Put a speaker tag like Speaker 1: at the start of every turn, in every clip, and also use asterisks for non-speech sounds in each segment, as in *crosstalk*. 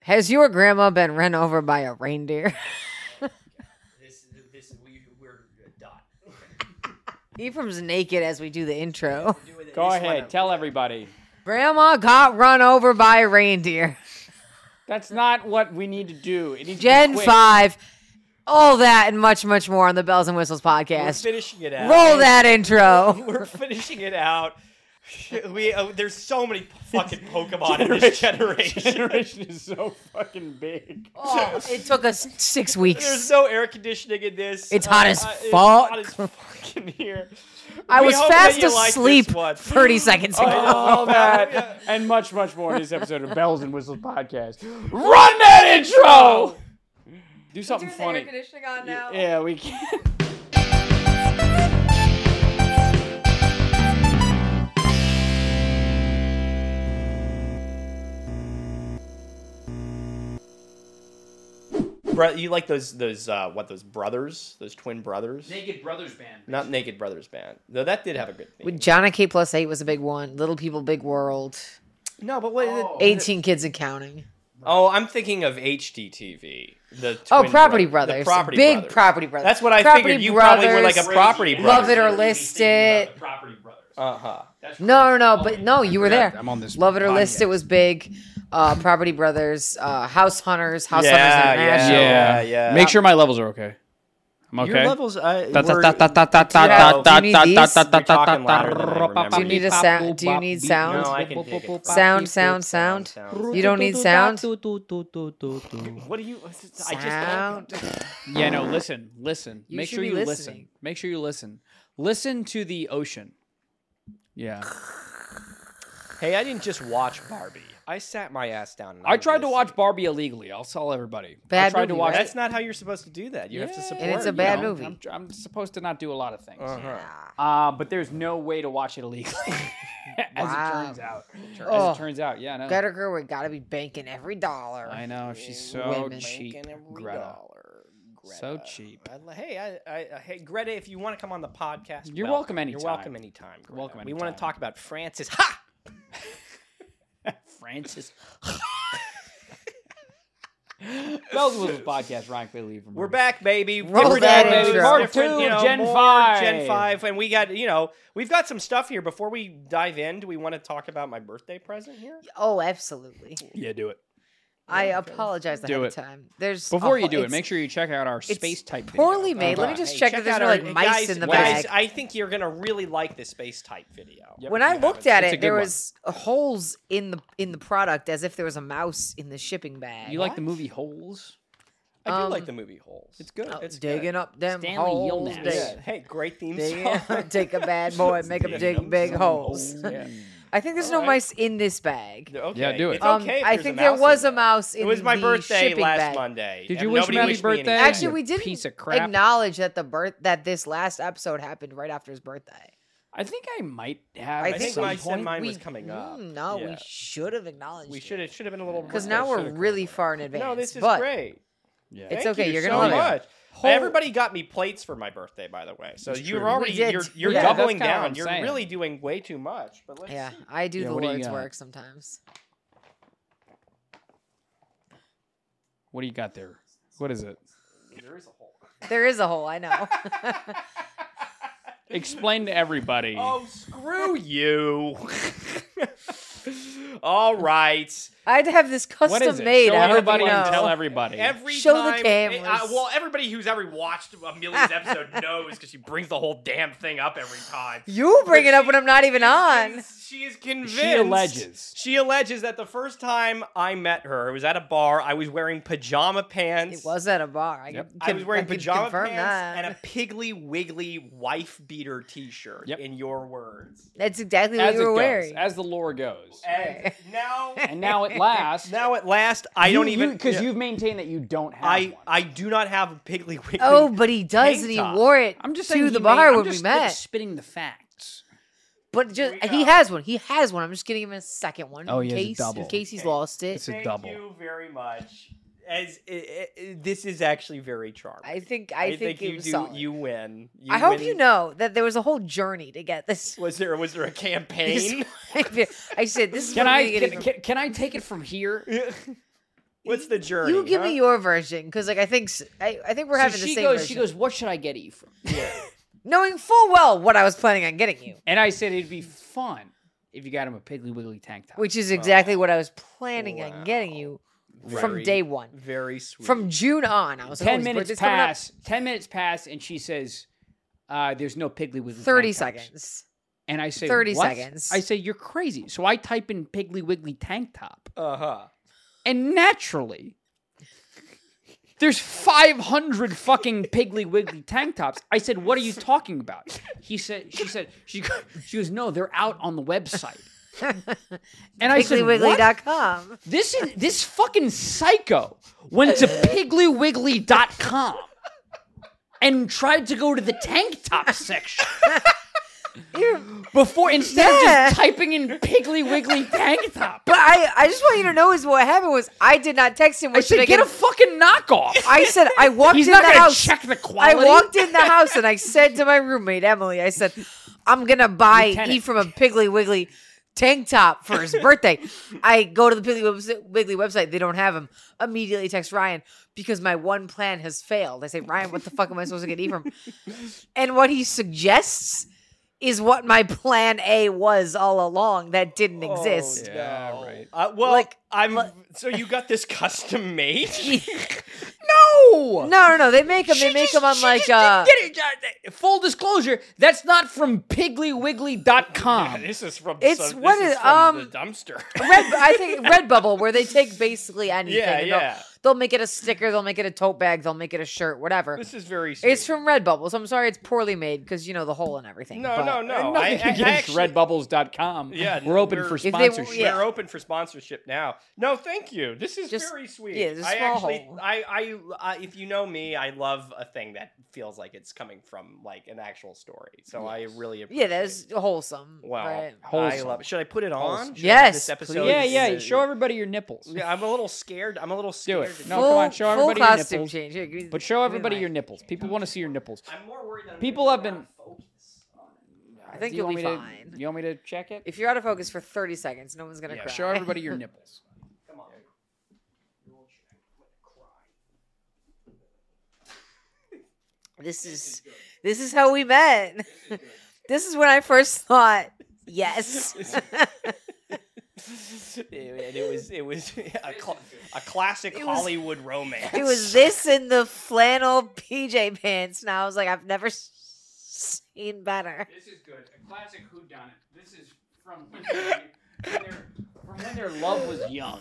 Speaker 1: Has your grandma been run over by a reindeer? *laughs*
Speaker 2: This, this, we, we're
Speaker 1: *laughs*
Speaker 2: dot.
Speaker 1: Ephraim's naked as we do the intro.
Speaker 2: We're doing
Speaker 3: Go
Speaker 2: this
Speaker 3: ahead,
Speaker 2: one.
Speaker 3: tell everybody.
Speaker 1: Grandma got run over by a reindeer.
Speaker 3: That's not what we need to do. It needs to be
Speaker 1: Gen
Speaker 3: quick.
Speaker 1: 5. All that and much, much more on the Bells and Whistles
Speaker 2: We're
Speaker 1: podcast.
Speaker 2: finishing it out.
Speaker 1: Roll
Speaker 2: *laughs*
Speaker 1: that intro.
Speaker 2: We're finishing it out. We uh, there's so many fucking Pokemon in this generation.
Speaker 3: *laughs* Generation is so fucking big. *laughs*
Speaker 1: Oh, *laughs* it took us six
Speaker 2: *laughs* There's
Speaker 1: weeks.
Speaker 2: no air conditioning in this. Uh,
Speaker 1: It's hot as
Speaker 2: it's
Speaker 1: fuck.
Speaker 2: hot as
Speaker 1: *laughs*
Speaker 2: fuck in *laughs* here.
Speaker 1: I
Speaker 2: We
Speaker 1: was
Speaker 2: hope that
Speaker 1: fast
Speaker 2: you like
Speaker 1: asleep
Speaker 2: this one.
Speaker 1: 30 seconds ago. *laughs*
Speaker 3: All that and much, much more in this episode of Bells and Whistles podcast. Run that intro. Do something funny.
Speaker 1: conditioning on *laughs*
Speaker 3: Yeah, we can.
Speaker 2: Bro, you like those those uh, what those brothers? Those twin brothers?
Speaker 4: Naked Brothers Band.
Speaker 2: Not Naked Brothers band. Though that did have a good theme.
Speaker 1: John and K plus eight was a big one. Little People, Big World.
Speaker 2: Oh, No, but what?
Speaker 4: Oh.
Speaker 1: 18 kids and counting.
Speaker 2: Oh, I'm thinking of HGTV. The
Speaker 1: Oh,
Speaker 2: twin
Speaker 1: Property
Speaker 2: brother-
Speaker 1: Brothers.
Speaker 2: the property
Speaker 1: Big
Speaker 2: brothers.
Speaker 1: Property Brothers.
Speaker 2: That's what I
Speaker 1: Property
Speaker 2: figured. You probably were like a
Speaker 1: Brothers.
Speaker 2: property brother.
Speaker 1: Love it or list it.
Speaker 4: Property Brothers.
Speaker 2: Uh huh.
Speaker 4: That's
Speaker 1: No, no, no,
Speaker 4: crazy.
Speaker 1: but no, you were there.
Speaker 4: I'm on this
Speaker 1: Love it or list. It
Speaker 4: podcast.
Speaker 1: was big. Uh, Property Brothers, uh, House Hunters, House
Speaker 2: Yeah,
Speaker 1: Hunters International.
Speaker 2: Yeah, yeah.
Speaker 3: Make sure my levels are okay. I'm okay.
Speaker 2: Your levels. I,
Speaker 3: Da, da,
Speaker 2: were-
Speaker 3: da, da, da, da, da,
Speaker 2: Yeah.
Speaker 3: da, da,
Speaker 1: Do you need
Speaker 3: da,
Speaker 1: these?
Speaker 3: da, da, da,
Speaker 2: You're talking
Speaker 3: da,
Speaker 2: louder than I
Speaker 3: da,
Speaker 2: remember.
Speaker 1: Do you need a sound? Do you need sound?
Speaker 2: No, I can take it.
Speaker 1: Sound, sound, sound. You don't need sound.
Speaker 3: *laughs*
Speaker 2: What do you? I just
Speaker 1: Sound.
Speaker 3: Yeah, no, listen, listen.
Speaker 1: You
Speaker 3: Make
Speaker 1: should
Speaker 3: sure
Speaker 1: be
Speaker 3: you
Speaker 1: listening.
Speaker 3: listen. Make sure you listen. Listen to the ocean. Yeah.
Speaker 2: Hey, I didn't just watch Barbie. I sat my ass down. And
Speaker 3: I tried to
Speaker 2: listened.
Speaker 3: watch Barbie illegally. I'll tell everybody. I
Speaker 1: Bad
Speaker 3: tried to
Speaker 1: movie,
Speaker 3: watch
Speaker 1: right?
Speaker 2: That's not how you're supposed to do that. You have to support.
Speaker 1: And it's a
Speaker 2: you
Speaker 1: bad
Speaker 2: know?
Speaker 1: movie.
Speaker 3: I'm, I'm supposed to not do a lot of things.
Speaker 2: Uh-huh.
Speaker 1: Ah,
Speaker 3: Uh, but there's no way to watch it illegally. As
Speaker 1: Wow.
Speaker 3: it turns out.
Speaker 1: Oh.
Speaker 3: As it turns out, yeah, no.
Speaker 1: Greta Gerwig gotta be banking every dollar.
Speaker 3: I know she's so
Speaker 1: Women.
Speaker 3: cheap,
Speaker 2: Banking every
Speaker 3: Greta.
Speaker 2: dollar,
Speaker 3: So
Speaker 2: Greta.
Speaker 3: cheap.
Speaker 2: I- hey, I, I, hey, Greta, if you want to come on the podcast,
Speaker 3: You're welcome
Speaker 2: You're welcome
Speaker 3: anytime.
Speaker 2: anytime. Greta.
Speaker 3: welcome
Speaker 2: We want
Speaker 3: anytime.
Speaker 2: to talk about Francis. Ha!
Speaker 3: *laughs* Francis. Bells and Whistles podcast. Ryan Quigley from
Speaker 2: We're back, baby.
Speaker 1: Roll
Speaker 2: Different
Speaker 1: that
Speaker 2: episodes,
Speaker 1: intro.
Speaker 3: Part
Speaker 2: different,
Speaker 3: two,
Speaker 2: you know,
Speaker 3: Gen
Speaker 2: more
Speaker 3: 5.
Speaker 2: Gen Five, and we got you know we've got some stuff here. Before we dive in, do we want to talk about my birthday present here?
Speaker 1: Oh, absolutely.
Speaker 3: Yeah, do it
Speaker 1: I apologize ahead
Speaker 3: Do
Speaker 1: of
Speaker 3: it.
Speaker 1: time. There's
Speaker 3: before
Speaker 1: a
Speaker 3: you do
Speaker 1: whole-
Speaker 3: it. Make sure you check out our
Speaker 1: it's
Speaker 3: space type.
Speaker 1: poorly
Speaker 3: video.
Speaker 1: made. Let me
Speaker 3: Uh,
Speaker 1: just
Speaker 2: Hey,
Speaker 1: check, if there's
Speaker 2: out
Speaker 1: no
Speaker 2: our-
Speaker 1: like mice
Speaker 2: guys,
Speaker 1: in the
Speaker 2: guys,
Speaker 1: bag.
Speaker 2: I think you're gonna really like the space type video.
Speaker 3: Yep.
Speaker 1: when I
Speaker 3: Yeah,
Speaker 1: looked
Speaker 3: it's-
Speaker 1: at
Speaker 3: it's a
Speaker 1: it, there
Speaker 3: good one.
Speaker 1: was holes in the in the product as if there was a mouse in the shipping bag.
Speaker 3: You like the movie Holes?
Speaker 2: I do
Speaker 1: um,
Speaker 2: like the movie Holes.
Speaker 3: It's good.
Speaker 1: Oh,
Speaker 2: it's
Speaker 1: digging
Speaker 2: good.
Speaker 1: up them
Speaker 3: Stanley
Speaker 1: holes.
Speaker 3: Yelnats.
Speaker 1: dig-
Speaker 2: Yeah. Hey, great *laughs* theme
Speaker 1: dig-
Speaker 2: song.
Speaker 1: *laughs* Take a bad boy, and make
Speaker 2: *laughs*
Speaker 1: him dig big holes. *laughs*
Speaker 3: Yeah.
Speaker 1: I think there's
Speaker 2: All
Speaker 1: no
Speaker 2: right.
Speaker 1: mice in this bag.
Speaker 2: Okay.
Speaker 3: Yeah, do it.
Speaker 2: It's
Speaker 1: Um,
Speaker 2: okay if
Speaker 1: I
Speaker 2: there's
Speaker 1: think
Speaker 2: a
Speaker 1: there
Speaker 2: mouse
Speaker 1: was a
Speaker 2: in
Speaker 1: mouse in
Speaker 2: It was my
Speaker 1: the
Speaker 2: birthday
Speaker 1: shipping
Speaker 2: last
Speaker 1: bag.
Speaker 2: Monday.
Speaker 3: Did
Speaker 2: and
Speaker 3: you wish
Speaker 2: nobody
Speaker 3: him happy
Speaker 2: wished me
Speaker 3: birthday?
Speaker 2: anything.
Speaker 1: Actually, we didn't
Speaker 3: piece of crap.
Speaker 1: acknowledge that the birth that this last episode happened right after his birthday.
Speaker 3: I think I might have.
Speaker 1: I
Speaker 3: at
Speaker 2: I think
Speaker 1: some
Speaker 2: my
Speaker 3: some
Speaker 2: and
Speaker 3: point.
Speaker 2: mine was
Speaker 1: We-
Speaker 2: coming up.
Speaker 1: Mm, no, we
Speaker 2: Yeah.
Speaker 1: should have acknowledged.
Speaker 2: we should
Speaker 1: it.
Speaker 2: it should have been a little
Speaker 1: because
Speaker 2: more-
Speaker 1: now
Speaker 2: it
Speaker 1: we're
Speaker 2: should've come
Speaker 1: really
Speaker 2: up.
Speaker 1: far in advance.
Speaker 2: No, this is
Speaker 1: but
Speaker 2: great.
Speaker 3: Yeah.
Speaker 1: It's
Speaker 2: Thank
Speaker 1: okay,
Speaker 2: you
Speaker 1: you're
Speaker 2: so
Speaker 1: gonna love it.
Speaker 2: much.
Speaker 3: Whole-
Speaker 2: Everybody got me plates for my birthday, by the way. So
Speaker 3: That's
Speaker 2: you're
Speaker 3: true.
Speaker 2: already
Speaker 1: We did.
Speaker 2: you're you're
Speaker 1: Yeah,
Speaker 3: that's
Speaker 2: doubling
Speaker 3: kinda what
Speaker 2: down.
Speaker 3: I'm
Speaker 2: You're
Speaker 3: saying.
Speaker 2: really doing way too much. But let's
Speaker 1: yeah,
Speaker 2: see.
Speaker 1: I do
Speaker 3: Yeah,
Speaker 1: the
Speaker 3: what do you
Speaker 1: Lord's
Speaker 3: got?
Speaker 1: work sometimes. *laughs*
Speaker 3: What do you got there? What is it?
Speaker 2: there is a hole.
Speaker 1: There is a hole, I know.
Speaker 3: Explain to everybody.
Speaker 2: *laughs* Oh, screw you. *laughs* All right.
Speaker 1: I'd have this
Speaker 3: what is
Speaker 1: custom
Speaker 3: it?
Speaker 1: made.
Speaker 3: Show
Speaker 1: I hope
Speaker 3: everybody
Speaker 1: you know.
Speaker 3: and tell everybody.
Speaker 2: Every
Speaker 1: Show the
Speaker 2: time,
Speaker 1: cameras.
Speaker 2: uh, well, everybody who's ever watched Amelia's episode *laughs* knows because she brings the whole damn thing up every time.
Speaker 1: You bring it up when I'm not
Speaker 2: *laughs*
Speaker 1: even on.
Speaker 2: is- She is convinced.
Speaker 3: alleges.
Speaker 2: She alleges that the first time I met her, it was at a bar. I was wearing pajama pants.
Speaker 1: It was at a bar. I,
Speaker 3: Yep.
Speaker 1: can,
Speaker 2: I was wearing
Speaker 1: can
Speaker 2: pajama
Speaker 1: confirm
Speaker 2: pants
Speaker 1: that. *laughs*
Speaker 2: and a Piggly Wiggly wife beater T-shirt.
Speaker 3: Yep.
Speaker 2: In your words.
Speaker 1: That's exactly what
Speaker 3: as
Speaker 1: you
Speaker 3: it
Speaker 1: were
Speaker 3: goes,
Speaker 1: wearing.
Speaker 3: as the lore goes,
Speaker 2: *laughs* And now,
Speaker 3: and now at last,
Speaker 2: now at last, I don't even
Speaker 3: because
Speaker 2: yeah.
Speaker 3: you've maintained that you don't have
Speaker 2: I
Speaker 3: one.
Speaker 2: I do not have a Piggly Wiggly.
Speaker 1: oh, but he does,
Speaker 2: tank
Speaker 1: and he
Speaker 2: top.
Speaker 1: wore it
Speaker 3: I'm just
Speaker 1: to
Speaker 3: saying
Speaker 1: the
Speaker 3: he
Speaker 1: bar
Speaker 3: made- I'm
Speaker 1: when we
Speaker 3: just,
Speaker 1: met.
Speaker 3: Like, spitting the facts.
Speaker 1: but just
Speaker 2: we
Speaker 1: he
Speaker 2: got-
Speaker 1: has one. He has one. I'm just getting him a second one.
Speaker 3: Oh,
Speaker 1: in
Speaker 3: he has a
Speaker 1: case,
Speaker 3: double.
Speaker 1: In case he's
Speaker 2: Okay.
Speaker 1: lost it.
Speaker 3: a
Speaker 2: Thank
Speaker 3: double.
Speaker 2: you very much. As i i i- this is actually very charming.
Speaker 1: I think. I, think, it
Speaker 2: you
Speaker 1: was
Speaker 2: do.
Speaker 1: solid.
Speaker 2: You win. You
Speaker 1: I hope
Speaker 2: win.
Speaker 1: you know that there was a whole journey to get this. *laughs*
Speaker 2: Was there was there a
Speaker 1: this
Speaker 2: campaign?
Speaker 1: *laughs* I said this is
Speaker 3: Can
Speaker 1: what
Speaker 3: I
Speaker 1: we get
Speaker 3: can,
Speaker 1: it from-
Speaker 3: can, can I take it from here?
Speaker 2: *laughs* What's the journey?
Speaker 1: You give
Speaker 2: huh?
Speaker 1: me your version because, like, I think s- I, I think we're having
Speaker 3: so
Speaker 1: the
Speaker 3: she
Speaker 1: same
Speaker 3: goes,
Speaker 1: version.
Speaker 3: she goes, what should I get you from?
Speaker 1: knowing full well what I was planning on getting you,
Speaker 3: And I said it'd be fun if you got him a Piggly Wiggly tank top.
Speaker 1: which is exactly what I was planning on getting you from
Speaker 2: Very-
Speaker 1: day one,
Speaker 2: Very sweet.
Speaker 1: from June on. I was like, oh,
Speaker 3: ten
Speaker 1: his
Speaker 3: minutes
Speaker 1: birthday's coming up.
Speaker 3: pass. Ten minutes pass, and she says, uh, "There's no Piggly Wiggly."
Speaker 1: Thirty
Speaker 3: tank tops."
Speaker 1: seconds.
Speaker 3: And I say,
Speaker 1: 30
Speaker 3: "What?"
Speaker 1: seconds.
Speaker 3: I say, "You're crazy." So I type in Piggly Wiggly tank top,
Speaker 2: Uh huh.
Speaker 3: and naturally, there's 500 fucking Piggly Wiggly tank tops. I said, "What are you talking about?" He said, "She said she go- she goes, no, they're out on the website." And I said, "What?"
Speaker 1: PigglyWiggly.com.
Speaker 3: This is this fucking psycho went to pigglywiggly.com and tried to go to the tank top section
Speaker 1: You're-
Speaker 3: before instead
Speaker 1: Yeah.
Speaker 3: of just typing in piggly wiggly tank top.
Speaker 1: *laughs* But I, I just want you to know is what happened was I did not text him. What
Speaker 3: I
Speaker 1: should
Speaker 3: should
Speaker 1: I
Speaker 3: get
Speaker 1: get?
Speaker 3: a fucking knockoff.
Speaker 1: I said
Speaker 3: *laughs*
Speaker 1: I walked
Speaker 3: He's
Speaker 1: in
Speaker 3: not
Speaker 1: the
Speaker 3: gonna
Speaker 1: house.
Speaker 3: check the
Speaker 1: I
Speaker 3: quality.
Speaker 1: walked in the house
Speaker 3: *laughs*
Speaker 1: and I said to my roommate Emily, I said, "I'm gonna buy
Speaker 3: Lieutenant.
Speaker 1: E from a Piggly Wiggly tank top for his birthday." I go to the Piggly Wibs- Wiggly website; they don't have them. Immediately text Ryan because my one plan has failed. I say, "Ryan, what the fuck am I supposed to get E from?" And what he suggests is what my plan A was all along that didn't
Speaker 3: Oh,
Speaker 1: exist.
Speaker 2: Yeah,
Speaker 3: no.
Speaker 2: right. Uh, well,
Speaker 1: Like,
Speaker 2: I'm. so you got this *laughs*
Speaker 1: *laughs*
Speaker 2: custom made?
Speaker 3: no.
Speaker 1: No, no, no. They make them.
Speaker 3: She
Speaker 1: They make
Speaker 3: just-
Speaker 1: them on
Speaker 3: she
Speaker 1: like
Speaker 3: just didn't
Speaker 1: uh,
Speaker 3: get it. Full disclosure, that's not from pigglywiggly.com.
Speaker 2: this is from.
Speaker 1: It's-
Speaker 2: some,
Speaker 1: what
Speaker 2: this
Speaker 1: is-
Speaker 2: is from
Speaker 1: um,
Speaker 2: the dumpster.
Speaker 1: *laughs* Red, I think Redbubble, where they take basically anything.
Speaker 2: Yeah,
Speaker 1: and they'll-
Speaker 2: yeah.
Speaker 1: They'll, make it a sticker. They'll make it a tote bag. They'll make it a shirt. Whatever.
Speaker 2: *laughs* this is very. Sweet.
Speaker 1: It's from Redbubble, so I'm sorry it's poorly made because you know the hole and everything.
Speaker 2: No,
Speaker 1: but-
Speaker 2: no, no. I, I,
Speaker 3: *laughs* Nothing
Speaker 2: I
Speaker 3: against
Speaker 2: actually-
Speaker 3: redbubbles.com.
Speaker 2: Yeah,
Speaker 3: *laughs* we're open
Speaker 2: we're-
Speaker 3: for
Speaker 2: If they-
Speaker 3: sponsorship.
Speaker 1: yeah.
Speaker 2: We're open for sponsorship now. No, thank you. This is
Speaker 1: Just-
Speaker 2: very sweet.
Speaker 1: yeah, it's a
Speaker 2: I
Speaker 1: small
Speaker 2: actually,
Speaker 1: hole.
Speaker 2: I, I, I, if you know me, I love a thing that feels like it's coming from like an actual story. So I really appreciate.
Speaker 1: Yeah, that's wholesome.
Speaker 2: wow.
Speaker 1: Right?
Speaker 2: I
Speaker 3: Wholesome.
Speaker 2: love. it. Should I put it on? Should I put
Speaker 1: Yes,
Speaker 2: This episode.
Speaker 3: yeah,
Speaker 2: is-
Speaker 3: yeah.
Speaker 2: is-
Speaker 3: Show everybody your nipples.
Speaker 2: Yeah, I'm a little scared. I'm a little
Speaker 3: Do it.
Speaker 2: scared.
Speaker 3: No, come on. Show
Speaker 1: full
Speaker 3: everybody your
Speaker 1: costume
Speaker 3: nipples.
Speaker 1: change. Here, give me-
Speaker 3: But show
Speaker 1: give me
Speaker 3: everybody
Speaker 1: mine.
Speaker 3: your nipples. People want to see your nipples.
Speaker 2: I'm more worried. that I'm
Speaker 3: People
Speaker 2: gonna
Speaker 3: have
Speaker 2: go out
Speaker 3: been-
Speaker 2: of focus.
Speaker 1: I think
Speaker 3: Do
Speaker 1: you'll
Speaker 3: want
Speaker 1: be
Speaker 3: me to-
Speaker 1: fine.
Speaker 3: You want me to check it?
Speaker 1: If you're out of focus for 30 seconds, no one's gonna
Speaker 2: Yeah,
Speaker 1: cry. *laughs*
Speaker 3: Show everybody your nipples.
Speaker 2: Come on.
Speaker 1: This is this is how we met. *laughs* this is when I first thought
Speaker 3: *laughs*
Speaker 1: yes. *laughs*
Speaker 2: and it was it was *laughs* a, cl- a classic
Speaker 1: It was-
Speaker 2: Hollywood romance.
Speaker 1: It was this in the flannel PJ pants, and I was like, I've never s- seen better.
Speaker 3: This is good. A classic whodunit. This is from when, from when their love was
Speaker 1: *laughs*
Speaker 3: young.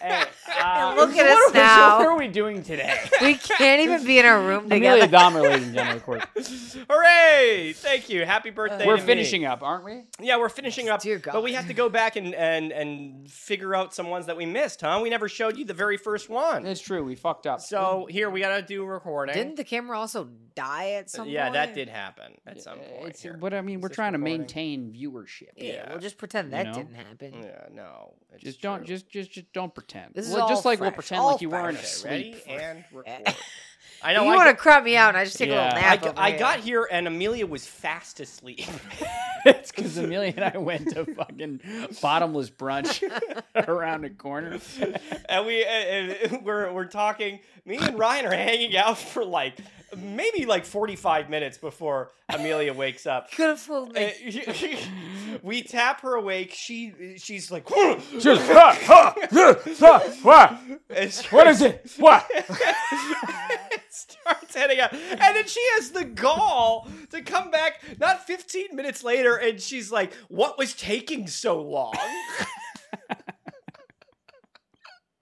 Speaker 3: hey, *laughs* uh,
Speaker 1: look at
Speaker 3: what
Speaker 1: us
Speaker 3: are we-
Speaker 1: now.
Speaker 3: What are we doing today?
Speaker 1: *laughs* We can't even be in our room
Speaker 3: Amelia
Speaker 1: together.
Speaker 3: Dahmer, ladies and gentlemen, of course.
Speaker 2: *laughs* Hooray! Thank you. Happy birthday.
Speaker 3: We're
Speaker 2: to me.
Speaker 3: finishing up, aren't we?
Speaker 2: Yeah, we're finishing up.
Speaker 1: Dear
Speaker 2: But we
Speaker 1: God.
Speaker 2: have to go back and, and and figure out some ones that we missed, huh? We never showed you the very first one.
Speaker 3: It's true. We fucked up.
Speaker 2: So here we gotta do recording.
Speaker 1: Didn't the camera also die at some
Speaker 2: yeah,
Speaker 1: point?
Speaker 2: that did happen at some point.
Speaker 3: It's,
Speaker 2: here.
Speaker 3: but I mean, we're
Speaker 2: this
Speaker 3: trying to
Speaker 2: recording?
Speaker 3: maintain viewership.
Speaker 1: Yeah,
Speaker 2: Yeah.
Speaker 1: we'll just pretend that
Speaker 3: know?
Speaker 1: didn't happen.
Speaker 2: yeah, no. it's
Speaker 3: Just don't,
Speaker 2: true.
Speaker 3: just, just, just don't pretend.
Speaker 1: This is
Speaker 3: Well, just
Speaker 1: all
Speaker 3: like we'll
Speaker 1: fresh,
Speaker 3: pretend
Speaker 1: all
Speaker 3: like you weren't
Speaker 1: fresh.
Speaker 2: Okay,
Speaker 3: asleep.
Speaker 2: ready
Speaker 3: *laughs*
Speaker 2: and
Speaker 1: *laughs*
Speaker 2: record. I
Speaker 1: You
Speaker 2: know. I,
Speaker 1: want to
Speaker 2: got-
Speaker 1: crap me out, and I just take a
Speaker 3: Yeah.
Speaker 1: little
Speaker 2: I,
Speaker 1: nap.
Speaker 2: got-
Speaker 1: over
Speaker 2: I
Speaker 1: here.
Speaker 2: got here and Amelia was fast
Speaker 3: *laughs*
Speaker 2: asleep.
Speaker 3: it's because Amelia and I went to fucking bottomless brunch around a corner.
Speaker 2: and *laughs* we uh, uh, we're we're talking. Me and Ryan are hanging out for like maybe like forty five minutes before Amelia wakes up.
Speaker 1: Could have fooled
Speaker 2: Uh,
Speaker 1: me.
Speaker 2: we tap her awake. She she's like, and
Speaker 5: Just, *laughs* ah, ah, ah, ah, what?
Speaker 2: *laughs*
Speaker 5: What is it? What?
Speaker 2: starts heading out, and then she has the gall to come back not fifteen minutes later, and she's like, "What was taking so long?"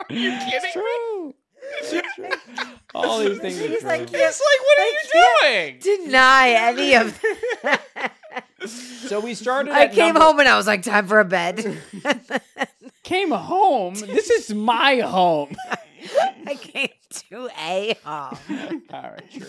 Speaker 2: Are you kidding
Speaker 3: True. All these things are
Speaker 1: He's
Speaker 3: true.
Speaker 1: like, yeah,
Speaker 2: It's like, what are you doing? *laughs*
Speaker 1: deny any of.
Speaker 3: so we started.
Speaker 1: I
Speaker 3: at
Speaker 1: came
Speaker 3: number-
Speaker 1: home and I was like, time for a bed.
Speaker 2: *laughs*
Speaker 3: Came home. This is my home.
Speaker 1: I came to a home.
Speaker 3: *laughs* All right, sure.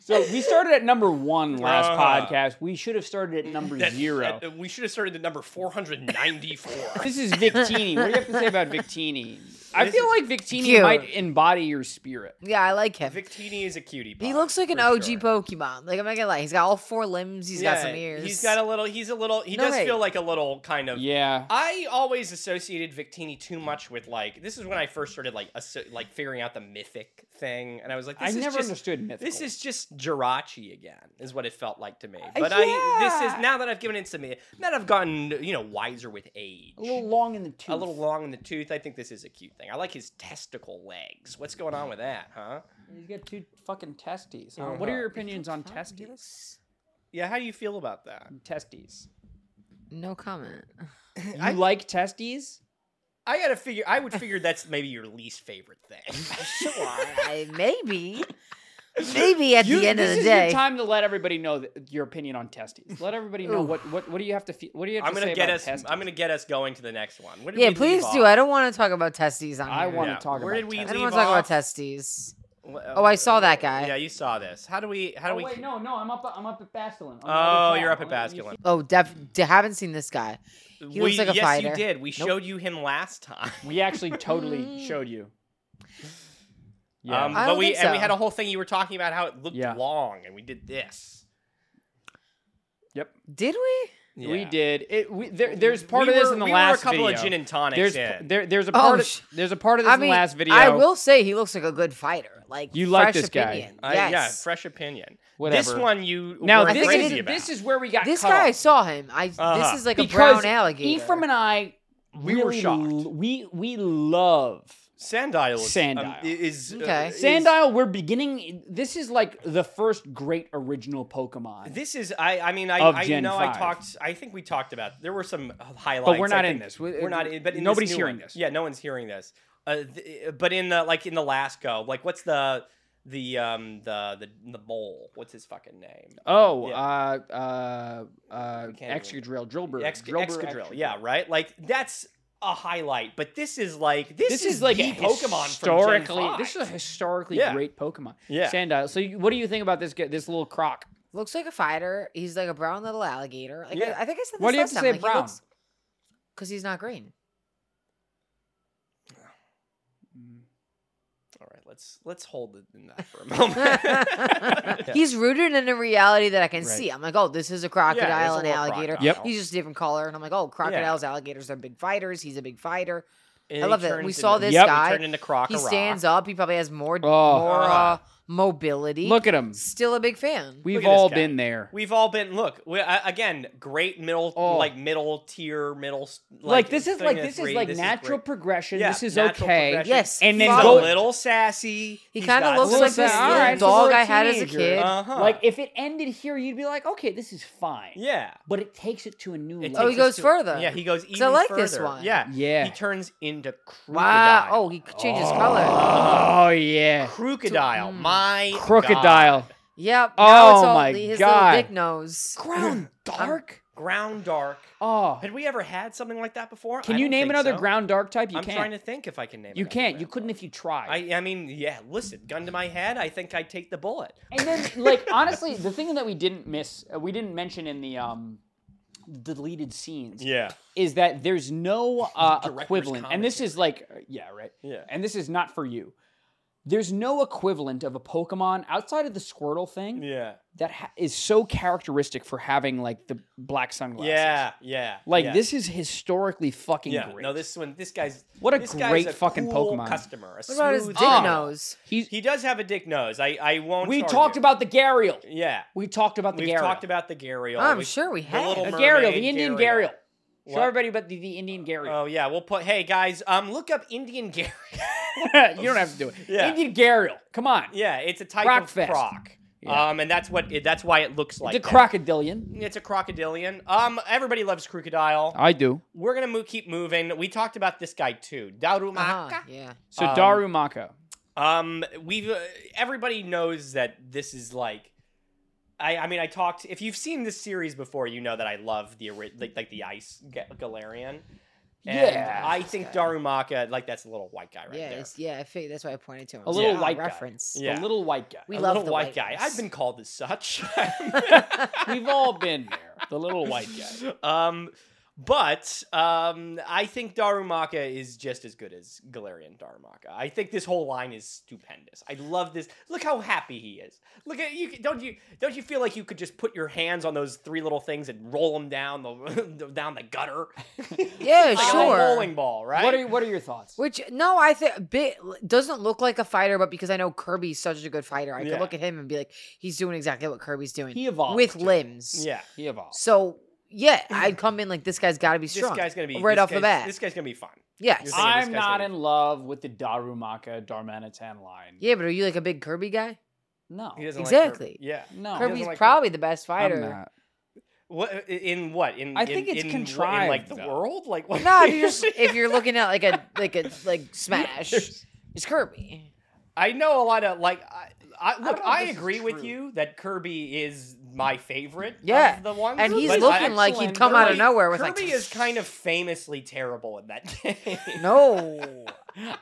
Speaker 3: So we started at number one last
Speaker 2: Uh-huh.
Speaker 3: podcast. We should have started at number
Speaker 2: That-
Speaker 3: zero.
Speaker 2: that- we should have started at
Speaker 1: *laughs*
Speaker 2: number 494.
Speaker 3: This is Victini. What do you have to say about Victini? I
Speaker 2: This
Speaker 3: feel like Victini
Speaker 1: Cute.
Speaker 3: might embody your spirit.
Speaker 1: Yeah, I like him.
Speaker 2: Victini is a cutie.
Speaker 1: He
Speaker 2: pie,
Speaker 1: looks like an
Speaker 2: for
Speaker 1: OG
Speaker 2: sure.
Speaker 1: Pokemon. Like I'm not gonna lie, he's got all four limbs. He's got some
Speaker 2: Yeah,
Speaker 1: ears.
Speaker 2: He's got a little. He's a little. He
Speaker 1: No
Speaker 2: does
Speaker 1: way.
Speaker 2: feel like a little kind of.
Speaker 3: Yeah.
Speaker 2: I always associated Victini too much with like. This is when I first started like asso- like figuring out the mythic thing, and I was like, this
Speaker 3: I
Speaker 2: is
Speaker 3: never
Speaker 2: just,
Speaker 3: understood mythical.
Speaker 2: This is just Jirachi again, is what it felt like to me.
Speaker 1: Uh,
Speaker 2: But I, this
Speaker 3: yeah.
Speaker 2: is now that I've given it some, now that I've gotten you know wiser with age,
Speaker 3: a little long in the tooth.
Speaker 2: a little long in the tooth. I think this is a cute thing. I like his testicle legs. What's going on with that, huh?
Speaker 3: You got two fucking testes. huh? What are
Speaker 2: Uh-huh.
Speaker 3: your opinions on testes?
Speaker 2: Yeah, how do you feel about that?
Speaker 3: Testes.
Speaker 1: no comment.
Speaker 3: You like testes?
Speaker 2: I gotta figure. I would figure that's maybe your least favorite
Speaker 3: *laughs*
Speaker 2: thing.
Speaker 1: Sure,
Speaker 2: *laughs*
Speaker 1: I, maybe, maybe at
Speaker 3: You-
Speaker 1: the end of
Speaker 3: this
Speaker 1: the
Speaker 3: is
Speaker 1: day.
Speaker 3: your time to let everybody know that, your opinion on testes. Let everybody know what, what what do you have to fe- what do you have
Speaker 2: I'm
Speaker 3: to
Speaker 2: gonna
Speaker 3: say
Speaker 2: get
Speaker 3: about
Speaker 2: us.
Speaker 3: testes?
Speaker 2: I'm gonna get us going to the next one. What did
Speaker 1: yeah,
Speaker 2: we
Speaker 1: please
Speaker 2: leave
Speaker 1: do.
Speaker 2: off?
Speaker 1: I don't want to talk about testes on
Speaker 3: I
Speaker 1: here.
Speaker 3: wanna
Speaker 2: Yeah.
Speaker 3: talk
Speaker 2: Where
Speaker 3: about
Speaker 2: did we?
Speaker 3: testes.
Speaker 1: I don't
Speaker 2: leave
Speaker 1: want to talk about
Speaker 2: off?
Speaker 1: testes.
Speaker 2: Wh-
Speaker 1: Oh, I saw that guy.
Speaker 2: Yeah, you saw this. How do we? How do
Speaker 3: Oh,
Speaker 2: we?
Speaker 3: wait, no, no, I'm up. I'm up at Basculin. on the
Speaker 2: Oh,
Speaker 3: other
Speaker 2: you're up
Speaker 3: tab.
Speaker 2: at
Speaker 3: Let me- you
Speaker 2: Basculin.
Speaker 1: Oh, def- de- haven't seen this guy. He looks
Speaker 2: we,
Speaker 1: like a
Speaker 2: yes,
Speaker 1: fighter.
Speaker 2: you did. We
Speaker 1: Nope.
Speaker 2: showed you him last time.
Speaker 3: see- *laughs* We actually
Speaker 1: Mm.
Speaker 3: totally showed you. *laughs* Yeah.
Speaker 2: Um,
Speaker 1: I
Speaker 2: but
Speaker 1: don't
Speaker 2: we
Speaker 1: think
Speaker 2: and we
Speaker 1: so.
Speaker 2: had a whole thing you were talking about how it looked
Speaker 3: Yeah.
Speaker 2: long, and we did this.
Speaker 3: yep.
Speaker 1: Did we?
Speaker 3: We
Speaker 2: Yeah.
Speaker 3: did. It. We, there, there's part
Speaker 2: We
Speaker 3: of this
Speaker 2: were-
Speaker 3: in the
Speaker 2: we were a
Speaker 3: last
Speaker 2: couple of
Speaker 3: video.
Speaker 2: gin and tonics
Speaker 3: There's
Speaker 2: in.
Speaker 3: there, there's a
Speaker 1: Oh,
Speaker 3: part
Speaker 1: sh-
Speaker 3: of there's a part of this
Speaker 1: I
Speaker 3: in the
Speaker 1: mean,
Speaker 3: last video.
Speaker 1: I will say he looks like a good fighter. Like
Speaker 3: You like
Speaker 1: fresh
Speaker 3: this guy.
Speaker 1: opinion.
Speaker 2: I-
Speaker 1: yes.
Speaker 2: Yeah, fresh opinion. This
Speaker 3: Whatever.
Speaker 2: one you
Speaker 3: now
Speaker 2: were
Speaker 1: I
Speaker 3: this
Speaker 1: think I
Speaker 2: crazy
Speaker 3: is,
Speaker 2: about.
Speaker 3: this is where we got
Speaker 1: this
Speaker 3: cut
Speaker 1: guy, I
Speaker 3: off.
Speaker 1: saw him. I
Speaker 2: Uh-huh.
Speaker 1: this is like a
Speaker 3: because
Speaker 1: brown alligator.
Speaker 3: Ephraim and I
Speaker 2: We were
Speaker 3: really
Speaker 2: shocked.
Speaker 3: l- we we love
Speaker 2: Sandile. Is,
Speaker 3: Sandile.
Speaker 2: um, is uh,
Speaker 1: Okay.
Speaker 2: is-
Speaker 3: Sandile. We're beginning. This is like the first great original Pokemon.
Speaker 2: This is I. I mean, I,
Speaker 3: Of
Speaker 2: I
Speaker 3: Gen
Speaker 2: know I
Speaker 3: 5.
Speaker 2: talked. I think we talked about. There were some highlights.
Speaker 3: we're
Speaker 2: I
Speaker 3: not in
Speaker 2: think-
Speaker 3: this. We- uh,
Speaker 2: We're not. in- But in this
Speaker 3: nobody's
Speaker 2: new
Speaker 3: hearing
Speaker 2: one.
Speaker 3: this.
Speaker 2: Yeah, no one's hearing this. Uh, th- but in the like in the last go, like what's the the um the the the mole? What's his fucking name?
Speaker 3: Oh,
Speaker 2: Yeah.
Speaker 3: uh, uh, uh,
Speaker 2: can't
Speaker 3: Excadrill, Drillbur,
Speaker 2: Ex-
Speaker 3: Drillbur,
Speaker 2: Excadrill.
Speaker 3: Excadrill.
Speaker 2: Yeah, right. Like that's a highlight. But this is like this,
Speaker 3: This, is like
Speaker 2: the
Speaker 3: a
Speaker 2: Pokemon
Speaker 3: historically.
Speaker 2: From Gen 5.
Speaker 3: This is a historically
Speaker 2: Yeah.
Speaker 3: great Pokemon.
Speaker 2: *laughs* Yeah.
Speaker 3: Sandile. So, you, what do you think about this? g- This little croc.
Speaker 1: looks like a fighter. He's like a brown little alligator. Like,
Speaker 2: Yeah.
Speaker 1: I, I think I said this
Speaker 3: Why do you have
Speaker 1: last
Speaker 3: to
Speaker 1: time.
Speaker 3: say
Speaker 1: like,
Speaker 3: brown?
Speaker 1: Because he's not green.
Speaker 2: All right, let's let's hold it in that for a moment.
Speaker 1: *laughs*
Speaker 2: *laughs*
Speaker 3: *laughs*
Speaker 2: Yeah.
Speaker 1: He's rooted in a reality that I can
Speaker 3: Right.
Speaker 1: see. I'm like, oh, this is a crocodile
Speaker 2: Yeah, it's a
Speaker 1: and
Speaker 2: little
Speaker 1: alligator.
Speaker 2: crocodile.
Speaker 3: Yep.
Speaker 1: He's just a different color. And I'm like, oh, crocodiles, alligators are big fighters. He's a big fighter.
Speaker 2: And
Speaker 1: I
Speaker 2: he
Speaker 1: love that.
Speaker 2: turns
Speaker 1: We saw
Speaker 2: into-
Speaker 1: this
Speaker 3: Yep.
Speaker 1: guy.
Speaker 2: He turned into Croc.
Speaker 1: He stands up. He probably has more,
Speaker 3: Oh.
Speaker 1: more uh,
Speaker 2: Uh-huh.
Speaker 1: mobility.
Speaker 3: Look at him.
Speaker 1: Still a big fan.
Speaker 3: We've
Speaker 2: at this
Speaker 3: all
Speaker 2: guy.
Speaker 3: been there.
Speaker 2: We've all been look we, uh, again. Great middle,
Speaker 3: Oh.
Speaker 2: like middle tier, middle. s-
Speaker 3: Like, this is
Speaker 2: thing
Speaker 3: like
Speaker 2: that's
Speaker 3: this is
Speaker 2: great.
Speaker 3: like
Speaker 2: This
Speaker 3: natural
Speaker 2: great.
Speaker 3: progression.
Speaker 2: Yeah,
Speaker 3: this is
Speaker 2: natural
Speaker 3: okay.
Speaker 2: progression.
Speaker 1: yes.
Speaker 3: And then
Speaker 2: He's a
Speaker 3: go-
Speaker 2: little sassy.
Speaker 1: He kind of looks
Speaker 3: little
Speaker 1: like this
Speaker 3: sassy.
Speaker 1: little
Speaker 3: Alright, he's a
Speaker 1: dog
Speaker 3: little
Speaker 1: I had as a
Speaker 3: teenager.
Speaker 1: kid.
Speaker 2: Uh-huh.
Speaker 3: Like if it ended here, you'd be like, okay, this is fine.
Speaker 2: yeah.
Speaker 3: But it takes it to a new
Speaker 2: It
Speaker 3: level.
Speaker 1: oh, he
Speaker 2: takes us
Speaker 1: goes
Speaker 2: to-
Speaker 1: further.
Speaker 2: Yeah, he goes
Speaker 1: 'Cause
Speaker 2: even
Speaker 1: I like
Speaker 2: further.
Speaker 1: this one.
Speaker 2: Yeah,
Speaker 3: Yeah.
Speaker 2: He turns into
Speaker 1: Wow.
Speaker 2: crocodile.
Speaker 1: Oh, he changes color.
Speaker 3: Oh yeah.
Speaker 1: Mm.
Speaker 2: crocodile. My
Speaker 3: Crocodile.
Speaker 2: God.
Speaker 1: Yep. now it's
Speaker 3: Oh
Speaker 1: all
Speaker 3: my
Speaker 1: his
Speaker 3: God.
Speaker 1: little dick nose. *clears throat*
Speaker 3: Ground dark.
Speaker 2: ground dark.
Speaker 3: Oh.
Speaker 2: Had we ever had something like that before?
Speaker 3: Can
Speaker 2: I
Speaker 3: you
Speaker 2: don't
Speaker 3: name
Speaker 2: think
Speaker 3: another
Speaker 2: so.
Speaker 3: ground dark type? You
Speaker 2: I'm
Speaker 3: can't.
Speaker 2: trying to think if I can name.
Speaker 3: you
Speaker 2: another
Speaker 3: can't.
Speaker 2: ground
Speaker 3: You couldn't
Speaker 2: dark.
Speaker 3: if you tried.
Speaker 2: I, I mean, yeah. Listen, gun to my head. I think I'd take the bullet. *laughs*
Speaker 3: And then, like, honestly, the thing that we didn't miss, uh, we didn't mention in the um, deleted scenes,
Speaker 2: *laughs* Yeah.
Speaker 3: is that there's no uh,
Speaker 2: Director's
Speaker 3: equivalent. And this is like, uh, yeah, right.
Speaker 2: Yeah.
Speaker 3: And this is not for you. There's no equivalent of a Pokemon outside of the Squirtle thing
Speaker 2: Yeah.
Speaker 3: that ha- is so characteristic for having like the black sunglasses.
Speaker 2: Yeah, yeah.
Speaker 3: Like
Speaker 2: yeah.
Speaker 3: this is historically fucking
Speaker 2: Yeah,
Speaker 3: great.
Speaker 2: no, this one, this guy's
Speaker 3: What a
Speaker 2: this guy's
Speaker 3: great fucking
Speaker 2: cool
Speaker 3: Pokemon.
Speaker 2: customer. a
Speaker 1: What about his
Speaker 2: smooth
Speaker 1: dick
Speaker 2: guy.
Speaker 1: nose?
Speaker 3: He's,
Speaker 2: He does have a dick nose. I, I won't.
Speaker 3: we
Speaker 2: argue.
Speaker 3: talked about the Gharial.
Speaker 2: Yeah,
Speaker 3: We talked about the
Speaker 2: we've
Speaker 3: Gharial.
Speaker 2: talked about the Gharial.
Speaker 1: I'm
Speaker 2: We've-
Speaker 1: sure we
Speaker 2: the
Speaker 1: have.
Speaker 2: Little
Speaker 3: the Gharial,
Speaker 2: Mermaid
Speaker 3: the Indian Gharial. Show
Speaker 2: What?
Speaker 3: everybody about the, the Indian Gharial.
Speaker 2: *laughs* Oh yeah, we'll put. Hey guys, um, look up Indian *laughs* Gharial.
Speaker 3: *laughs* you don't have to do it.
Speaker 2: Yeah.
Speaker 3: Indian Gharial. Come on.
Speaker 2: yeah, it's a type of
Speaker 3: Rockfest.
Speaker 2: croc.
Speaker 3: Yeah.
Speaker 2: Um, and that's what it, that's why it looks like
Speaker 3: the
Speaker 2: that.
Speaker 3: crocodilian.
Speaker 2: It's a crocodilian. Um, everybody loves crocodile.
Speaker 3: I do.
Speaker 2: We're gonna mo- keep moving. We talked about this guy too, Darumaka.
Speaker 1: Uh-huh, yeah.
Speaker 3: So
Speaker 2: Um,
Speaker 3: Darumaka.
Speaker 2: Um, we've uh, everybody knows that this is like, I I mean I talked. If you've seen this series before, you know that I love the ori- like like the Ice Ga- Galarian. And
Speaker 5: Yeah.
Speaker 2: I think Darumaka, like that's a little white guy right
Speaker 1: yeah,
Speaker 2: there.
Speaker 1: it's, yeah. I figured that's why I pointed to him.
Speaker 3: A little
Speaker 1: Ah,
Speaker 3: white guy.
Speaker 1: reference.
Speaker 2: Yeah.
Speaker 3: The little white guy.
Speaker 1: We
Speaker 2: a
Speaker 1: love
Speaker 2: little
Speaker 1: the
Speaker 2: white
Speaker 1: white
Speaker 2: guy.
Speaker 1: ones.
Speaker 2: I've been called
Speaker 1: *laughs*
Speaker 2: as such.
Speaker 3: *laughs*
Speaker 2: *laughs*
Speaker 3: We've all been there. The little white
Speaker 2: *laughs*
Speaker 3: guy.
Speaker 2: um, but um, I think Darumaka is just as good as Galarian Darumaka. I think this whole line is stupendous. I love this. Look how happy he is. Look at you. Don't you don't you feel like you could just put your hands on those three little things and roll them down the *laughs* down the gutter?
Speaker 1: *laughs* Yeah,
Speaker 2: Like
Speaker 1: sure.
Speaker 2: a bowling ball, right?
Speaker 3: What are what are your thoughts?
Speaker 1: Which no, I think bit doesn't look like a fighter, but because I know Kirby's such a good fighter, I
Speaker 2: Yeah.
Speaker 1: could look at him and be like, he's doing exactly what Kirby's doing
Speaker 3: He evolved
Speaker 1: with
Speaker 3: too.
Speaker 1: limbs.
Speaker 2: yeah.
Speaker 3: He evolved.
Speaker 1: So yeah,
Speaker 2: *laughs*
Speaker 1: I'd come in like this guy's got to be
Speaker 2: This
Speaker 1: strong.
Speaker 2: guy's gonna be
Speaker 1: right
Speaker 2: this
Speaker 1: off the
Speaker 2: guy's-
Speaker 1: bat.
Speaker 2: This guy's gonna be fun.
Speaker 1: yes.
Speaker 2: You're saying this
Speaker 3: I'm
Speaker 2: guy's
Speaker 3: not
Speaker 2: gonna
Speaker 3: in love with the Darumaka Darmanitan line.
Speaker 1: Yeah, but are you like a big Kirby guy?
Speaker 3: No.
Speaker 2: He doesn't
Speaker 1: Exactly.
Speaker 2: Like Kirby. Yeah.
Speaker 3: No. he doesn't
Speaker 1: Kirby's
Speaker 2: like
Speaker 1: probably the best
Speaker 3: I'm
Speaker 1: fighter.
Speaker 3: not.
Speaker 2: What in what in?
Speaker 3: I think
Speaker 2: in-
Speaker 3: it's
Speaker 2: in,
Speaker 3: contrived,
Speaker 2: In like the
Speaker 3: though.
Speaker 2: world, like what?
Speaker 1: *laughs* No,
Speaker 2: *laughs*
Speaker 1: if you're, just, if you're looking at like a like a like Smash, it's Kirby.
Speaker 2: I know a lot of like. I, I,
Speaker 3: don't
Speaker 2: look,
Speaker 3: know if
Speaker 2: I,
Speaker 3: this is
Speaker 2: agree with
Speaker 3: true.
Speaker 2: you that Kirby is my favorite.
Speaker 1: Yeah,
Speaker 2: of the ones,
Speaker 1: And he's
Speaker 2: but I-
Speaker 1: looking like he'd
Speaker 3: excellent
Speaker 1: come out of
Speaker 2: Kirby-
Speaker 1: nowhere with
Speaker 2: Kirby
Speaker 1: like
Speaker 2: is kind of famously terrible in that *laughs* game.
Speaker 1: *laughs*
Speaker 2: *laughs*
Speaker 1: no.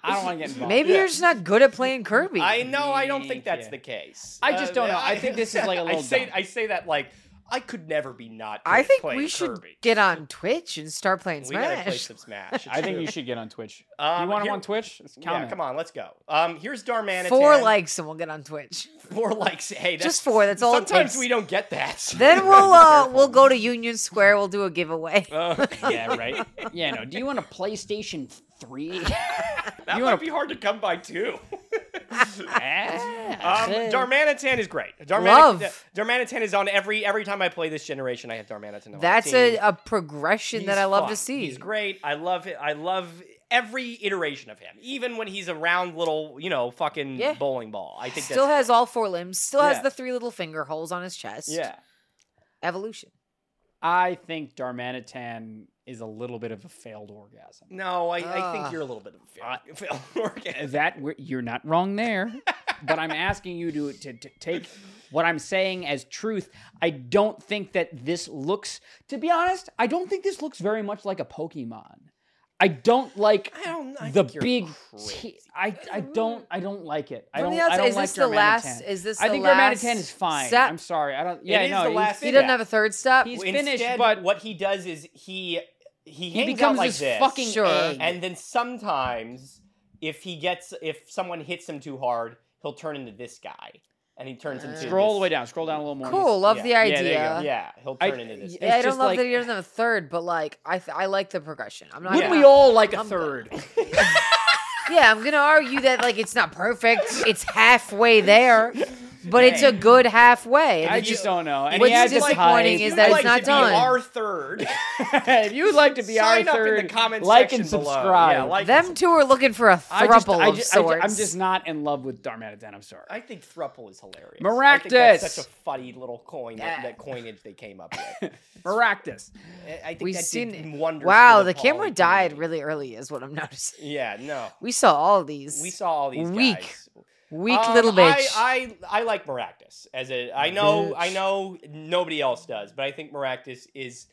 Speaker 3: I don't want to get involved.
Speaker 1: Maybe
Speaker 2: Yeah.
Speaker 1: you're just not good at playing Kirby.
Speaker 2: I know. I don't think that's
Speaker 3: Yeah.
Speaker 2: the case.
Speaker 3: I just don't know. I think this is like
Speaker 2: *laughs*
Speaker 3: a
Speaker 2: I
Speaker 3: little
Speaker 2: say
Speaker 3: dumb.
Speaker 2: I say that like I could never be not. good
Speaker 1: I
Speaker 2: at
Speaker 1: think
Speaker 2: playing
Speaker 1: we should
Speaker 2: Kirby.
Speaker 1: get on Twitch and start playing
Speaker 2: We gotta play
Speaker 1: *laughs* Smash.
Speaker 2: some Smash. It's
Speaker 5: I think
Speaker 2: true.
Speaker 5: you should get on Twitch.
Speaker 2: Um,
Speaker 5: you want him
Speaker 2: here-
Speaker 5: on Twitch? It's
Speaker 2: Yeah,
Speaker 5: counting.
Speaker 2: come on, let's go. Um, here's Darmanitan.
Speaker 1: Four likes and we'll get on Twitch.
Speaker 2: four likes. Hey, that's,
Speaker 1: Just four. That's all. it
Speaker 2: Sometimes
Speaker 1: takes.
Speaker 2: we don't get that.
Speaker 1: Then
Speaker 2: *laughs*
Speaker 1: we'll uh, we'll go to Union Square. We'll do a giveaway.
Speaker 2: Uh,
Speaker 5: Yeah, right.
Speaker 3: *laughs* Yeah, no. Do you want a PlayStation
Speaker 2: *laughs*
Speaker 3: 3?
Speaker 2: that
Speaker 3: You
Speaker 2: might
Speaker 3: wanna-
Speaker 2: be hard to come by
Speaker 3: *laughs*
Speaker 2: too. *laughs*
Speaker 3: Ah,
Speaker 2: Um,
Speaker 3: shit.
Speaker 2: Darmanitan is great. Darmanitan, uh,
Speaker 1: Love.
Speaker 2: Darmanitan is on every every time I play this generation. I have Darmanitan. on my
Speaker 1: That's
Speaker 2: team.
Speaker 1: a, a progression that
Speaker 2: He's
Speaker 1: I love
Speaker 2: fun.
Speaker 1: to see.
Speaker 2: He's great. I love it. I love every iteration of him, even when he's a round little, you know, fucking
Speaker 1: Yeah.
Speaker 2: bowling ball. I think
Speaker 1: Still
Speaker 2: that's
Speaker 1: has all four limbs. Still has
Speaker 2: Yeah.
Speaker 1: the three little finger holes on his chest.
Speaker 2: yeah.
Speaker 1: Evolution.
Speaker 3: I think Darmanitan is a little bit of a failed orgasm.
Speaker 2: No, I, I
Speaker 1: Ah.
Speaker 2: think you're a little bit of *laughs* a fail.
Speaker 1: *laughs*
Speaker 2: fail
Speaker 3: That we're- you're not wrong there, but I'm asking you to, to, to take what I'm saying as truth. I don't think that this looks. To be honest, I don't think this looks very much like a Pokemon. I don't like
Speaker 2: I don't. I
Speaker 3: the
Speaker 2: think you're
Speaker 3: big.
Speaker 2: crazy.
Speaker 3: T- I I don't I don't like it. I
Speaker 1: From
Speaker 3: don't.
Speaker 1: the
Speaker 3: I
Speaker 1: outside-
Speaker 3: don't
Speaker 1: is
Speaker 3: like
Speaker 1: this the
Speaker 3: Darmanitan.
Speaker 1: last? Is this
Speaker 3: I
Speaker 1: the
Speaker 3: think
Speaker 1: last
Speaker 3: Darmanitan is fine.
Speaker 1: Step?
Speaker 3: I'm sorry. I don't. Yeah,
Speaker 2: is
Speaker 3: no.
Speaker 2: the
Speaker 3: he's-
Speaker 2: last
Speaker 1: he
Speaker 2: step.
Speaker 1: doesn't
Speaker 2: Yeah.
Speaker 1: have a third step.
Speaker 3: He's
Speaker 2: Instead,
Speaker 3: finished, but
Speaker 2: what he does is he he
Speaker 3: he
Speaker 2: hangs out
Speaker 3: becomes
Speaker 2: like
Speaker 3: this,
Speaker 2: this
Speaker 3: fucking
Speaker 1: Sure.
Speaker 3: egg.
Speaker 2: and then sometimes if he gets if someone hits him too hard, he'll turn into this guy, and he turns into
Speaker 1: Uh.
Speaker 3: Scroll all
Speaker 2: this-
Speaker 3: the way down. Scroll down a little more.
Speaker 1: cool. Love
Speaker 2: yeah.
Speaker 1: the
Speaker 3: Yeah, there you
Speaker 1: idea.
Speaker 3: go.
Speaker 2: Yeah, he'll
Speaker 3: I-
Speaker 2: turn into this.
Speaker 3: y-
Speaker 1: Yeah, I
Speaker 3: It's
Speaker 1: don't
Speaker 3: just
Speaker 1: love
Speaker 3: like-
Speaker 1: that he doesn't have a third, but like I th- I like the progression. I'm not.
Speaker 3: Would
Speaker 1: gonna-
Speaker 3: we all like a
Speaker 1: I'm-
Speaker 3: third?
Speaker 1: Yeah, I'm gonna argue that like it's not perfect. It's halfway there, but it's a good halfway.
Speaker 3: I
Speaker 1: And
Speaker 3: just don't know. And
Speaker 1: What's
Speaker 3: he had this
Speaker 1: disappointing
Speaker 3: height.
Speaker 1: is that it's
Speaker 2: I'd like
Speaker 1: not
Speaker 2: to
Speaker 1: done.
Speaker 2: Be our third.
Speaker 3: *laughs* if you would like to be
Speaker 2: Sign
Speaker 3: our
Speaker 2: up in
Speaker 3: third,
Speaker 2: the comment
Speaker 3: like
Speaker 2: section
Speaker 3: and
Speaker 2: below.
Speaker 3: subscribe.
Speaker 2: Yeah, like-
Speaker 1: them two are looking for a
Speaker 3: I
Speaker 1: thruple
Speaker 3: just, I
Speaker 1: of
Speaker 3: just, I
Speaker 1: sorts.
Speaker 3: am just not in love with Darmanitan. I'm sorry.
Speaker 2: I think thruple is hilarious. I think
Speaker 3: Maractus.
Speaker 2: that's such a funny little coin that,
Speaker 1: Yeah.
Speaker 2: that coinage they came up with.
Speaker 3: Maractus.
Speaker 2: I- I think
Speaker 1: We've
Speaker 2: that
Speaker 1: seen
Speaker 2: did wonders. for
Speaker 1: Wow, the
Speaker 2: Pauly
Speaker 1: camera died
Speaker 2: community.
Speaker 1: really early, is what I'm *laughs* noticing.
Speaker 2: Yeah, no.
Speaker 1: We saw all these.
Speaker 2: We saw all these
Speaker 1: Weak.
Speaker 2: guys.
Speaker 1: weak
Speaker 2: Um,
Speaker 1: little bitch.
Speaker 2: I, I I like Maractus as a. I know I
Speaker 3: Bitch.
Speaker 2: know nobody else does, but I think Maractus is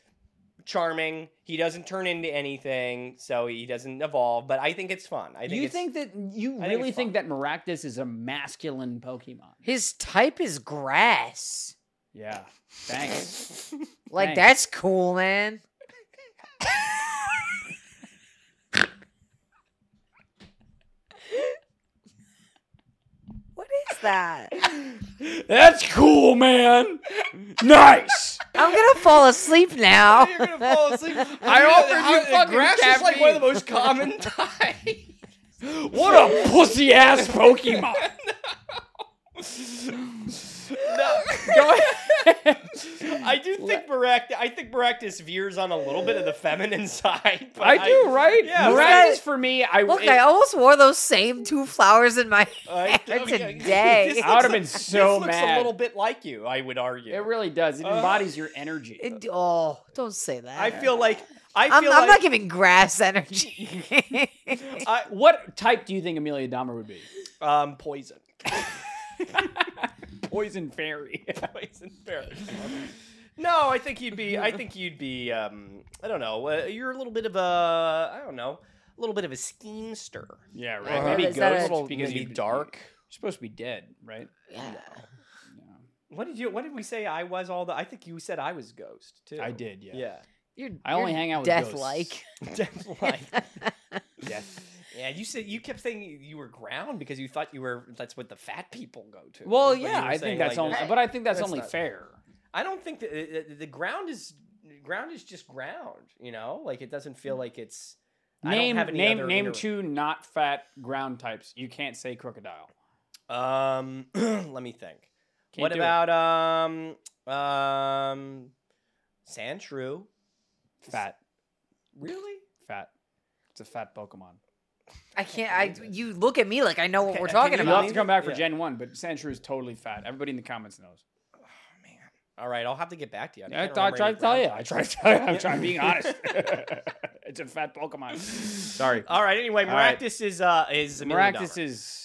Speaker 2: charming. He doesn't turn into anything, so he doesn't evolve. But I think it's fun. I think
Speaker 3: you
Speaker 2: it's,
Speaker 3: *laughs* think that you
Speaker 2: think
Speaker 3: really
Speaker 2: it's
Speaker 3: think that Maractus is a masculine Pokemon?
Speaker 1: His type is grass.
Speaker 3: Yeah. Thanks.
Speaker 2: *laughs*
Speaker 1: Like
Speaker 3: Thanks.
Speaker 1: that's cool, man. *laughs* what is that?
Speaker 3: That's cool, man. Nice.
Speaker 1: I'm gonna fall asleep now.
Speaker 2: *laughs* you're gonna fall
Speaker 3: *laughs*
Speaker 2: asleep.
Speaker 3: I offered you fucking
Speaker 2: grass is like one of the
Speaker 3: caffeine.
Speaker 2: most common types.
Speaker 3: What *laughs* a pussy ass Pokemon.
Speaker 2: No,
Speaker 3: Go ahead.
Speaker 2: *laughs* I do think Maractus. I think Maractus veers on a little bit of the feminine *laughs* side. But
Speaker 3: I do, right?
Speaker 2: Yeah,
Speaker 3: Maractus for me, I
Speaker 1: Look,
Speaker 3: it-
Speaker 1: I almost wore those same two flowers in my
Speaker 2: *laughs* I-
Speaker 1: hair
Speaker 2: okay.
Speaker 1: today.
Speaker 2: *laughs* This
Speaker 3: I would have
Speaker 2: looks-
Speaker 3: been so
Speaker 2: this looks
Speaker 3: mad.
Speaker 2: a little bit like you, I would argue.
Speaker 3: It really does. It
Speaker 2: Uh,
Speaker 3: embodies your energy.
Speaker 1: *laughs* It- oh, don't say that.
Speaker 2: I feel like I
Speaker 1: I'm,
Speaker 2: feel
Speaker 1: I'm not
Speaker 2: like
Speaker 1: giving grass
Speaker 2: *laughs*
Speaker 1: energy. *laughs*
Speaker 3: I, what type do you think Amelia Dahmer would be?
Speaker 2: um poison. *laughs*
Speaker 3: Poison fairy.
Speaker 2: *laughs* poison bear. No, I think you'd be. I think you'd be. Um, I don't know. Uh, you're a little bit of a. I don't know. A little bit of a schemester.
Speaker 3: Yeah,
Speaker 1: Uh,
Speaker 3: right.
Speaker 1: Maybe
Speaker 3: maybe
Speaker 1: is that
Speaker 3: ghost
Speaker 1: ghost
Speaker 2: Little-
Speaker 3: because
Speaker 2: maybe
Speaker 3: you
Speaker 2: dark.
Speaker 3: You're supposed to be dead, right?
Speaker 1: Yeah.
Speaker 2: What did you? What did we say? I was all the. I think you said I was ghost too.
Speaker 3: I did, yeah.
Speaker 2: *laughs* Yeah.
Speaker 1: You're,
Speaker 3: I only hang out with
Speaker 1: death
Speaker 3: ghosts.
Speaker 1: like.
Speaker 2: Death like.
Speaker 3: Death.
Speaker 2: *laughs* Yeah, you said you kept saying you- you were ground because you thought you were. That's what the fat people go to.
Speaker 3: Well,
Speaker 2: But you
Speaker 3: yeah,
Speaker 2: were
Speaker 3: I
Speaker 2: saying,
Speaker 3: think that's
Speaker 2: like,
Speaker 3: only,
Speaker 2: there's-
Speaker 3: but I think that's,
Speaker 2: that's
Speaker 3: only
Speaker 2: not-
Speaker 3: fair.
Speaker 2: I don't think that uh, the, the ground is ground is just ground. You know, like it doesn't
Speaker 3: Mm.
Speaker 2: feel like it's. I don't
Speaker 3: Name
Speaker 2: have any
Speaker 3: name
Speaker 2: other
Speaker 3: name
Speaker 2: inter-
Speaker 3: two not fat ground types. You can't say crocodile.
Speaker 2: Um, *clears throat* let me think.
Speaker 3: Can't
Speaker 2: what
Speaker 3: do it.
Speaker 2: about um um, Sand Shrew?
Speaker 3: fat?
Speaker 2: Really?
Speaker 3: Fat. It's a fat Pokemon.
Speaker 1: *laughs* I can't. I you look at me like I know what
Speaker 2: Okay,
Speaker 1: we're
Speaker 2: can
Speaker 1: talking
Speaker 2: you
Speaker 3: You'll
Speaker 1: about.
Speaker 3: have to come back for
Speaker 2: Yeah.
Speaker 3: Gen One, but Sandshrew is totally fat. Everybody in the comments knows.
Speaker 2: All right, I'll have to get back to you.
Speaker 3: I,
Speaker 2: can't
Speaker 3: I
Speaker 2: remember
Speaker 3: tried
Speaker 2: any
Speaker 3: to tell you.
Speaker 2: ground
Speaker 3: I
Speaker 2: types.
Speaker 3: tried to tell you. I'm
Speaker 2: Yeah.
Speaker 3: trying
Speaker 2: *laughs*
Speaker 3: being honest. *laughs* it's a fat Pokemon. Sorry.
Speaker 2: All right. Anyway,
Speaker 3: All right.
Speaker 2: Maractus is uh is a million
Speaker 3: Maractus
Speaker 2: dollar.
Speaker 3: is.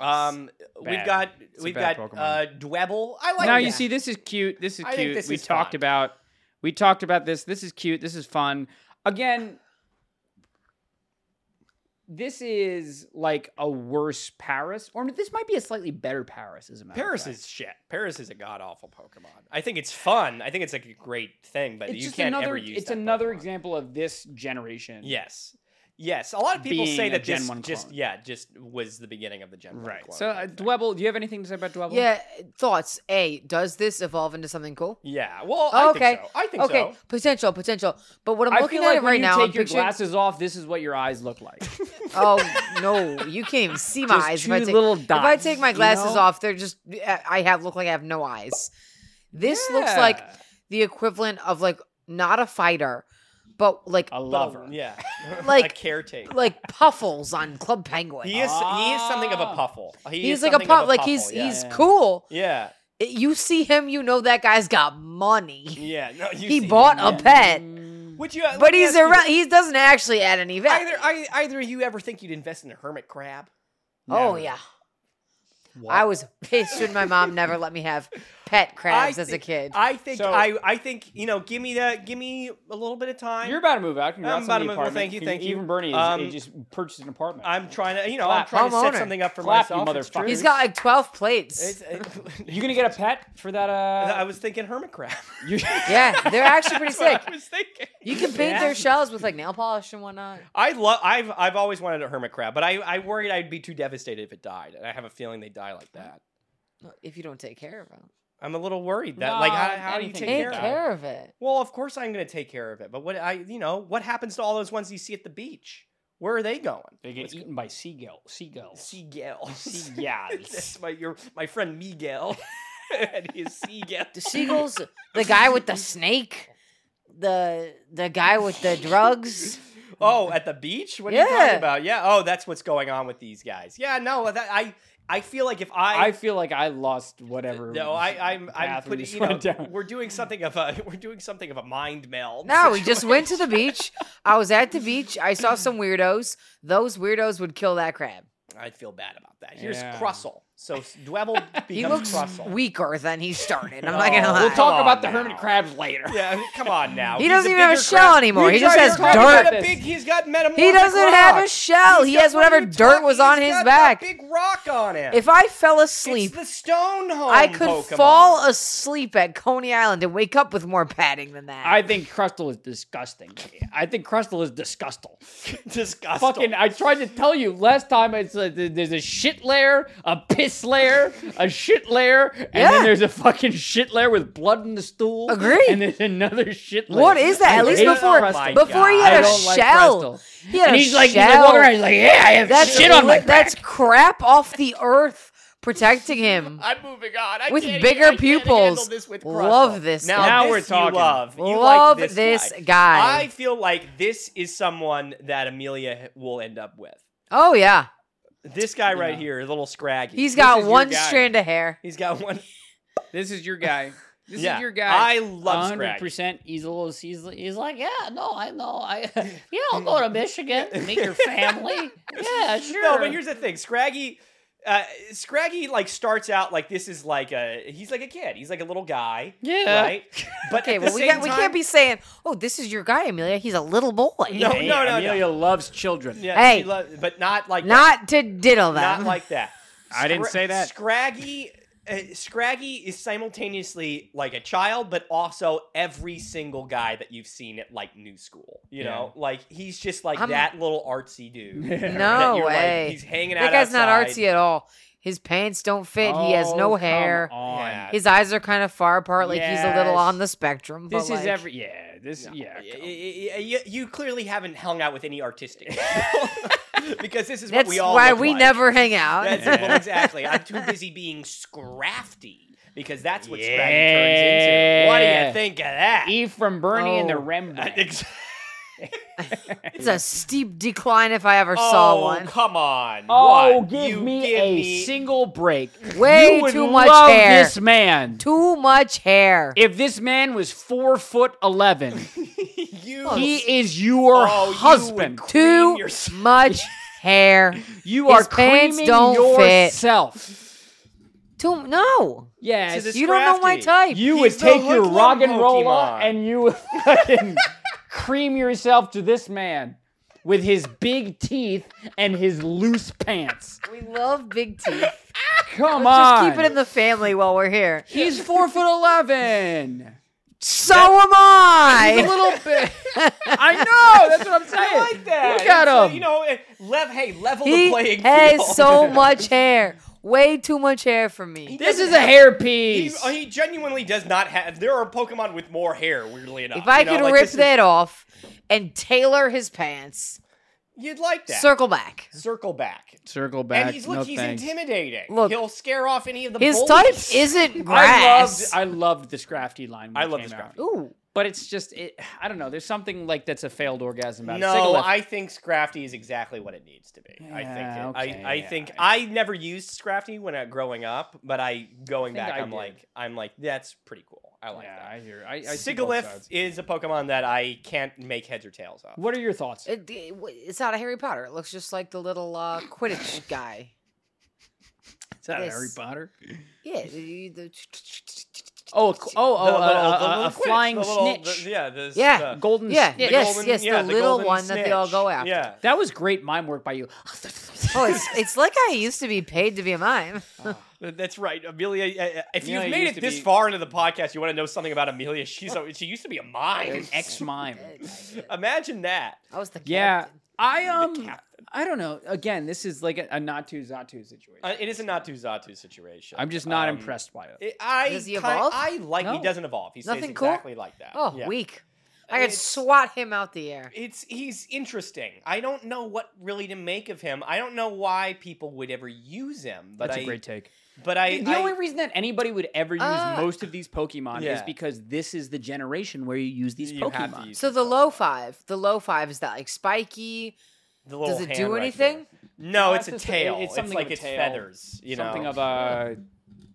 Speaker 2: Um, we've
Speaker 3: Bad.
Speaker 2: got
Speaker 3: a
Speaker 2: we've
Speaker 3: bad
Speaker 2: got
Speaker 3: Pokemon.
Speaker 2: uh Dwebble. I like.
Speaker 3: now
Speaker 2: that.
Speaker 3: you see, this is cute. This is
Speaker 2: I think
Speaker 3: cute.
Speaker 2: this
Speaker 3: we
Speaker 2: is
Speaker 3: talked
Speaker 2: fun.
Speaker 3: about. We talked about this. This is cute. This is fun. Again, this is like a worse Paris, or this might be a slightly better Paris. As a matter of
Speaker 2: Paris
Speaker 3: fact.
Speaker 2: is shit. Paris is a god awful Pokemon. I think it's fun. I think it's like a great thing, but
Speaker 3: It's
Speaker 2: you
Speaker 3: just
Speaker 2: can't
Speaker 3: another.
Speaker 2: ever use.
Speaker 3: It's
Speaker 2: that
Speaker 3: another
Speaker 2: Pokemon.
Speaker 3: example of this generation.
Speaker 2: Yes, yes. A lot of people
Speaker 3: Being
Speaker 2: say
Speaker 3: a
Speaker 2: that
Speaker 3: Gen
Speaker 2: this
Speaker 3: 1
Speaker 2: just
Speaker 3: clone.
Speaker 2: yeah just was the beginning of the Gen One
Speaker 3: Right.
Speaker 2: clone.
Speaker 3: So, uh,
Speaker 2: type thing.
Speaker 3: Dwebble, do you have anything to say about Dwebble?
Speaker 1: Yeah. Thoughts. A. Does this evolve into something cool?
Speaker 2: yeah. Well, I
Speaker 1: okay.
Speaker 2: think so. I think
Speaker 1: Okay.
Speaker 2: so.
Speaker 1: Potential. Potential. But what I'm
Speaker 3: I
Speaker 1: looking
Speaker 3: feel
Speaker 1: at
Speaker 3: like
Speaker 1: it
Speaker 3: when
Speaker 1: right
Speaker 3: you
Speaker 1: now,
Speaker 3: take
Speaker 1: I'm
Speaker 3: your
Speaker 1: picturing.
Speaker 3: glasses off, this is what your eyes
Speaker 1: *laughs*
Speaker 3: look like.
Speaker 1: Oh no, you can't even see my
Speaker 3: Just
Speaker 1: eyes.
Speaker 3: two
Speaker 1: if I take,
Speaker 3: little
Speaker 1: if I
Speaker 3: dots,
Speaker 1: take my
Speaker 3: you
Speaker 1: glasses
Speaker 3: know?
Speaker 1: off, they're just. I have look like I have no eyes. This looks like
Speaker 3: Yeah.
Speaker 1: the equivalent of like not a fighter, but like
Speaker 3: a
Speaker 2: But a-
Speaker 3: lover. *laughs*
Speaker 2: Yeah. *laughs* a
Speaker 1: Like-
Speaker 2: caretaker.
Speaker 1: *laughs* like puffles on Club Penguin. Oh,
Speaker 2: he is. He is something of a
Speaker 3: Ah.
Speaker 2: puffle. He
Speaker 1: he's
Speaker 2: is
Speaker 1: like a
Speaker 2: something of
Speaker 1: puff. Like he's
Speaker 2: puffle, yeah.
Speaker 1: he's
Speaker 3: Yeah.
Speaker 1: cool.
Speaker 2: Yeah.
Speaker 1: It- you see him, you know that guy's got money.
Speaker 2: Yeah. No, you
Speaker 1: He
Speaker 2: see-
Speaker 1: bought
Speaker 2: yeah.
Speaker 1: a pet,
Speaker 3: Mm,
Speaker 2: Would you? let
Speaker 1: but
Speaker 2: me
Speaker 1: he's
Speaker 2: ask you
Speaker 1: around. He doesn't actually add any value.
Speaker 2: Either I, either you ever think you'd invest in a hermit crab?
Speaker 1: oh
Speaker 3: Never.
Speaker 1: yeah,
Speaker 2: What?
Speaker 1: I was *laughs* pissed when my mom never let me have pet crabs as a
Speaker 2: think-
Speaker 1: kid.
Speaker 2: I think
Speaker 3: So-
Speaker 2: I, I think you know. Give me that. Give me a little bit of time.
Speaker 3: You're about to move out. Congrats
Speaker 2: about
Speaker 3: on
Speaker 2: to
Speaker 3: the
Speaker 2: move out.
Speaker 3: apartment.
Speaker 2: Thank you, thank you.
Speaker 3: Even Bernie is,
Speaker 2: Um,
Speaker 3: he just purchased an apartment.
Speaker 2: I'm trying to. You know,
Speaker 3: Clap.
Speaker 2: I'm trying to
Speaker 1: Homeowner.
Speaker 2: set something up for
Speaker 3: Clap, you
Speaker 2: myself. It's true.
Speaker 3: motherfucker.
Speaker 1: he's got like twelve plates.
Speaker 2: It's-
Speaker 1: *laughs*
Speaker 2: it- *laughs*
Speaker 3: you gonna get a pet for that? Uh,
Speaker 2: I was thinking hermit crab. *laughs*
Speaker 3: you- *laughs*
Speaker 1: yeah, they're actually pretty
Speaker 2: That's what
Speaker 1: sick.
Speaker 2: I was thinking.
Speaker 1: You can paint
Speaker 3: Yeah.
Speaker 1: their shells with like nail polish and whatnot.
Speaker 2: I love. I've I've always wanted a hermit crab, but I I worried I'd be too devastated if it died, and I have a feeling they die like that.
Speaker 1: If you don't take care of them,
Speaker 2: I'm a little worried that like
Speaker 3: No,
Speaker 2: how, how do you
Speaker 3: anything
Speaker 2: take
Speaker 1: take
Speaker 2: care
Speaker 1: care,
Speaker 2: of it?
Speaker 1: of
Speaker 2: *laughs*
Speaker 1: it.
Speaker 2: Well, of course I'm going to take care of it, but what I you know what happens to all those ones you see at the beach? Where are they going?
Speaker 3: they get
Speaker 2: Let's go-
Speaker 3: eaten by seagull. Seagulls.
Speaker 2: seagulls. *laughs*
Speaker 3: Seagulls.
Speaker 2: That's my your my friend *laughs* Miguel and his seagull.
Speaker 1: The seagulls, the guy with the snake, the the guy with the
Speaker 2: *laughs*
Speaker 1: drugs.
Speaker 2: Oh, at the beach? What are you
Speaker 1: Yeah.
Speaker 2: talking about? Yeah. Oh, that's what's going on with these guys. Yeah. No, that I I feel like if
Speaker 3: I
Speaker 2: I.
Speaker 3: feel like I lost whatever.
Speaker 2: no, I, I'm. I'm
Speaker 3: path we
Speaker 2: putting.
Speaker 3: just
Speaker 2: You know,
Speaker 3: went down.
Speaker 2: we're doing something of a. *laughs* We're doing something of a mind meld.
Speaker 1: No, we
Speaker 2: *laughs*
Speaker 1: just went to the beach. I was at the beach. I saw some weirdos. Those weirdos would kill that crab.
Speaker 2: I feel bad about that. Here's
Speaker 3: Yeah.
Speaker 2: Crustle. So
Speaker 1: *laughs*
Speaker 2: Dwebble becomes
Speaker 1: He looks
Speaker 2: Crustle.
Speaker 1: weaker than he started. I'm not gonna
Speaker 2: Oh,
Speaker 1: lie.
Speaker 3: We'll talk
Speaker 2: Come
Speaker 3: about
Speaker 2: on
Speaker 3: the hermit
Speaker 2: now.
Speaker 3: crabs later.
Speaker 2: Yeah, I mean, come on now.
Speaker 1: he
Speaker 2: He's
Speaker 1: doesn't
Speaker 2: a
Speaker 1: even have a
Speaker 2: bigger
Speaker 1: shell
Speaker 2: crab.
Speaker 1: anymore. He
Speaker 3: You
Speaker 1: just
Speaker 3: guys
Speaker 1: has
Speaker 3: talk
Speaker 1: dirt.
Speaker 2: He's got
Speaker 3: about
Speaker 2: a big. He's got metamorphic
Speaker 1: He doesn't
Speaker 2: rock.
Speaker 1: have a shell.
Speaker 2: oh He's
Speaker 1: He
Speaker 2: got-
Speaker 1: has
Speaker 2: what are
Speaker 1: whatever
Speaker 2: you
Speaker 1: dirt
Speaker 2: talking-
Speaker 1: was on
Speaker 2: he's
Speaker 1: his
Speaker 2: got
Speaker 1: back.
Speaker 2: that Big rock on him.
Speaker 1: If I fell
Speaker 2: It's
Speaker 1: asleep,
Speaker 2: the stone home
Speaker 1: I could
Speaker 2: Pokemon.
Speaker 1: fall asleep at Coney Island and wake up with more padding than that.
Speaker 3: I think Crustle is disgusting. I think Crustle is disgustal.
Speaker 2: *laughs* Disgusting.
Speaker 3: Fucking, I tried to tell you last time. It's uh, th- there's a shit layer, a piss layer, a shit layer, and
Speaker 1: Yeah.
Speaker 3: then there's a fucking shit layer with blood in the stool.
Speaker 1: Agreed.
Speaker 3: And there's another shit layer.
Speaker 1: what is that?
Speaker 3: I
Speaker 1: At least
Speaker 3: hate
Speaker 1: before,
Speaker 3: Crustle.
Speaker 2: my
Speaker 1: before he
Speaker 2: God.
Speaker 1: had
Speaker 3: I
Speaker 1: a
Speaker 3: don't like
Speaker 1: shell.
Speaker 3: Crustle.
Speaker 1: he had
Speaker 3: and
Speaker 1: a
Speaker 3: he's like, he's like
Speaker 1: shell.
Speaker 3: walking around. He's like, yeah, I have
Speaker 1: That's
Speaker 3: shit on my
Speaker 1: li- that's crap off the earth protecting him.
Speaker 2: I'm moving on. I
Speaker 1: With
Speaker 2: can't-
Speaker 1: bigger
Speaker 2: I can't
Speaker 1: pupils.
Speaker 2: handle this with Crustle.
Speaker 1: Love this
Speaker 2: Now,
Speaker 1: guy.
Speaker 3: Now
Speaker 2: this
Speaker 3: we're
Speaker 2: you
Speaker 3: talking.
Speaker 2: love You like
Speaker 1: Love
Speaker 2: this,
Speaker 1: this
Speaker 2: guy.
Speaker 1: guy.
Speaker 2: I feel like this is someone that Amelia h- will end up with.
Speaker 1: Oh yeah,
Speaker 2: This guy right
Speaker 3: Yeah.
Speaker 2: here, little Scraggy.
Speaker 1: he's
Speaker 3: This
Speaker 1: got
Speaker 3: is your
Speaker 1: one
Speaker 3: guy.
Speaker 1: strand of hair.
Speaker 2: He's
Speaker 1: *laughs*
Speaker 2: got one.
Speaker 3: This is your guy. This
Speaker 2: yeah,
Speaker 3: is your guy.
Speaker 2: I love Scraggy.
Speaker 3: percent. He's a little. He's, he's like, yeah, no, I know. I *laughs* yeah, I'll go to Michigan, meet your family. Yeah, sure.
Speaker 2: No, but here's the thing, Scraggy. uh, Scraggy like starts out like this is like a he's like a kid. He's like a little guy.
Speaker 3: Yeah.
Speaker 2: Right.
Speaker 1: *laughs*
Speaker 2: But
Speaker 1: Okay,
Speaker 2: at the
Speaker 1: well, we,
Speaker 2: same
Speaker 1: got, we
Speaker 2: time-
Speaker 1: can't be saying, "Oh, this is your guy, Amelia. He's a little boy." *laughs*
Speaker 2: No,
Speaker 5: Hey,
Speaker 2: no, no, no.
Speaker 5: Amelia loves children.
Speaker 2: Yeah,
Speaker 1: Hey.
Speaker 2: she lo- but not like that.
Speaker 1: Not to diddle them.
Speaker 2: Not like that.
Speaker 5: I didn't
Speaker 2: Scra-
Speaker 5: say that.
Speaker 2: Scraggy. Uh, Scraggy is simultaneously like a child, but also every single guy that you've seen at like New School. You know, like he's just like
Speaker 1: I'm-
Speaker 2: that little artsy dude.
Speaker 5: Yeah.
Speaker 2: that
Speaker 1: no
Speaker 2: you're, like,
Speaker 1: way.
Speaker 2: he's hanging out.
Speaker 1: that guy's not
Speaker 2: outside.
Speaker 1: artsy at all. His pants don't fit. he has no
Speaker 3: Oh, come
Speaker 1: hair.
Speaker 3: on.
Speaker 2: Yeah.
Speaker 1: His eyes are kind of far apart, like he's a little
Speaker 3: Yes.
Speaker 1: on the spectrum.
Speaker 3: This
Speaker 1: but,
Speaker 3: is
Speaker 1: like,
Speaker 3: every yeah. This yeah.
Speaker 2: Y-
Speaker 3: come-
Speaker 2: y- y- You, you clearly haven't hung out with any artistic people. *laughs* because this is what
Speaker 1: That's
Speaker 2: we all
Speaker 1: why
Speaker 2: look
Speaker 1: we
Speaker 2: like.
Speaker 1: never hang out. *laughs*
Speaker 2: That's
Speaker 5: Yeah.
Speaker 2: well, exactly. I'm too busy being scrafty because that's what scrafty turns into.
Speaker 3: Yeah.
Speaker 2: What do you think of that?
Speaker 1: E-
Speaker 3: Eve from Bernie and the
Speaker 1: Oh.
Speaker 2: Uh,
Speaker 3: Rembrandt.
Speaker 2: ex-
Speaker 1: it's a steep decline if I ever
Speaker 2: oh,
Speaker 1: saw one.
Speaker 2: come on.
Speaker 3: Oh,
Speaker 2: What?
Speaker 3: give
Speaker 2: You
Speaker 3: me
Speaker 2: give
Speaker 3: a
Speaker 2: me-
Speaker 3: single break.
Speaker 1: Way
Speaker 3: you would
Speaker 1: too much
Speaker 3: love
Speaker 1: hair.
Speaker 3: This man.
Speaker 1: Too much hair.
Speaker 3: If this man was four foot *laughs* eleven,
Speaker 2: *laughs* you.
Speaker 3: he is your
Speaker 2: oh, you would
Speaker 3: husband.
Speaker 2: cream
Speaker 1: Too
Speaker 2: yourself.
Speaker 1: much hair.
Speaker 3: You
Speaker 1: His
Speaker 3: are
Speaker 1: pants
Speaker 3: creaming
Speaker 1: don't fit.
Speaker 3: yourself.
Speaker 1: Too no.
Speaker 3: Yes.
Speaker 2: It's
Speaker 1: You don't know my
Speaker 2: crafty.
Speaker 1: type.
Speaker 3: You
Speaker 2: He's
Speaker 3: would
Speaker 2: the
Speaker 3: take your
Speaker 2: hoodlum
Speaker 3: rock and roll
Speaker 2: Pokemon.
Speaker 3: and you would *laughs* fucking cream yourself to this man with his big teeth and his loose pants.
Speaker 1: we love big teeth.
Speaker 3: Come
Speaker 1: Just
Speaker 3: on.
Speaker 1: keep it in the family while we're here.
Speaker 3: He's four foot eleven.
Speaker 1: So am I.
Speaker 3: A little
Speaker 1: *laughs*
Speaker 3: bit. I know. That's what I'm
Speaker 2: *laughs*
Speaker 3: saying.
Speaker 2: I like that.
Speaker 3: Look at
Speaker 2: It's like,
Speaker 3: him.
Speaker 2: you know, eh, lev- hey, level the
Speaker 1: He
Speaker 2: playing field. *laughs*
Speaker 1: has so much hair. Way too much hair for me.
Speaker 3: This is a hair piece.
Speaker 2: He, he genuinely does not have. There are Pokemon with more hair, weirdly enough.
Speaker 1: If I
Speaker 2: you know,
Speaker 1: could
Speaker 2: like,
Speaker 1: rip
Speaker 2: this is-
Speaker 1: that off and tailor his pants,
Speaker 2: you'd like that.
Speaker 1: circle back.
Speaker 2: Circle back.
Speaker 3: Circle back.
Speaker 2: And he's look,
Speaker 3: no
Speaker 2: he's
Speaker 3: thanks.
Speaker 2: intimidating.
Speaker 1: Look,
Speaker 2: he'll scare off any of the.
Speaker 1: His
Speaker 2: bullies.
Speaker 1: type
Speaker 2: *laughs*
Speaker 1: isn't
Speaker 3: I loved.
Speaker 1: grass.
Speaker 3: I loved the Scrafty line. When
Speaker 2: I
Speaker 3: it
Speaker 2: love
Speaker 3: came
Speaker 2: the
Speaker 3: out.
Speaker 2: Scrafty.
Speaker 1: Ooh,
Speaker 3: But it's just. It, I don't know. There's something like that's a failed orgasm about it. Take a
Speaker 2: No,
Speaker 3: look.
Speaker 2: I think Scrafty is exactly what it needs to be. I
Speaker 3: Yeah,
Speaker 2: think. It,
Speaker 3: okay,
Speaker 2: I, I
Speaker 3: yeah,
Speaker 2: think
Speaker 3: yeah.
Speaker 2: I never used Scrafty when I growing up, but I going
Speaker 3: think
Speaker 2: back,
Speaker 3: I
Speaker 2: I'm
Speaker 3: did.
Speaker 2: like, I'm like, that's pretty cool. I like
Speaker 3: yeah,
Speaker 2: that.
Speaker 3: I hear. I, I see both
Speaker 2: Sigilyph
Speaker 3: sides.
Speaker 2: is a Pokemon that I can't make heads or tails of.
Speaker 3: What are your thoughts?
Speaker 1: it, it- it's not a Harry Potter. It looks just like the little uh,
Speaker 2: *laughs*
Speaker 1: Quidditch guy.
Speaker 3: Is that
Speaker 1: this?
Speaker 3: Potter?
Speaker 1: Yeah, the, the,
Speaker 3: Oh, a qu- oh, oh,
Speaker 2: The
Speaker 3: uh,
Speaker 2: little-
Speaker 3: uh,
Speaker 2: the
Speaker 3: uh,
Speaker 2: little
Speaker 3: a
Speaker 2: Quidditch,
Speaker 3: flying
Speaker 2: the little- the-
Speaker 3: snitch.
Speaker 2: yeah, this,
Speaker 1: Yeah.
Speaker 2: the-
Speaker 3: golden
Speaker 1: yeah,
Speaker 3: snitch.
Speaker 2: the
Speaker 1: yes,
Speaker 2: golden-
Speaker 1: yes,
Speaker 2: yeah,
Speaker 1: the,
Speaker 2: the
Speaker 1: little
Speaker 2: golden
Speaker 1: one that they all
Speaker 2: snitch.
Speaker 1: go after.
Speaker 2: Yeah.
Speaker 3: That was great mime work by you. *laughs*
Speaker 1: Oh, it's, it's like I used to be paid to be a mime.
Speaker 2: Th- That's right, Amelia. uh, uh, If
Speaker 3: Amelia
Speaker 2: you've made
Speaker 3: used
Speaker 2: it
Speaker 3: to
Speaker 2: this
Speaker 3: be-
Speaker 2: far into the podcast, you want to know something about Amelia. She's a, she used to
Speaker 3: *laughs*
Speaker 2: be a mime.
Speaker 3: Ex mime.
Speaker 2: Imagine that.
Speaker 1: I was the
Speaker 3: Yeah,
Speaker 1: captain.
Speaker 3: I um,
Speaker 2: captain.
Speaker 3: I don't know. Again, this is like a, a not to Zatu situation.
Speaker 2: Uh, it is a Natu Zatu situation.
Speaker 3: I'm just not
Speaker 2: Um,
Speaker 3: impressed by it.
Speaker 2: It, I
Speaker 1: Does he
Speaker 2: kind-
Speaker 1: evolve?
Speaker 2: I like he
Speaker 3: No.
Speaker 2: doesn't evolve. He stays
Speaker 1: Nothing cool?
Speaker 2: exactly like that.
Speaker 1: Oh,
Speaker 2: Yeah.
Speaker 1: weak. I could
Speaker 2: It's-
Speaker 1: swat him out the air.
Speaker 2: It's he's interesting. I don't know what really to make of him. I don't know why people would ever use him. But
Speaker 3: That's
Speaker 2: I,
Speaker 3: a great take.
Speaker 2: But I,
Speaker 3: the
Speaker 2: I-
Speaker 3: only reason that anybody would ever use
Speaker 1: Ah.
Speaker 3: most of these Pokemon is
Speaker 2: Yeah.
Speaker 3: because this is the generation where you use these
Speaker 2: you have to
Speaker 3: Pokemon.
Speaker 2: use
Speaker 1: So
Speaker 2: his
Speaker 1: the
Speaker 2: stuff.
Speaker 1: low five, the low five is that like spiky.
Speaker 2: The
Speaker 1: Does
Speaker 2: little
Speaker 1: it
Speaker 2: hand
Speaker 1: do
Speaker 2: right
Speaker 1: anything?
Speaker 2: there. no,
Speaker 3: No,
Speaker 2: it's a
Speaker 3: it's just-
Speaker 2: tail.
Speaker 3: it's
Speaker 2: It's,
Speaker 3: something
Speaker 2: like
Speaker 3: of a
Speaker 2: it's
Speaker 3: tail.
Speaker 2: feathers. You
Speaker 3: Something
Speaker 2: know,
Speaker 3: of a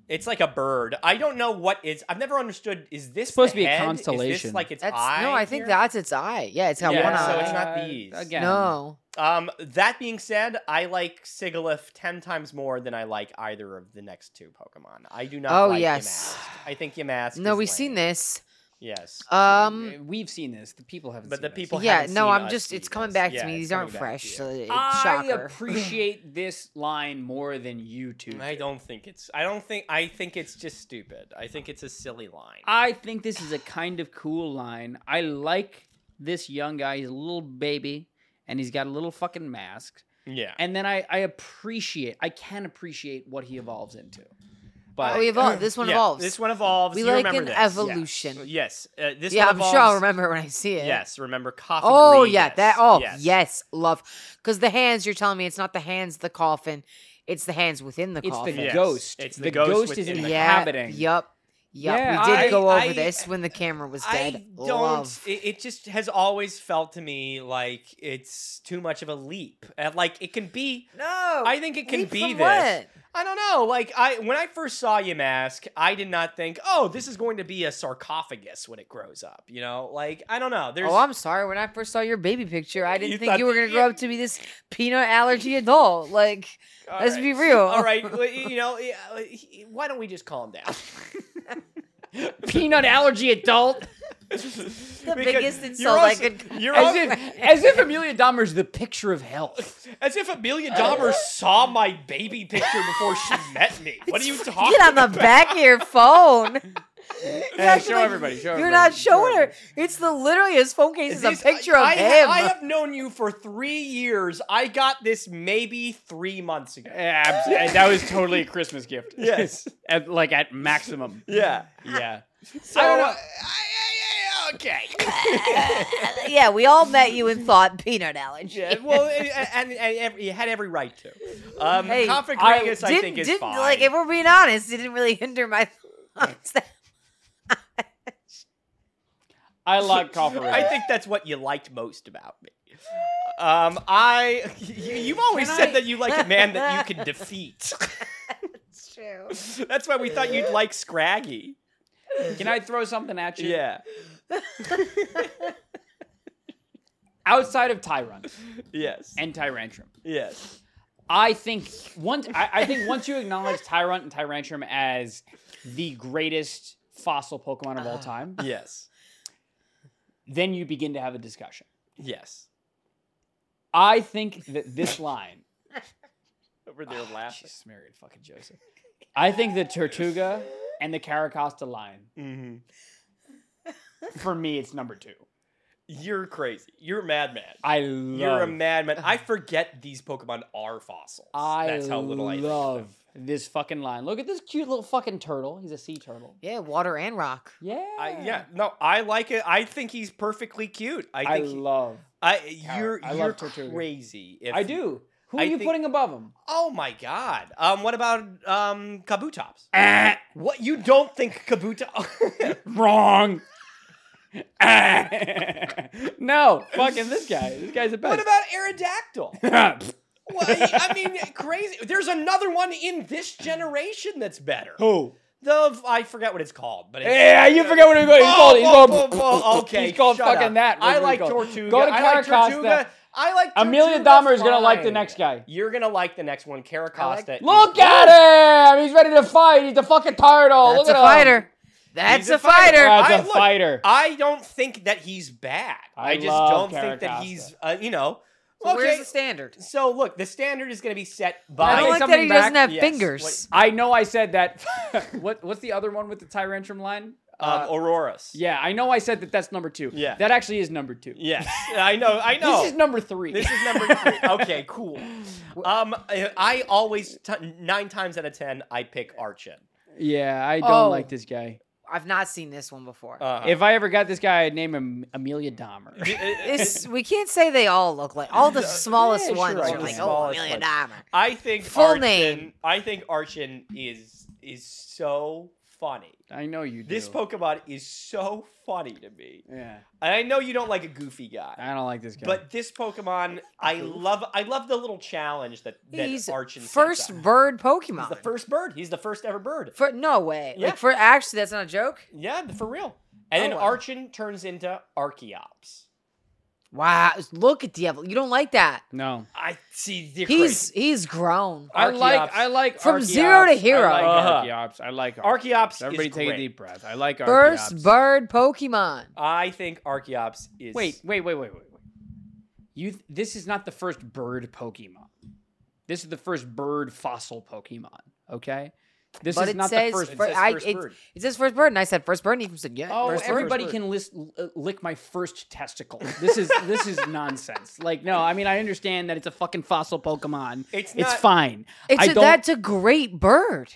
Speaker 2: it's like a bird. I don't know what is. I've never understood. Is this
Speaker 3: supposed
Speaker 2: the
Speaker 3: to be a
Speaker 2: head? Is
Speaker 3: constellation.
Speaker 2: this like its
Speaker 1: That's
Speaker 2: eye?
Speaker 1: no, I think
Speaker 2: here?
Speaker 1: that's its eye. Yeah, it's got
Speaker 2: Yeah,
Speaker 1: one
Speaker 2: so
Speaker 1: eye.
Speaker 2: it's not
Speaker 3: Uh,
Speaker 2: these.
Speaker 3: again.
Speaker 1: no,
Speaker 2: Um, that being said, I like Sigilyph ten times more than I like either of the next two Pokemon. I do not.
Speaker 1: Oh,
Speaker 2: like
Speaker 1: yes.
Speaker 2: Yamask. I think Yamask.
Speaker 1: no,
Speaker 2: is
Speaker 1: we've seen
Speaker 2: lame.
Speaker 1: this.
Speaker 2: Yes.
Speaker 1: Um,
Speaker 3: eh, We've seen this. The people haven't.
Speaker 2: But
Speaker 3: seen
Speaker 2: the
Speaker 3: this.
Speaker 2: people.
Speaker 1: yeah,
Speaker 2: haven't
Speaker 1: no,
Speaker 2: seen
Speaker 1: I'm
Speaker 2: us
Speaker 1: just.
Speaker 2: do
Speaker 1: It's
Speaker 2: this.
Speaker 1: coming back
Speaker 2: Yeah,
Speaker 1: to me.
Speaker 2: it's
Speaker 1: These aren't
Speaker 2: coming back
Speaker 1: fresh.
Speaker 2: to you.
Speaker 1: So it's
Speaker 3: I
Speaker 1: shocker. *laughs*
Speaker 3: appreciate this line more than you two.
Speaker 2: I
Speaker 3: do.
Speaker 2: don't think it's. I don't think. I think it's just stupid. I think it's a silly line.
Speaker 1: Uh,
Speaker 3: I think this is a kind of cool line. I like this young guy. He's a little baby, and he's got a little fucking mask.
Speaker 2: yeah.
Speaker 3: And then I, I appreciate. I can appreciate what he evolves into. But
Speaker 1: Oh, we evolved. This one
Speaker 2: Yeah,
Speaker 1: evolves.
Speaker 2: This one evolves.
Speaker 1: we
Speaker 2: You
Speaker 1: like
Speaker 2: remember
Speaker 1: an
Speaker 2: this.
Speaker 1: evolution. Yeah,
Speaker 2: Yes. Uh, this one
Speaker 1: I'm sure I'll
Speaker 2: evolves-
Speaker 1: remember it when I see it.
Speaker 2: Yes. Remember coffin.
Speaker 1: Oh
Speaker 2: green,
Speaker 1: yeah,
Speaker 2: yes,
Speaker 1: that. Oh
Speaker 2: yes.
Speaker 1: yes, love. Because the hands you're telling me it's not the hands, the coffin. It's the hands within the
Speaker 3: it's the
Speaker 1: coffin.
Speaker 2: Yes.
Speaker 3: ghost.
Speaker 2: It's
Speaker 3: the,
Speaker 2: the
Speaker 3: ghost,
Speaker 2: ghost
Speaker 3: is
Speaker 2: within the
Speaker 3: inhabiting.
Speaker 1: Yep. Yep.
Speaker 3: Yeah,
Speaker 1: we did
Speaker 2: I-
Speaker 1: go over
Speaker 2: I-
Speaker 1: this when the camera was dead.
Speaker 2: I don't. e,
Speaker 1: Love.
Speaker 2: It, it just has always felt to me like it's too much of a leap. Uh, like it can be.
Speaker 1: no.
Speaker 2: I think it can
Speaker 1: leap
Speaker 2: be
Speaker 1: from
Speaker 2: this.
Speaker 1: what?
Speaker 2: I don't know. Like I when I first saw you mask, I did not think, oh, this is going to be a sarcophagus when it grows up. You know, like I don't know. There's
Speaker 1: Oh, I'm sorry. When I first saw your baby picture, I didn't
Speaker 2: You
Speaker 1: think
Speaker 2: thought-
Speaker 1: you were gonna grow up to be this peanut allergy adult. Like,
Speaker 2: All
Speaker 1: let's
Speaker 2: right.
Speaker 1: be real. *laughs*
Speaker 2: All right, well, you know, yeah, he- why don't we just calm down?
Speaker 3: *laughs* Peanut allergy adult.
Speaker 1: The
Speaker 2: *laughs* Because
Speaker 1: biggest
Speaker 2: you're
Speaker 1: insult I
Speaker 2: also- *laughs*
Speaker 1: could. *laughs*
Speaker 2: You're
Speaker 3: As
Speaker 2: also,
Speaker 3: if, as if Amelia Dahmer's the picture of health.
Speaker 2: as if Amelia Dahmer saw my baby picture before she met
Speaker 1: *laughs*
Speaker 2: me. What are you talking
Speaker 1: Get on the
Speaker 2: about?
Speaker 1: back of your phone. *laughs*
Speaker 5: Hey,
Speaker 1: acting
Speaker 5: show
Speaker 1: like
Speaker 5: everybody. Show
Speaker 1: You're
Speaker 5: everybody,
Speaker 1: not showing her.
Speaker 5: everybody.
Speaker 1: It's the literally his phone case is a
Speaker 2: This-
Speaker 1: picture of
Speaker 2: I,
Speaker 1: him.
Speaker 2: I have known you for three years. I got this maybe three months ago.
Speaker 5: Yeah, *laughs* abs- that was totally a Christmas
Speaker 3: *laughs*
Speaker 5: gift.
Speaker 2: Yes.
Speaker 5: *laughs* at, like at maximum.
Speaker 2: *laughs* Yeah.
Speaker 5: Yeah.
Speaker 2: I don't know.
Speaker 1: *laughs*
Speaker 2: uh,
Speaker 1: yeah, we all met you and thought
Speaker 2: *laughs*
Speaker 1: peanut allergy.
Speaker 2: Yeah, *laughs* well, and, and, and every, you had every right to. Um,
Speaker 1: Hey,
Speaker 2: Configuragus, I,
Speaker 1: didn't,
Speaker 2: think, is
Speaker 1: didn't
Speaker 2: fine.
Speaker 1: like if we're being honest, it didn't really hinder my thoughts. *laughs* that-
Speaker 5: *laughs* I like coffee.
Speaker 2: I think that's what you liked most about me. Um, I you, you've always
Speaker 1: Can
Speaker 2: said
Speaker 1: I-
Speaker 2: that you like a man that *laughs* you can defeat. *laughs*
Speaker 1: It's true.
Speaker 2: that's why we thought you'd like Scraggy.
Speaker 3: Can I throw something at you?
Speaker 2: Yeah,
Speaker 3: Outside of Tyrant
Speaker 2: yes,
Speaker 3: and Tyrantrum,
Speaker 2: yes.
Speaker 3: I think once I, I think once you acknowledge Tyrant and Tyrantrum as the greatest fossil Pokemon
Speaker 2: Ah.
Speaker 3: of all time,
Speaker 2: Yes.
Speaker 3: then you begin to have a discussion.
Speaker 2: Yes.
Speaker 3: I think
Speaker 2: *laughs*
Speaker 3: that this line
Speaker 2: Over there laughing.
Speaker 3: Jesus, Mary and fucking Joseph. I think the Tortuga and the Caracosta line,
Speaker 2: Mm-hmm.
Speaker 3: for me, it's number two.
Speaker 2: You're crazy. You're a madman.
Speaker 3: I love.
Speaker 2: You're a madman.
Speaker 3: *sighs*
Speaker 2: I forget these Pokemon are fossils.
Speaker 3: I
Speaker 2: That's how little I love.
Speaker 3: love this fucking line. Look at this cute little fucking turtle. He's a sea turtle.
Speaker 1: Yeah, water and rock.
Speaker 3: Yeah.
Speaker 2: I, yeah, no, I like it. I think he's perfectly cute. I
Speaker 3: I,
Speaker 2: think he-
Speaker 3: love.
Speaker 2: I
Speaker 3: Carrot.
Speaker 2: you're
Speaker 3: I
Speaker 2: you're
Speaker 3: love Tortuga.
Speaker 2: crazy. If,
Speaker 3: I do. Who are
Speaker 2: I
Speaker 3: you
Speaker 2: think-
Speaker 3: putting above him?
Speaker 2: Oh my god. Um, what about um Kabutops? What you don't think Kabuto? *laughs*
Speaker 3: Wrong. *laughs* no, fucking this guy. This guy's the
Speaker 2: what
Speaker 3: best.
Speaker 2: about Aerodactyl? Well, I I mean, crazy. There's another one in this generation that's better.
Speaker 3: *laughs* Who?
Speaker 2: The I forget what it's called, but it's,
Speaker 3: Yeah, you forgot what he called. He's
Speaker 2: Oh,
Speaker 3: called. He's
Speaker 2: oh,
Speaker 3: called.
Speaker 2: oh, oh, okay,
Speaker 3: He's called
Speaker 2: shut up.
Speaker 3: fucking that.
Speaker 2: I
Speaker 3: Whatever
Speaker 2: like
Speaker 3: he's called.
Speaker 2: Tortuga.
Speaker 3: Go to
Speaker 2: I like
Speaker 3: Caracosta.
Speaker 2: Tortuga. I like
Speaker 3: Amelia
Speaker 2: Tortuga,
Speaker 3: Dahmer is gonna like the
Speaker 2: fine.
Speaker 3: next guy.
Speaker 2: You're gonna like the next one, Caracosta. is-
Speaker 3: Look at him! He's ready to fight. He's a fucking
Speaker 2: Oh,
Speaker 3: turtle.
Speaker 1: That's
Speaker 3: Look
Speaker 1: a
Speaker 3: at Him.
Speaker 1: fighter. That's
Speaker 2: He's a
Speaker 1: a fighter.
Speaker 3: That's a
Speaker 2: I- look,
Speaker 3: fighter.
Speaker 2: I don't think that he's bad. I,
Speaker 3: I
Speaker 2: just
Speaker 3: love
Speaker 2: don't think that
Speaker 3: Caracosta.
Speaker 2: he's, uh, you know.
Speaker 1: So
Speaker 2: okay.
Speaker 1: Where's the standard?
Speaker 2: so look, the standard is going to be set
Speaker 1: I
Speaker 2: by. um,
Speaker 1: don't
Speaker 3: take
Speaker 1: like that
Speaker 3: something
Speaker 1: he doesn't
Speaker 3: back.
Speaker 1: have
Speaker 2: Yes,
Speaker 1: fingers.
Speaker 3: I know I said that. *laughs* what What's the other one with the Tyrantrum line?
Speaker 2: um, Auroras.
Speaker 3: uh, Yeah, I know I said that. That's number two.
Speaker 2: Yeah.
Speaker 3: that actually is number two.
Speaker 2: Yes, I know. I know.
Speaker 3: This is number three.
Speaker 2: This is number three. Okay, cool. Um, I, I always t- nine times out of ten I pick Archon.
Speaker 3: *laughs* yeah, I don't
Speaker 1: Oh.
Speaker 3: like this guy.
Speaker 1: I've not seen this one before.
Speaker 2: Uh,
Speaker 3: If I ever got this guy, I'd name him Amelia Dahmer.
Speaker 1: This we can't say they all look like all the smallest
Speaker 3: sure,
Speaker 1: ones
Speaker 3: all
Speaker 1: are
Speaker 3: the
Speaker 1: like oh
Speaker 2: smallest Uh,
Speaker 1: Amelia
Speaker 2: ones.
Speaker 1: Dahmer.
Speaker 2: I think
Speaker 1: Full
Speaker 2: Archon,
Speaker 1: name.
Speaker 2: I think Archon is is so funny.
Speaker 3: I know you do.
Speaker 2: This Pokemon is so funny to me,
Speaker 3: yeah,
Speaker 2: and I know you don't like a goofy guy.
Speaker 3: I don't like this guy.
Speaker 2: But this Pokemon, I love. I love the little challenge that that
Speaker 1: He's
Speaker 2: Archon sets
Speaker 1: first
Speaker 2: up.
Speaker 1: bird
Speaker 2: He's
Speaker 1: Pokemon.
Speaker 2: the first bird. He's the first ever bird.
Speaker 1: For no way.
Speaker 2: Yeah.
Speaker 1: Like for actually that's not a joke.
Speaker 2: Yeah, for real. And
Speaker 1: Oh,
Speaker 2: then
Speaker 1: wow.
Speaker 2: Archon turns into Archeops.
Speaker 1: Wow, look at Diablo. You don't like that.
Speaker 3: no,
Speaker 2: I see. They're
Speaker 1: He's he's grown.
Speaker 3: I like.
Speaker 2: Archeops.
Speaker 3: I like
Speaker 1: From
Speaker 3: Archeops.
Speaker 1: zero to hero.
Speaker 3: I like
Speaker 2: Uh-huh.
Speaker 3: Archeops. I like Archeops.
Speaker 2: Archeops. is
Speaker 3: Everybody take
Speaker 2: great.
Speaker 3: a deep breath. I like Archeops.
Speaker 1: First bird Pokemon.
Speaker 2: I think Archeops is.
Speaker 3: Wait, wait, wait, wait, wait, wait. You th- this is not the first bird Pokemon. This is the first bird fossil Pokemon. Okay, this
Speaker 1: But
Speaker 3: is
Speaker 1: it
Speaker 3: not
Speaker 1: says
Speaker 3: the first.
Speaker 2: It
Speaker 1: fir-
Speaker 2: says
Speaker 1: I-
Speaker 2: first
Speaker 1: it-
Speaker 2: bird.
Speaker 1: It says first bird, and I said first bird, and he said yeah.
Speaker 3: Oh,
Speaker 1: first bird.
Speaker 3: everybody can list, l- lick my first testicle. This is this is *laughs* nonsense. Like, no, I mean, I understand that it's a fucking fossil Pokemon.
Speaker 2: It's
Speaker 3: it's
Speaker 2: not-
Speaker 3: fine.
Speaker 1: It's
Speaker 3: I
Speaker 1: a,
Speaker 3: don't-
Speaker 1: that's a great bird.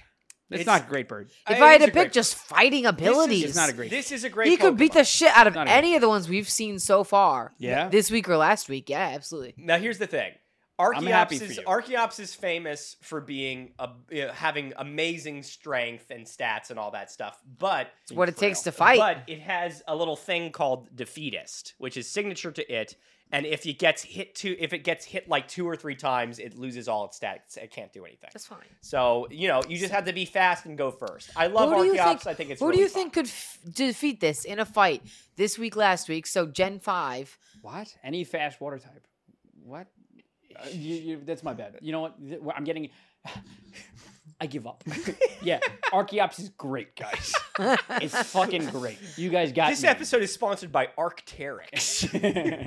Speaker 3: It's,
Speaker 2: it's-
Speaker 3: not a great bird.
Speaker 1: If
Speaker 2: Uh,
Speaker 1: I had
Speaker 2: it is
Speaker 1: to
Speaker 2: a great
Speaker 1: pick just fighting abilities,
Speaker 3: It's not a great.
Speaker 2: This is a great.
Speaker 1: he could beat
Speaker 2: Pokemon.
Speaker 1: the shit out of
Speaker 3: Not a
Speaker 1: any of the ones we've seen so far.
Speaker 3: Yeah?
Speaker 1: This week or last week. Yeah, absolutely.
Speaker 2: Now here's the thing. Archeops
Speaker 3: happy for
Speaker 2: is
Speaker 3: you.
Speaker 2: Archeops is famous for being a, you know, having amazing strength and stats and all that stuff, but
Speaker 1: It's what it takes to fight.
Speaker 2: But it has a little thing called defeatist, which is signature to it, and if it gets hit two, if it gets hit like two or three times, it loses all its stats. It can't do anything.
Speaker 1: That's fine.
Speaker 2: So you know, you just have to be fast and go first. I love
Speaker 1: Who do you
Speaker 2: Archeops.
Speaker 1: think-
Speaker 2: I think it's.
Speaker 1: Who
Speaker 2: really
Speaker 1: do you
Speaker 2: fun.
Speaker 1: think could f- defeat this in a fight this week, last week? So Gen Five.
Speaker 3: What? Any fast water type? What? Uh, you, you, that's my bad. You know what? Th- I'm getting. *sighs* I give up. yeah, Archeops is great, guys. It's fucking great. You guys got
Speaker 2: This
Speaker 3: me.
Speaker 2: episode is sponsored by Arcteryx.
Speaker 3: *laughs*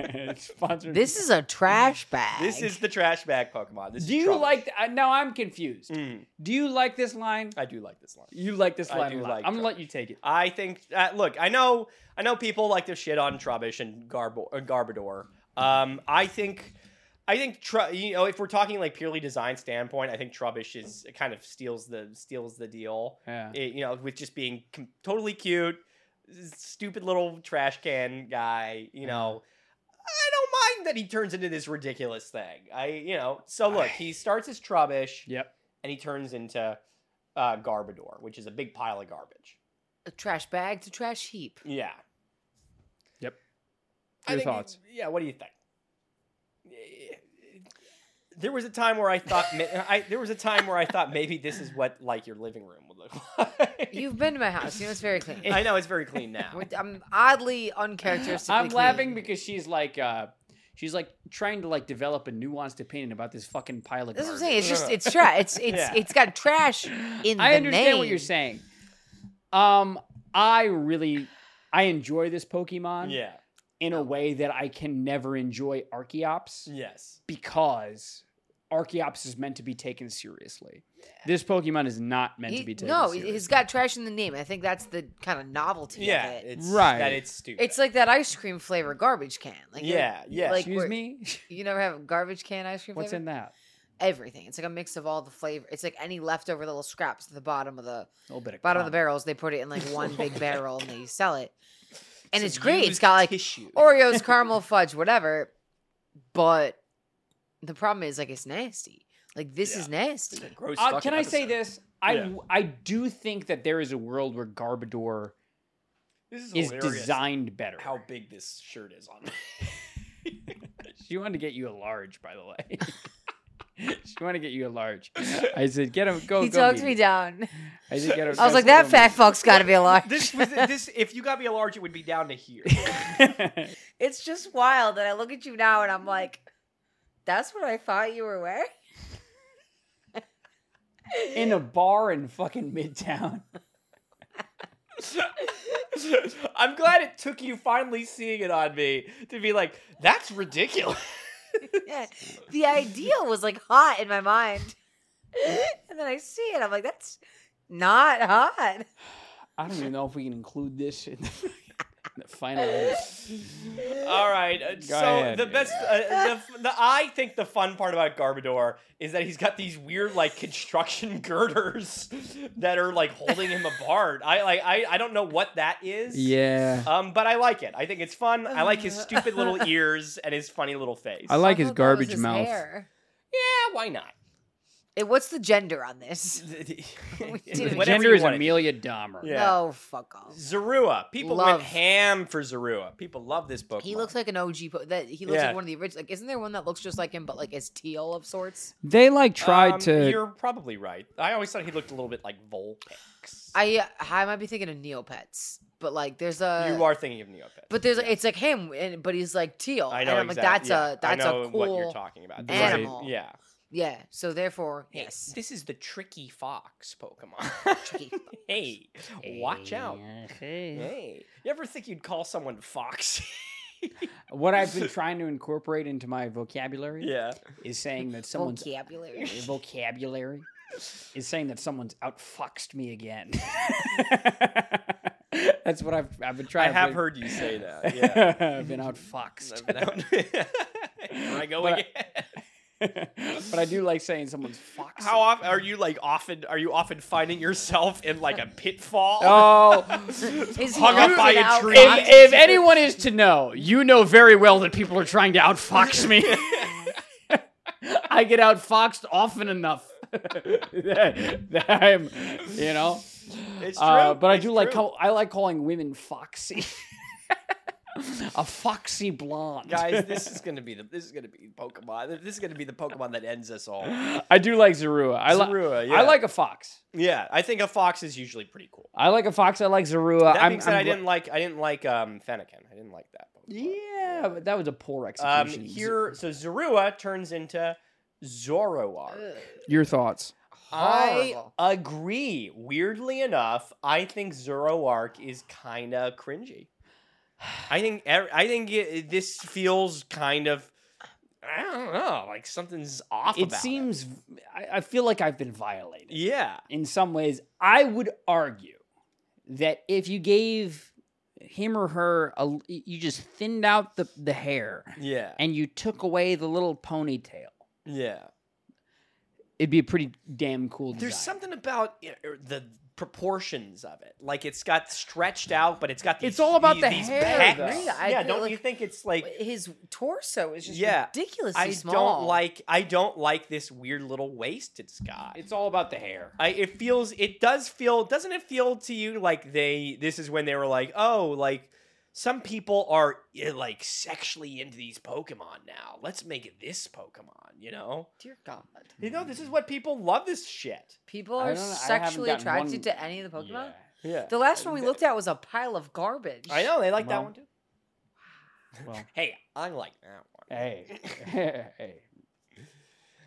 Speaker 1: *laughs*
Speaker 3: Sponsored.
Speaker 1: This is a trash bag.
Speaker 2: this is the trash bag Pokemon. This is
Speaker 3: Do you
Speaker 2: trouble.
Speaker 3: like? Uh, now I'm confused.
Speaker 2: Mm,
Speaker 3: Do you like this line?
Speaker 2: I do like this line.
Speaker 3: You like this
Speaker 2: I
Speaker 3: line
Speaker 2: do
Speaker 3: a lot.
Speaker 2: like
Speaker 3: I'm gonna
Speaker 2: Trump.
Speaker 3: let you take it.
Speaker 2: I think. Uh, look, I know. I know people like to shit on Trubbish and Garbo, uh, Garbodor. Um, I think. I think Tru- you know if we're talking like purely design standpoint, I think Trubbish is kind of steals the steals the deal.
Speaker 3: Yeah.
Speaker 2: It- you know, with just being com- totally cute, s- stupid little trash can guy. You know, I don't mind that he turns into this ridiculous thing. I you know, so look, he starts as Trubbish
Speaker 3: Yep.
Speaker 2: and he turns into uh, Garbodor, which is a big pile of garbage.
Speaker 1: a trash bag to trash heap.
Speaker 2: Yeah.
Speaker 3: Yep.
Speaker 2: I
Speaker 3: Your
Speaker 2: think-
Speaker 3: thoughts?
Speaker 2: Yeah. What do you think? There was a time where I thought ma- *laughs* I, there was a time where I thought maybe this is what like your living room would look *laughs* like.
Speaker 1: You've been to my house. You know it's very clean.
Speaker 2: *laughs* I know it's very clean now.
Speaker 1: With- I'm oddly uncharacteristically.
Speaker 3: I'm laughing
Speaker 1: clean.
Speaker 3: because she's like, uh, she's like trying to like develop a nuanced opinion about this fucking pile of
Speaker 1: That's what I'm
Speaker 3: garbage.
Speaker 1: saying. It's just it's trash. It's it's
Speaker 2: Yeah.
Speaker 1: it's got
Speaker 3: *laughs*
Speaker 1: trash in the
Speaker 3: I understand what you're
Speaker 1: name.
Speaker 3: saying. Um, I really, I enjoy this Pokemon
Speaker 2: Yeah.
Speaker 3: in a way that I can never enjoy Archeops
Speaker 2: Yes.
Speaker 3: because Archeops is meant to be taken seriously. This Pokemon is not meant
Speaker 1: He-
Speaker 3: to be taken.
Speaker 1: no,
Speaker 3: seriously.
Speaker 1: it's got trash in the name. I think that's the kind of novelty
Speaker 2: Yeah.
Speaker 1: of it.
Speaker 2: It's
Speaker 3: Right.
Speaker 2: That it's stupid.
Speaker 1: It's like that ice cream flavor garbage can. Like
Speaker 2: yeah. Yeah.
Speaker 1: like-
Speaker 3: Excuse
Speaker 1: we're-
Speaker 3: me.
Speaker 1: *laughs* you never have garbage can ice cream.
Speaker 3: What's
Speaker 1: flavor?
Speaker 3: in that?
Speaker 1: Everything. It's like a mix of all the flavor. It's like any leftover little scraps at the bottom of the
Speaker 3: A little bit of
Speaker 1: bottom of the
Speaker 3: cum.
Speaker 1: barrels. They put it in
Speaker 3: *laughs*
Speaker 1: like one big barrel and they sell it, and
Speaker 2: Some
Speaker 1: it's great. It's
Speaker 2: used
Speaker 1: got like
Speaker 3: *laughs*
Speaker 2: tissue.
Speaker 1: Oreos, caramel fudge, whatever. But the problem is like it's nasty. Like this is nasty.
Speaker 2: Gross
Speaker 3: Uh,
Speaker 2: fucking
Speaker 3: can I say
Speaker 2: episode.
Speaker 3: this? I
Speaker 2: Yeah.
Speaker 3: I do think that there is a world where Garbodor
Speaker 2: This is,
Speaker 3: is
Speaker 2: hilarious
Speaker 3: designed better.
Speaker 2: How big this shirt is on?
Speaker 3: *laughs* She wanted to get you a large, by the way. *laughs* she wanted to get you a large. I said, get him, go.
Speaker 1: he
Speaker 3: go
Speaker 1: talked
Speaker 3: meet
Speaker 1: me
Speaker 3: him."
Speaker 1: down.
Speaker 3: I said, get him.
Speaker 1: I was
Speaker 3: go-
Speaker 1: like,
Speaker 3: go
Speaker 1: that
Speaker 3: meet
Speaker 1: fat fuck's got to
Speaker 3: *laughs*
Speaker 1: be a large.
Speaker 2: this was this. If you got me a large, it would be down to here.
Speaker 3: him."
Speaker 1: It's just wild that I look at you now and I'm like, that's what I thought you were wearing.
Speaker 3: *laughs* in a bar in fucking Midtown.
Speaker 2: *laughs* I'm glad it took you finally seeing it on me to be like, that's ridiculous.
Speaker 1: Yeah. *laughs* The idea was like hot in my mind. *laughs* And then I see it. I'm like, that's not hot.
Speaker 3: I don't even know if we can include this in the, in
Speaker 1: *laughs*
Speaker 3: the final. edit.
Speaker 2: All right. uh, so
Speaker 3: ahead,
Speaker 2: the
Speaker 3: yeah.
Speaker 2: best, uh, the, the I think the fun part about Garbodor is that he's got these weird like construction *laughs* girders that are like holding him apart. I like I I don't know what that is.
Speaker 3: Yeah.
Speaker 2: Um, but I like it. I think it's fun. I like his stupid
Speaker 3: *laughs*
Speaker 2: little ears and his funny little face.
Speaker 3: I like
Speaker 1: I
Speaker 3: his
Speaker 1: thought that was
Speaker 3: garbage
Speaker 1: his
Speaker 3: mouth.
Speaker 1: hair.
Speaker 2: Yeah, why not? *laughs*
Speaker 1: Eh, What's the gender on this?
Speaker 3: The
Speaker 1: Whatever
Speaker 3: gender is
Speaker 2: want it be.
Speaker 3: Amelia Dahmer.
Speaker 2: Yeah.
Speaker 1: No, fuck off.
Speaker 2: Zorua. People
Speaker 1: Love.
Speaker 2: went ham for Zorua. People love this Um, Pokemon.
Speaker 1: He looks like an OG. Po- that he looks
Speaker 2: Yeah.
Speaker 1: like one of the original. Like, isn't there one that looks just like him, but like is teal of sorts?
Speaker 3: They like tried
Speaker 2: Um,
Speaker 3: to.
Speaker 2: You're probably right. I always thought he looked a little bit like Vulpix.
Speaker 1: I I might be thinking of Neopets, but like there's a.
Speaker 2: you are thinking of Neopets.
Speaker 1: uh, But there's
Speaker 2: Yeah.
Speaker 1: it's like him, and but he's like teal.
Speaker 2: I know
Speaker 1: and I'm
Speaker 2: exactly.
Speaker 1: like that's
Speaker 2: yeah.
Speaker 1: a that's
Speaker 2: I know
Speaker 1: a cool.
Speaker 2: what you're talking about. Right.
Speaker 1: animal.
Speaker 2: Yeah.
Speaker 1: Yeah. So therefore,
Speaker 2: Hey,
Speaker 1: yes.
Speaker 2: This is the tricky fox Pokemon.
Speaker 1: *laughs*
Speaker 2: *laughs*
Speaker 1: Tricky
Speaker 2: hey, watch out.
Speaker 3: *laughs*
Speaker 2: Hey, you ever think you'd call someone fox? *laughs*
Speaker 3: What I've been trying to incorporate into my vocabulary
Speaker 2: yeah.
Speaker 3: is saying that someone's
Speaker 1: vocabulary.
Speaker 3: Your *laughs* vocabulary is saying that someone's outfoxed me again.
Speaker 2: *laughs*
Speaker 3: That's what I've I've been
Speaker 2: I
Speaker 3: trying. to
Speaker 2: have
Speaker 3: bring- *laughs*
Speaker 2: heard you say that. Yeah. *laughs*
Speaker 3: I've been outfoxed,
Speaker 2: Here I go
Speaker 3: But I-
Speaker 2: again. *laughs*
Speaker 3: but I do like saying someone's foxed.
Speaker 2: How often are you like often are you often finding yourself in like a pitfall? *laughs*
Speaker 3: *laughs* *laughs* Oh,
Speaker 1: Is
Speaker 2: hung up
Speaker 1: using
Speaker 2: by a
Speaker 1: outfit?
Speaker 2: tree.
Speaker 3: if, if anyone is to know, you know very well that people are trying to outfox
Speaker 2: *laughs*
Speaker 3: me. *laughs* I get outfoxed often enough. *laughs* that, that I'm, you know.
Speaker 2: It's true.
Speaker 3: Uh, but I
Speaker 2: it's
Speaker 3: do like
Speaker 2: true.
Speaker 3: call, I like calling women foxy. *laughs* a foxy
Speaker 2: *laughs*
Speaker 3: blonde.
Speaker 2: Guys, this is gonna be the this is gonna be Pokemon. This is gonna be the Pokemon that ends us all.
Speaker 3: *laughs* I do like Zorua. I like
Speaker 2: Zorua, yeah.
Speaker 3: I like a fox.
Speaker 2: Yeah, I think a fox is usually pretty cool.
Speaker 3: I like a fox. I like Zorua.
Speaker 2: That
Speaker 3: Uh, I'm,
Speaker 2: being said,
Speaker 3: I'm
Speaker 2: I
Speaker 3: gl-
Speaker 2: didn't like I didn't like um Fennekin. I didn't like that. Pokemon.
Speaker 3: Yeah, but that was a poor
Speaker 2: Um,
Speaker 3: execution.
Speaker 2: here, so Zorua turns into Zoroark.
Speaker 3: your thoughts.
Speaker 2: I
Speaker 1: Horrible.
Speaker 2: agree. Weirdly enough, I think Zoroark is kind of cringy. I think ev- I think it, this feels kind of I don't know, like something's off.
Speaker 3: It
Speaker 2: about
Speaker 3: seems. I, I feel like I've been violated.
Speaker 2: Yeah.
Speaker 3: in some ways, I would argue that if you gave him or her a, you just thinned out the, the hair
Speaker 2: Yeah.
Speaker 3: and you took away the little ponytail,
Speaker 2: Yeah.
Speaker 3: it'd be a pretty damn cool design.
Speaker 2: There's something about you know, er, the proportions of it. Like it's got stretched out, but it's got these.
Speaker 3: It's all about
Speaker 2: these,
Speaker 3: the
Speaker 2: these
Speaker 3: hair,
Speaker 2: pecs.
Speaker 3: though.
Speaker 1: Yeah, I
Speaker 2: yeah.
Speaker 1: feel
Speaker 2: Don't
Speaker 1: like-
Speaker 2: you think it's like
Speaker 1: His torso is just
Speaker 2: Yeah,
Speaker 1: ridiculously
Speaker 2: I
Speaker 1: small.
Speaker 2: don't like I don't like this weird little waist it's got.
Speaker 3: It's all about the hair.
Speaker 2: I, it feels it does feel doesn't it feel to you like they this is when they were like oh like some people are eh, like sexually into these Pokemon now let's make it this Pokemon you know
Speaker 1: Dear God.
Speaker 2: you know this is what people love this shit
Speaker 1: People
Speaker 3: I
Speaker 1: are
Speaker 3: don't know, I haven't
Speaker 1: sexually
Speaker 3: gotten one-
Speaker 1: attracted to any of the Pokemon.
Speaker 3: Yeah.
Speaker 2: yeah
Speaker 1: The last one we looked at was a pile of garbage.
Speaker 2: I know they like that
Speaker 3: Well.
Speaker 2: one too
Speaker 3: Well,
Speaker 2: hey I like that one
Speaker 3: hey, *laughs* hey,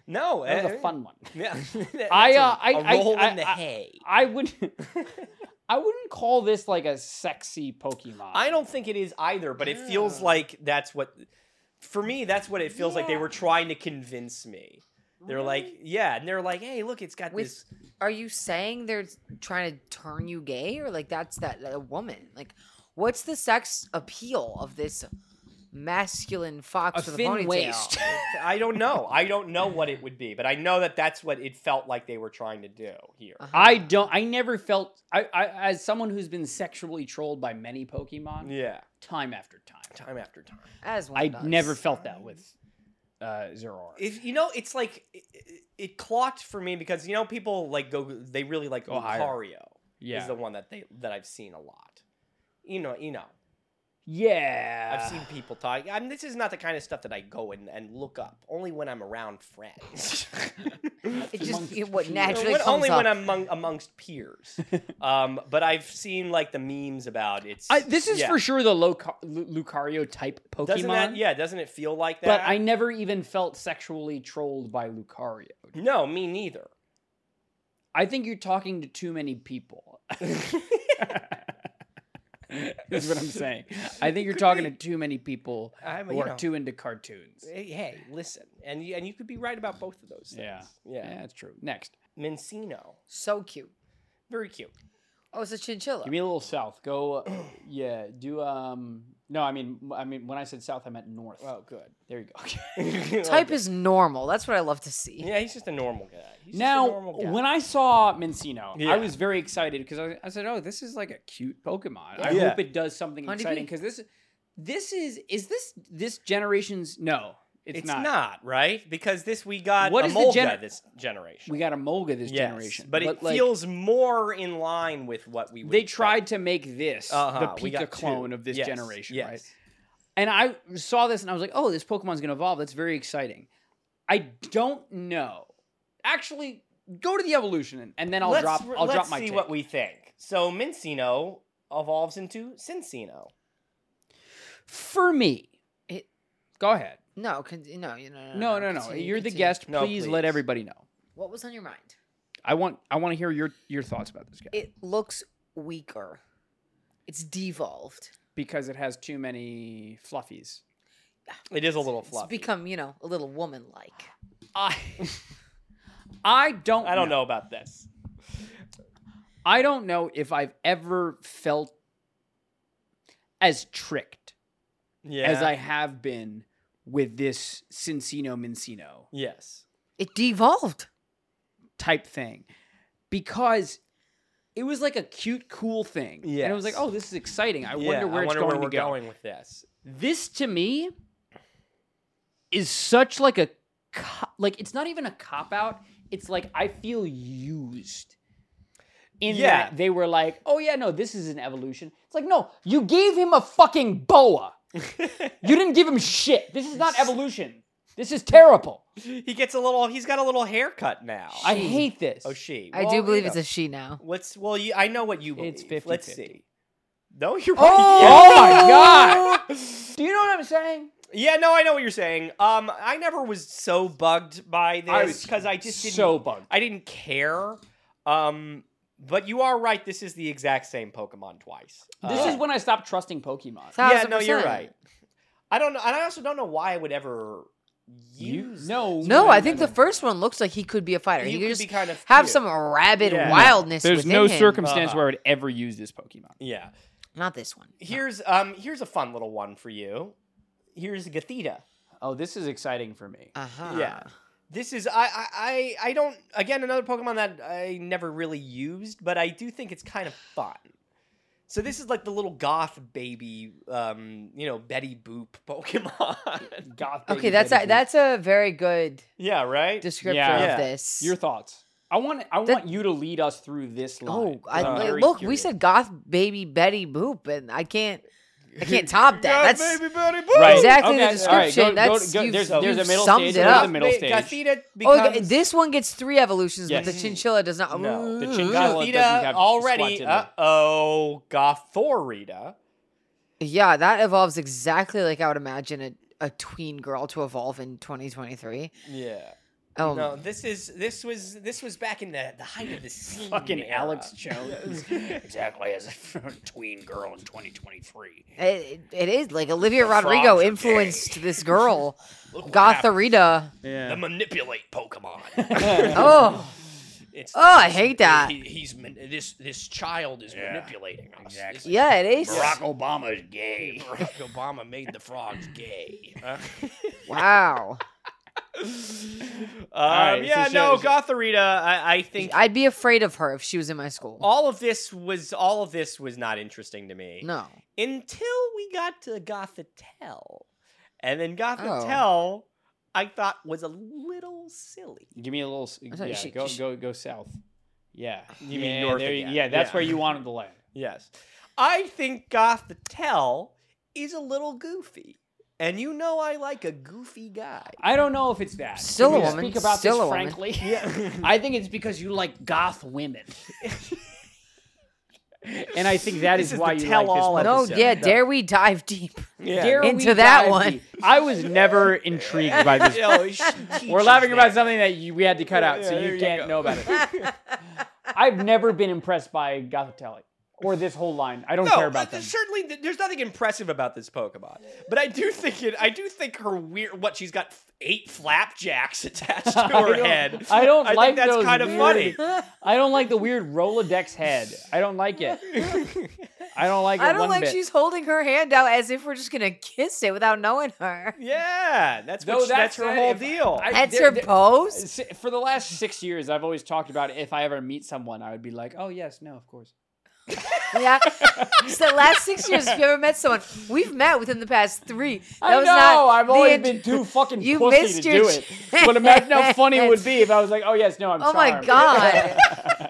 Speaker 2: no
Speaker 3: that was
Speaker 2: eh,
Speaker 3: a fun one.
Speaker 2: *laughs* yeah *laughs* That's
Speaker 3: I,
Speaker 2: a-
Speaker 3: uh, I-
Speaker 2: a
Speaker 3: I-
Speaker 2: roll
Speaker 3: I-
Speaker 2: in the
Speaker 3: I-
Speaker 2: hay *laughs*
Speaker 3: I would, I wouldn't call this like a sexy Pokemon.
Speaker 2: I don't think it is either, but it feels
Speaker 1: Yeah.
Speaker 2: like that's what for me that's what it feels like they
Speaker 1: Yeah.
Speaker 2: were trying to convince me. They're like, yeah, and they're like, "Hey, look, it's got
Speaker 1: With-
Speaker 2: this
Speaker 1: Are you saying they're trying to turn you gay or like that's that, that a woman? Like what's the sex appeal of this masculine fox
Speaker 3: A
Speaker 1: with
Speaker 3: thin
Speaker 1: a ponytail?
Speaker 3: waist.
Speaker 2: I don't know. I don't know what it would be, but I know that that's what it felt like they were trying to do here."
Speaker 1: Uh-huh.
Speaker 3: *laughs* I don't. I never felt. I, I as someone who's been sexually trolled by many Pokemon,
Speaker 2: Yeah,
Speaker 3: time after time.
Speaker 2: time after time.
Speaker 1: as one
Speaker 3: I
Speaker 1: does.
Speaker 3: never felt that with uh, Zero R.
Speaker 2: If you know, it's like it, it, it clocked for me because you know people like go they really like
Speaker 3: Go higher.
Speaker 2: Lucario
Speaker 3: yeah,
Speaker 2: is the one that they that I've seen a lot. You know, you know.
Speaker 3: yeah.
Speaker 2: I've seen people talk. I mean, this is not the kind of stuff that I go and, and look up. Only when I'm around
Speaker 3: *laughs*
Speaker 2: friends. *laughs*
Speaker 1: it just
Speaker 3: Monkey
Speaker 1: it,
Speaker 3: *laughs*
Speaker 1: what
Speaker 3: penis.
Speaker 1: naturally
Speaker 2: When-
Speaker 1: comes
Speaker 2: only
Speaker 1: up.
Speaker 2: when I'm among, amongst
Speaker 3: *laughs*
Speaker 2: peers. Um, but I've seen like the memes about it's.
Speaker 3: I, this is
Speaker 2: yeah.
Speaker 3: for sure the Loca- Lu- Lucario type Pokemon.
Speaker 2: Doesn't that? Yeah. Doesn't it feel like that?
Speaker 3: But I never even felt sexually trolled by Lucario.
Speaker 2: No, me
Speaker 3: *laughs*
Speaker 2: neither.
Speaker 3: I think you're talking to too many people. *laughs* Is what I'm saying. I think you're
Speaker 2: Could
Speaker 3: talking
Speaker 2: be.
Speaker 3: to too many people
Speaker 2: I'm,
Speaker 3: who
Speaker 2: you
Speaker 3: are
Speaker 2: know,
Speaker 3: too into cartoons.
Speaker 2: Hey, hey, listen, and you, and you could be right about both of those things.
Speaker 3: Yeah. Yeah,
Speaker 2: Yeah.
Speaker 3: that's true. Next,
Speaker 2: Mencino,
Speaker 1: so cute.
Speaker 2: very cute. *laughs*
Speaker 1: Oh, it's a chinchilla.
Speaker 3: give me a little south. Go, yeah. Do um. No, I mean, I mean, when I said south, I meant north.
Speaker 2: Oh, good.
Speaker 3: There you go. *laughs*
Speaker 2: *laughs*
Speaker 1: Type is normal. That's what I love to see.
Speaker 2: Yeah, he's just a normal guy. He's just a
Speaker 3: Now,
Speaker 2: normal guy.
Speaker 3: when I saw Mincino,
Speaker 2: Yeah.
Speaker 3: I was very excited because I, I said, "Oh, this is like a cute Pokemon. I
Speaker 2: Yeah.
Speaker 3: hope it does something
Speaker 1: Honey
Speaker 3: exciting."
Speaker 1: bee.
Speaker 3: Because this, this is is this this generation's no, it's, not.
Speaker 2: right because this we got
Speaker 3: What
Speaker 2: a
Speaker 3: is the
Speaker 2: Molga
Speaker 3: gener-
Speaker 2: this generation.
Speaker 3: We got a Molga this
Speaker 2: Yes,
Speaker 3: generation,
Speaker 2: but it
Speaker 3: like,
Speaker 2: feels more in line with what we. Would
Speaker 3: they
Speaker 2: expect.
Speaker 3: tried to make this
Speaker 2: Uh-huh,
Speaker 3: the
Speaker 2: we
Speaker 3: Pika
Speaker 2: got
Speaker 3: clone
Speaker 2: two.
Speaker 3: of this
Speaker 2: Yes,
Speaker 3: generation,
Speaker 2: yes.
Speaker 3: right? And I saw this and I was like, "Oh, this Pokemon's gonna evolve. That's very exciting." I don't know. Actually, go to the evolution and, and then I'll
Speaker 2: let's,
Speaker 3: drop.
Speaker 2: re-
Speaker 3: I'll
Speaker 2: let's
Speaker 3: drop my.
Speaker 2: see
Speaker 3: take.
Speaker 2: what we think. So Mincino evolves into Cincino.
Speaker 3: for me.
Speaker 1: It-
Speaker 3: go ahead.
Speaker 1: No, con- no, you know,
Speaker 3: No, no, no.
Speaker 1: continue,
Speaker 3: You're the
Speaker 1: continue.
Speaker 3: guest. Please,
Speaker 2: No,
Speaker 3: let
Speaker 2: please.
Speaker 3: everybody know.
Speaker 1: What was on your mind?
Speaker 3: I want. I want to hear your your thoughts about this guy
Speaker 1: It looks weaker. It's devolved.
Speaker 3: because it has too many fluffies.
Speaker 2: It is a little
Speaker 1: It's
Speaker 2: fluffy.
Speaker 1: become, you know, a little woman like.
Speaker 3: I. *laughs* I don't.
Speaker 2: I don't know about this.
Speaker 3: I don't know if I've ever felt as tricked
Speaker 2: Yeah.
Speaker 3: as I have been with this Cincino Mincino
Speaker 2: Yes.
Speaker 1: It devolved.
Speaker 3: type thing because. It was like a cute, cool thing, and it was like,
Speaker 2: Yes.
Speaker 3: "Oh, this is exciting! I
Speaker 2: Yeah,
Speaker 3: wonder where
Speaker 2: I
Speaker 3: it's
Speaker 2: wonder
Speaker 3: going
Speaker 2: where we're
Speaker 3: to go."
Speaker 2: going with
Speaker 3: *laughs*
Speaker 2: this.
Speaker 3: this to me is such like a co- like it's not even a cop out it's like i feel used in
Speaker 2: Yeah.
Speaker 3: that they were like, oh yeah, no, this is an evolution. It's like, no, you gave him a fucking boa. you didn't give him shit. This is not evolution. This is terrible.
Speaker 2: He gets a little. He's got a little haircut now.
Speaker 3: I hate this.
Speaker 2: oh, she.
Speaker 1: I do believe it's a she now.
Speaker 2: What's well? You, I know what you believe.
Speaker 3: It's
Speaker 2: Let's
Speaker 3: 50-50.
Speaker 2: see. No, you're right.
Speaker 1: Oh!
Speaker 3: Oh my *laughs* god. Do you know what I'm saying?
Speaker 2: Yeah, no, I know what you're saying. Um, I never was so bugged by this
Speaker 3: I was
Speaker 2: because I just didn't.
Speaker 3: so bugged.
Speaker 2: I didn't care. Um, but you are right. This is the exact same Pokemon twice.
Speaker 3: This
Speaker 2: Uh,
Speaker 3: is when I stopped trusting Pokemon.
Speaker 2: yeah, no, you're
Speaker 1: 1000%.
Speaker 2: right. I don't know, and I also don't know why I would ever
Speaker 3: You-
Speaker 2: use.
Speaker 3: no,
Speaker 2: this.
Speaker 1: No, I think the first one looks like he could be a fighter.
Speaker 2: You
Speaker 1: He
Speaker 2: could
Speaker 1: could
Speaker 2: be
Speaker 1: just
Speaker 2: kind of
Speaker 1: have
Speaker 2: cute.
Speaker 1: some rabid
Speaker 2: Yeah.
Speaker 1: wildness.
Speaker 5: There's
Speaker 1: within
Speaker 5: no
Speaker 1: him.
Speaker 5: circumstance
Speaker 2: Uh-huh.
Speaker 5: where I would ever use this Pokemon.
Speaker 2: Yeah.
Speaker 1: Not this one.
Speaker 2: Here's um. Here's a fun little one for you. Here's Gathita.
Speaker 3: Oh, this is exciting for me.
Speaker 1: Uh huh.
Speaker 2: Yeah. This is I, I I I don't again another Pokemon that I never really used, but I do think it's kind of fun. So this is like the little goth baby, um, you know, Betty Boop *laughs* Pokemon.
Speaker 3: Goth baby
Speaker 1: Okay, that's
Speaker 3: Betty
Speaker 1: a,
Speaker 3: Boop.
Speaker 1: that's a very good
Speaker 2: yeah, right.
Speaker 1: descriptor
Speaker 3: Yeah.
Speaker 2: Yeah.
Speaker 1: of this.
Speaker 3: your thoughts. I want I
Speaker 1: That-
Speaker 3: want you to lead us through this
Speaker 1: oh,
Speaker 3: line.
Speaker 1: I,
Speaker 3: I'm
Speaker 1: like,
Speaker 3: very
Speaker 1: look, we
Speaker 3: curious.
Speaker 1: said goth baby Betty Boop, and I can't, I can't top that. That's
Speaker 2: baby Betty Boop.
Speaker 1: Right. Exactly the
Speaker 3: all right,
Speaker 1: description.
Speaker 3: go- go-
Speaker 1: That's-
Speaker 3: go-
Speaker 1: you've-
Speaker 3: there's, there's
Speaker 1: you've
Speaker 3: a middle
Speaker 1: summed
Speaker 3: stage.
Speaker 1: it
Speaker 3: there's
Speaker 1: up.
Speaker 3: the middle
Speaker 2: Ba-
Speaker 3: stage.
Speaker 2: Gathita
Speaker 1: oh,
Speaker 2: becomes
Speaker 1: this one gets three evolutions, but
Speaker 3: Yes.
Speaker 1: the chinchilla does not.
Speaker 2: No,
Speaker 5: the
Speaker 1: Ooh.
Speaker 5: chinchilla-
Speaker 2: Gathita
Speaker 3: doesn't have swats
Speaker 2: already.
Speaker 3: in it.
Speaker 2: Uh oh, Gothorita.
Speaker 1: Yeah, that evolves exactly like I would imagine a, a tween girl to evolve in 2023.
Speaker 2: Yeah.
Speaker 1: Oh,
Speaker 2: No, this is this was this was back in the the height of the scene.
Speaker 3: Fucking
Speaker 2: era. *laughs*
Speaker 3: Alex Jones.
Speaker 6: exactly as a tween girl in 2023.
Speaker 1: it, it is like Olivia Rodrigo
Speaker 6: frogs are
Speaker 1: influenced this girl, Gotharita.
Speaker 6: The
Speaker 3: yeah.
Speaker 6: manipulate Pokemon.
Speaker 1: Oh,
Speaker 6: It's
Speaker 1: Oh, I hate that.
Speaker 6: He, he's man- this this child is manipulating us. Exactly.
Speaker 1: yeah, it is.
Speaker 6: Barack Obama is gay. Barack Obama made the frogs gay.
Speaker 2: Uh,
Speaker 1: Wow.
Speaker 2: Um,
Speaker 3: right, so
Speaker 2: yeah,
Speaker 3: show-
Speaker 2: no,
Speaker 3: show-
Speaker 2: Gothorita. I, I think
Speaker 1: I'd be afraid of her if she was in my school.
Speaker 2: all of this was all of this was not interesting to me
Speaker 1: no.
Speaker 2: until we got to Gothitelle, and then Gothitelle I thought was a little silly.
Speaker 3: Give me a little. s-
Speaker 1: thought
Speaker 3: Yeah,
Speaker 1: she-
Speaker 3: go
Speaker 1: she-
Speaker 3: go go south. Yeah.
Speaker 2: You mean
Speaker 3: yeah,
Speaker 2: north
Speaker 3: there you-
Speaker 2: again.
Speaker 3: Yeah, that's
Speaker 2: Yeah.
Speaker 3: where you wanted to land.
Speaker 2: Yes, I think Gothitelle is a little goofy, and you know I like a goofy guy.
Speaker 3: I don't know if it's that.
Speaker 1: Still
Speaker 3: Can
Speaker 1: a
Speaker 3: we
Speaker 1: woman,
Speaker 3: Speak about
Speaker 1: still
Speaker 3: this
Speaker 1: a woman.
Speaker 3: frankly. I think it's because you like goth women.
Speaker 2: *laughs*
Speaker 3: and I think that
Speaker 2: This
Speaker 3: is,
Speaker 2: is
Speaker 3: why
Speaker 2: the
Speaker 3: you
Speaker 2: tell-all
Speaker 3: like this.
Speaker 1: No,
Speaker 2: episode.
Speaker 1: yeah, dare we dive deep?
Speaker 2: *laughs* Yeah.
Speaker 3: Dare we
Speaker 1: Into that
Speaker 3: dive
Speaker 1: one.
Speaker 3: deep? I was never intrigued
Speaker 2: *laughs*
Speaker 3: by this.
Speaker 2: Yo, she
Speaker 3: We're laughing
Speaker 2: teaches
Speaker 3: about
Speaker 2: that.
Speaker 3: something that you, we had to cut out, so
Speaker 2: Yeah, there
Speaker 3: you
Speaker 2: you
Speaker 3: can't
Speaker 2: go.
Speaker 3: know about
Speaker 2: *laughs*
Speaker 3: it. I've never been impressed by Gothitelli or this whole line. I don't
Speaker 2: No,
Speaker 3: care about
Speaker 2: but
Speaker 3: them.
Speaker 2: there's certainly th- there's nothing impressive about this Pokemon, but I do think it. I do think her weird. What she's got f- eight flapjacks *laughs* attached
Speaker 3: *laughs*
Speaker 2: to
Speaker 3: I
Speaker 2: her
Speaker 3: don't-
Speaker 2: head.
Speaker 3: I don't
Speaker 2: I
Speaker 3: like
Speaker 2: think that's
Speaker 3: those
Speaker 2: kind of
Speaker 3: weird- *laughs*
Speaker 2: funny.
Speaker 3: I don't like the weird Rolodex head. I don't
Speaker 2: *laughs*
Speaker 3: like it. I don't like it
Speaker 1: I don't
Speaker 3: one
Speaker 1: like
Speaker 3: bit.
Speaker 1: she's holding her hand out as if we're just gonna kiss it without knowing
Speaker 3: *laughs*
Speaker 1: her.
Speaker 2: Yeah, that's
Speaker 3: No,
Speaker 2: what she- that's,
Speaker 3: that's-
Speaker 2: her whole
Speaker 3: if-
Speaker 2: deal.
Speaker 3: I-
Speaker 1: That's her
Speaker 3: there- there- *laughs*
Speaker 1: pose.
Speaker 3: Si- For the last six years, I've always talked about if I ever meet someone, I would be like, "Oh yes, no, of course."
Speaker 1: Yeah. It's the last six years if you ever met someone. We've met within the past three. That
Speaker 3: I
Speaker 1: was
Speaker 3: know.
Speaker 1: not
Speaker 3: I've
Speaker 1: the
Speaker 3: always
Speaker 1: int-
Speaker 3: been too
Speaker 1: *laughs*
Speaker 3: fucking
Speaker 1: You
Speaker 3: pussy
Speaker 1: missed
Speaker 3: to
Speaker 1: your
Speaker 3: do it.
Speaker 1: *laughs*
Speaker 3: But imagine how funny it would be if I was like, "Oh yes, no, I'm
Speaker 1: Oh my
Speaker 3: charmed." *laughs*
Speaker 1: god.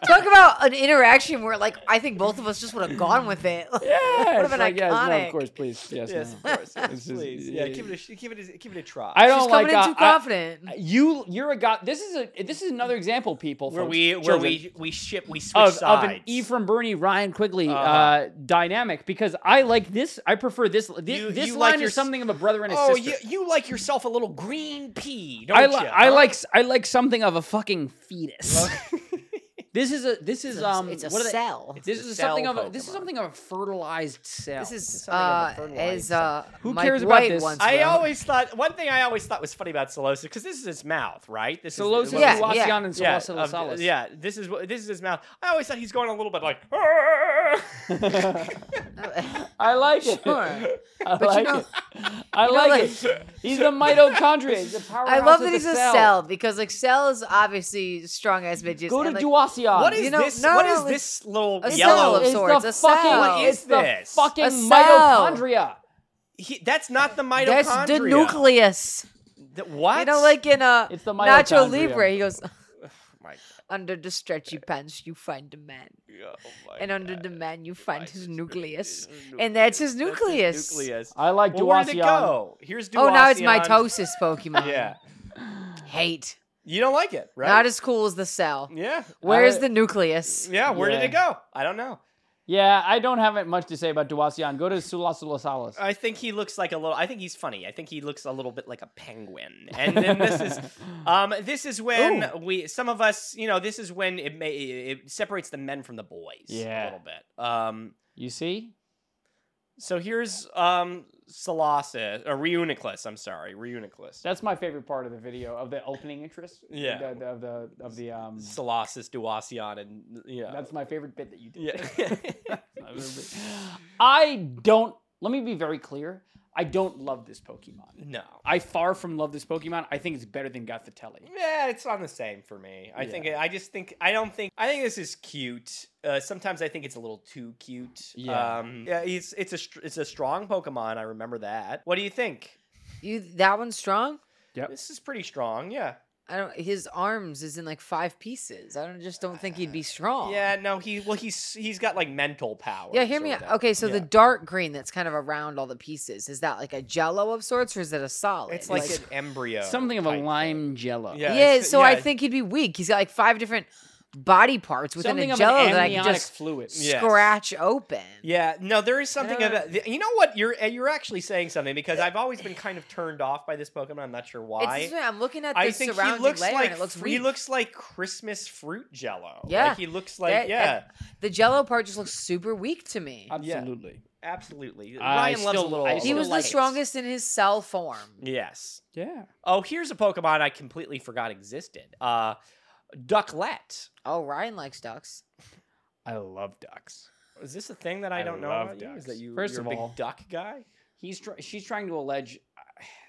Speaker 1: Talk about an interaction where like I think both of us just would have gone with it. *laughs* Like,
Speaker 3: Yeah,
Speaker 1: Would've
Speaker 3: it's
Speaker 1: been
Speaker 3: like, yes, no,
Speaker 1: iconic.
Speaker 3: of course, please, yes,
Speaker 2: *laughs* yes,
Speaker 3: no.
Speaker 2: of course.
Speaker 3: *laughs* This
Speaker 2: Yes,
Speaker 3: is-
Speaker 2: please.
Speaker 3: yeah,
Speaker 2: Yeah,
Speaker 3: yeah.
Speaker 2: give it a give it a, give it a try.
Speaker 3: I
Speaker 1: She's
Speaker 3: don't like
Speaker 1: coming in
Speaker 3: uh,
Speaker 1: too
Speaker 3: I-
Speaker 1: confident.
Speaker 3: you. You're a god. This is a. This is another example, people.
Speaker 2: where
Speaker 3: folks,
Speaker 2: we where
Speaker 3: children,
Speaker 2: we we ship we switch
Speaker 3: of, of
Speaker 2: sides.
Speaker 3: an Ephraim Bernie Ryan Quigley uh
Speaker 2: Uh-huh.
Speaker 3: dynamic because I like this. I prefer this. This,
Speaker 2: You-
Speaker 3: this
Speaker 2: you like
Speaker 3: line
Speaker 2: your
Speaker 3: is
Speaker 2: s-
Speaker 3: something of a brother and a
Speaker 2: oh,
Speaker 3: sister.
Speaker 2: you you like yourself a little green pea, don't
Speaker 3: I,
Speaker 2: you?
Speaker 3: li- I
Speaker 2: huh?
Speaker 3: like s- I like something of a fucking fetus. *laughs* this is a this is
Speaker 1: It's a-
Speaker 3: um
Speaker 1: it's a
Speaker 3: what are they-
Speaker 1: cell.
Speaker 3: This
Speaker 2: It's a
Speaker 3: is something
Speaker 2: cell
Speaker 3: of a, this is
Speaker 2: Pokemon.
Speaker 3: something of a fertilized cell.
Speaker 1: This is
Speaker 2: something of a
Speaker 1: uh,
Speaker 2: fertilized
Speaker 1: as uh,
Speaker 3: Who
Speaker 1: Mike
Speaker 3: cares about
Speaker 1: White
Speaker 3: this?
Speaker 1: Once
Speaker 2: I
Speaker 1: wrote.
Speaker 2: always thought one thing I always thought was funny about Solosis because this is his mouth, right? This
Speaker 3: Solosis
Speaker 2: is
Speaker 1: Yeah, yeah.
Speaker 3: Wasion and
Speaker 2: yeah,
Speaker 3: Solosal
Speaker 2: of-
Speaker 3: Salas.
Speaker 2: yeah, this is what this is his mouth. I always thought he's going a little bit like,
Speaker 1: *laughs* Uh,
Speaker 2: "Arr!"
Speaker 3: I like it. *laughs*
Speaker 1: Sure.
Speaker 3: I
Speaker 1: you
Speaker 3: like
Speaker 5: *laughs*
Speaker 1: know-
Speaker 3: it. I like, it. He's a
Speaker 5: *laughs*
Speaker 3: mitochondria. He's a
Speaker 1: I
Speaker 3: powerhouse
Speaker 1: love
Speaker 3: of
Speaker 1: that
Speaker 3: the
Speaker 1: he's a
Speaker 3: cell.
Speaker 1: cell because like cell is obviously strong as midges.
Speaker 3: Go to
Speaker 1: and, like,
Speaker 3: Duasion.
Speaker 2: what is
Speaker 1: You know,
Speaker 2: this?
Speaker 1: no,
Speaker 2: what is
Speaker 1: it's-
Speaker 2: this little
Speaker 1: a cell
Speaker 2: yellow?
Speaker 1: of
Speaker 3: It's
Speaker 1: sorts,
Speaker 3: the
Speaker 1: a
Speaker 3: fucking,
Speaker 1: cell.
Speaker 2: What is
Speaker 3: it's the
Speaker 2: this?
Speaker 3: fucking
Speaker 1: A cell.
Speaker 3: mitochondria.
Speaker 2: He- that's not the mitochondria.
Speaker 1: That's the nucleus.
Speaker 2: The- what?
Speaker 1: You know, like in uh,
Speaker 3: It's the
Speaker 1: Nacho
Speaker 3: mitochondria.
Speaker 1: Libre, he goes, *laughs*
Speaker 2: Oh my
Speaker 1: Under the stretchy pants, you find the man.
Speaker 2: God. Oh my
Speaker 1: And under
Speaker 2: God.
Speaker 1: the man, you find his
Speaker 2: sister-
Speaker 1: nucleus.
Speaker 2: his
Speaker 1: And that's his nucleus.
Speaker 2: nucleus.
Speaker 5: I like
Speaker 2: Well,
Speaker 5: well,
Speaker 2: where'd it go? Here's Duacion.
Speaker 1: Oh, now it's mitosis Pokemon.
Speaker 2: Yeah.
Speaker 1: Hate.
Speaker 2: You don't like it, right?
Speaker 1: Not as cool as the cell.
Speaker 2: yeah.
Speaker 1: Where's
Speaker 5: I-
Speaker 1: the nucleus?
Speaker 2: Yeah. Where did
Speaker 5: Yeah.
Speaker 2: it go? I don't know.
Speaker 5: Yeah, I don't have it much to say about Duacion. Go to Sulasula Salas.
Speaker 3: Uh,
Speaker 2: I think he looks like a little. I think he's funny. I think he looks a little bit like a penguin. And then this is, um, this is when we some of us, you know, this is when it may it separates the men from the boys.
Speaker 5: Yeah.
Speaker 2: A little bit. Um.
Speaker 5: you see?
Speaker 2: So here's um Solasa, or Reuniclus. I'm sorry, Reuniclus.
Speaker 5: That's my favorite part of the video of the opening interest.
Speaker 2: Yeah.
Speaker 5: The- the- of the of the um.
Speaker 2: Solasis, Duacion, and yeah.
Speaker 5: That's my favorite bit that you did.
Speaker 2: yeah. *laughs*
Speaker 5: I don't. Let me be very clear. I don't love this Pokemon.
Speaker 2: no.
Speaker 5: I far from love this Pokemon. I think it's better than Gothitelli.
Speaker 2: Yeah, it's on the same for me. I think
Speaker 5: Yeah.
Speaker 2: I just think I don't think I think this is cute. Uh, sometimes I think it's a little too cute.
Speaker 5: Yeah.
Speaker 2: um, yeah. It's it's a str- it's a strong Pokemon. I remember that. What do you think?
Speaker 1: You that one's strong?
Speaker 2: This is pretty strong. Yeah.
Speaker 1: I don't his arms is in like five pieces. I don't just don't think he'd be strong.
Speaker 2: Yeah. No. He well he's he's got like mental power.
Speaker 1: Yeah, hear me out. Okay, so the dark green that's kind of around all the pieces, is that like a jello of sorts or is it a solid?
Speaker 2: It's like, an embryo.
Speaker 3: Something of a
Speaker 2: type thing.
Speaker 3: lime jello.
Speaker 2: Yeah.
Speaker 1: Yeah,
Speaker 2: it's-
Speaker 1: so I
Speaker 2: yeah.
Speaker 1: think he'd be weak. He's got like five different body parts within
Speaker 3: Something
Speaker 1: a
Speaker 3: of
Speaker 1: jello
Speaker 3: an
Speaker 1: that I can
Speaker 3: amniotic
Speaker 1: just
Speaker 3: fluid.
Speaker 2: Yes.
Speaker 1: scratch open.
Speaker 2: Yeah, no, there is something
Speaker 1: don't know.
Speaker 2: about you know what you're and you're actually saying something because I've always been kind of turned off by this Pokemon. I'm not sure why.
Speaker 1: It's, I'm looking at the
Speaker 2: I think he
Speaker 1: surrounding
Speaker 2: looks
Speaker 1: layer
Speaker 2: like
Speaker 1: and it looks
Speaker 2: he
Speaker 1: weak.
Speaker 2: looks like Christmas fruit Jello.
Speaker 1: Yeah.
Speaker 2: like, he looks like
Speaker 1: That-
Speaker 2: yeah,
Speaker 1: that- the jello part just looks super weak to me.
Speaker 5: Absolutely.
Speaker 2: absolutely.
Speaker 5: I
Speaker 2: Ryan loves
Speaker 5: still-
Speaker 2: a little.
Speaker 5: I
Speaker 2: a
Speaker 1: he
Speaker 5: still
Speaker 2: little
Speaker 1: was the
Speaker 2: light.
Speaker 1: strongest in his cell form.
Speaker 2: Yes.
Speaker 5: Yeah.
Speaker 2: Oh, here's a Pokemon I completely forgot existed. Uh, Ducklet.
Speaker 1: Oh, Ryan likes ducks.
Speaker 5: I love ducks.
Speaker 2: Is this a thing that I
Speaker 5: I
Speaker 2: don't know
Speaker 5: love
Speaker 2: about you?
Speaker 5: ducks.
Speaker 2: Is that you?
Speaker 5: First
Speaker 2: you're
Speaker 5: of
Speaker 2: a big
Speaker 5: all-
Speaker 2: duck guy.
Speaker 3: He's tr- she's trying to
Speaker 5: *sighs*
Speaker 3: allege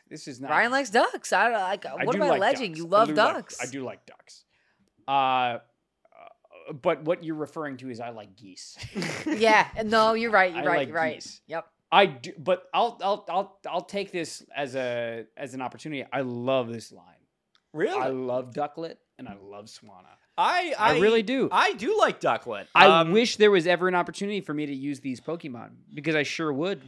Speaker 3: this is not
Speaker 1: Ryan likes ducks. I don't like.
Speaker 5: I
Speaker 1: What
Speaker 5: do
Speaker 1: am I
Speaker 5: like
Speaker 1: alleging?
Speaker 5: ducks.
Speaker 1: You
Speaker 5: I
Speaker 1: love
Speaker 5: do like-
Speaker 1: ducks.
Speaker 5: I do like ducks. Uh, uh, but what you're referring to is I like geese.
Speaker 1: Yeah. No, you're right. You're
Speaker 5: I
Speaker 1: right.
Speaker 5: like
Speaker 1: you're right.
Speaker 5: geese.
Speaker 1: Yep.
Speaker 5: I do, but I'll I'll I'll I'll take this as a as an opportunity. I love this line. I
Speaker 2: Really?
Speaker 5: love Ducklet and I love Swanna.
Speaker 2: I I,
Speaker 3: I really do.
Speaker 2: I do like Ducklet.
Speaker 3: I
Speaker 2: Um,
Speaker 3: wish there was ever an opportunity for me to use these Pokemon because I sure would.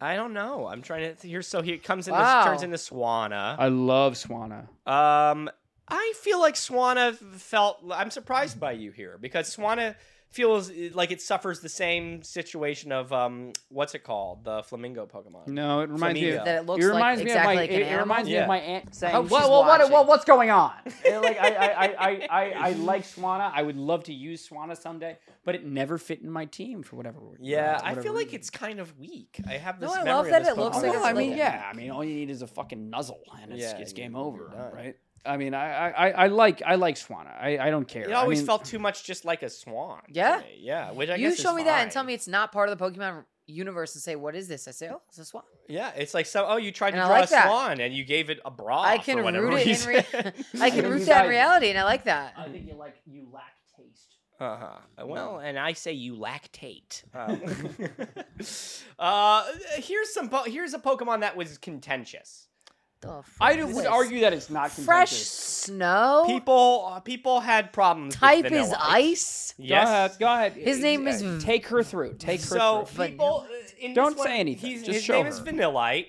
Speaker 2: I don't know. I'm trying to here. So here it comes in.
Speaker 1: Wow.
Speaker 2: This turns into Swana.
Speaker 3: I love Swanna.
Speaker 2: Um, I feel like Swana felt. I'm surprised by you here because Swana feels eh, like it suffers the same situation of um, what's it called? The flamingo Pokemon.
Speaker 3: No, it reminds me.
Speaker 2: Flamingo.
Speaker 3: Of,
Speaker 1: That it looks
Speaker 3: it
Speaker 1: like
Speaker 3: reminds me
Speaker 1: exactly
Speaker 3: of my.
Speaker 1: like
Speaker 3: it,
Speaker 1: an
Speaker 3: it
Speaker 1: animal.
Speaker 3: reminds me
Speaker 2: Yeah.
Speaker 3: of my aunt saying,
Speaker 1: Oh,
Speaker 3: "Whoa,
Speaker 1: she's
Speaker 3: whoa, what,
Speaker 1: watching.
Speaker 3: what, what's
Speaker 1: *laughs*
Speaker 3: going on?" And, like I, I, I, I, I, I like Swanna. I would love to use Swanna someday, but it never fit in my team for whatever.
Speaker 2: Yeah, I
Speaker 3: whatever
Speaker 2: feel like
Speaker 3: reason.
Speaker 2: it's kind of weak. I have
Speaker 1: No,
Speaker 2: this.
Speaker 1: I
Speaker 2: memory
Speaker 1: love
Speaker 2: of
Speaker 1: that
Speaker 2: this
Speaker 1: it looks
Speaker 5: Oh,
Speaker 2: Pokemon.
Speaker 1: like
Speaker 3: well,
Speaker 1: it's
Speaker 3: I mean,
Speaker 1: like-
Speaker 3: yeah. I mean, all you need is a fucking nuzzle, and it's,
Speaker 2: Yeah,
Speaker 3: it's
Speaker 2: you-
Speaker 3: game
Speaker 2: you're
Speaker 3: over,
Speaker 2: done.
Speaker 3: right? I mean, I, I, I, I like, I like Swanna. I, I don't care.
Speaker 2: It always
Speaker 3: I mean,
Speaker 2: felt too much just like a swan. to
Speaker 1: Yeah?
Speaker 2: me. Yeah. Which I
Speaker 1: You
Speaker 2: guess is
Speaker 1: show me that and
Speaker 2: fine.
Speaker 1: tell me it's not part of the Pokemon universe and say, what is this? I say, oh, it's a swan.
Speaker 2: Yeah, it's like so. Oh, you tried to
Speaker 1: And I
Speaker 2: draw
Speaker 1: like
Speaker 2: a
Speaker 1: that.
Speaker 2: swan and you gave it a bra.
Speaker 1: I can
Speaker 2: for whatever
Speaker 1: root it in
Speaker 2: reason.
Speaker 1: re- *laughs*
Speaker 2: *laughs*
Speaker 1: I can
Speaker 5: I
Speaker 1: root
Speaker 5: think
Speaker 1: that
Speaker 5: I-
Speaker 1: in reality and I like that.
Speaker 3: I think you like you lack taste.
Speaker 2: Uh
Speaker 3: Uh-huh.
Speaker 2: huh. Well, and I say you lactate.
Speaker 3: *laughs*
Speaker 2: uh, here's some. Po- here's a Pokemon that was contentious.
Speaker 1: The
Speaker 5: I
Speaker 1: fuck
Speaker 5: do-
Speaker 1: is
Speaker 5: would
Speaker 1: this?
Speaker 5: argue that it's not
Speaker 1: Fresh
Speaker 5: contentious.
Speaker 1: snow.
Speaker 2: People, uh, people had problems.
Speaker 1: type
Speaker 2: with
Speaker 1: is
Speaker 2: vanilla
Speaker 1: ice.
Speaker 2: Yes.
Speaker 5: Go ahead. Go ahead.
Speaker 1: His name is-
Speaker 5: Uh, Take her through. Take her
Speaker 2: So
Speaker 5: through.
Speaker 1: Vanilla.
Speaker 2: people, uh, in this
Speaker 3: Don't
Speaker 2: one,
Speaker 3: say anything,
Speaker 2: he's-
Speaker 3: just
Speaker 2: his
Speaker 3: show
Speaker 2: name is
Speaker 3: her.
Speaker 2: Vanillite.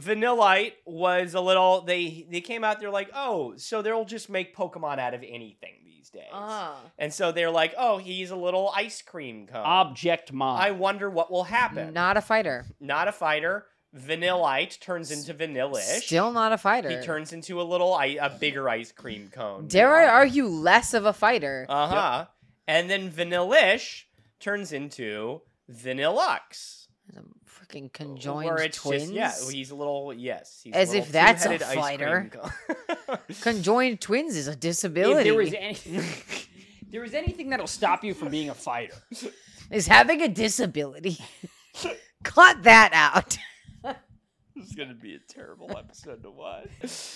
Speaker 2: Vanillite was a little. They they came out. They're like, oh, so they'll just make Pokemon out of anything these days.
Speaker 1: Ah.
Speaker 2: And so they're like, oh, he's a little ice cream cone.
Speaker 3: Ah.
Speaker 5: Object
Speaker 2: I
Speaker 5: mom.
Speaker 2: wonder what will happen.
Speaker 1: Not a fighter.
Speaker 2: not a fighter. Vanillite turns into vanillish.
Speaker 1: Still not a fighter.
Speaker 2: he turns into a little, I- a bigger ice cream cone.
Speaker 1: Dare I argue less of a fighter?
Speaker 2: Uh huh. And then vanillish turns into vanillux.
Speaker 1: Freaking conjoined
Speaker 2: where it's
Speaker 1: twins.
Speaker 2: Just, yeah, he's a little. Yes, he's a
Speaker 1: As if
Speaker 2: little
Speaker 1: that's a
Speaker 2: two-headed ice
Speaker 1: fighter.
Speaker 2: cream cone. *laughs*
Speaker 1: Conjoined twins is a
Speaker 3: If
Speaker 1: disability.
Speaker 3: there was anything,
Speaker 5: *laughs*
Speaker 3: there was anything that'll stop you from being a fighter.
Speaker 1: is having a disability. *laughs* Cut that out.
Speaker 2: it's gonna be a terrible episode to watch.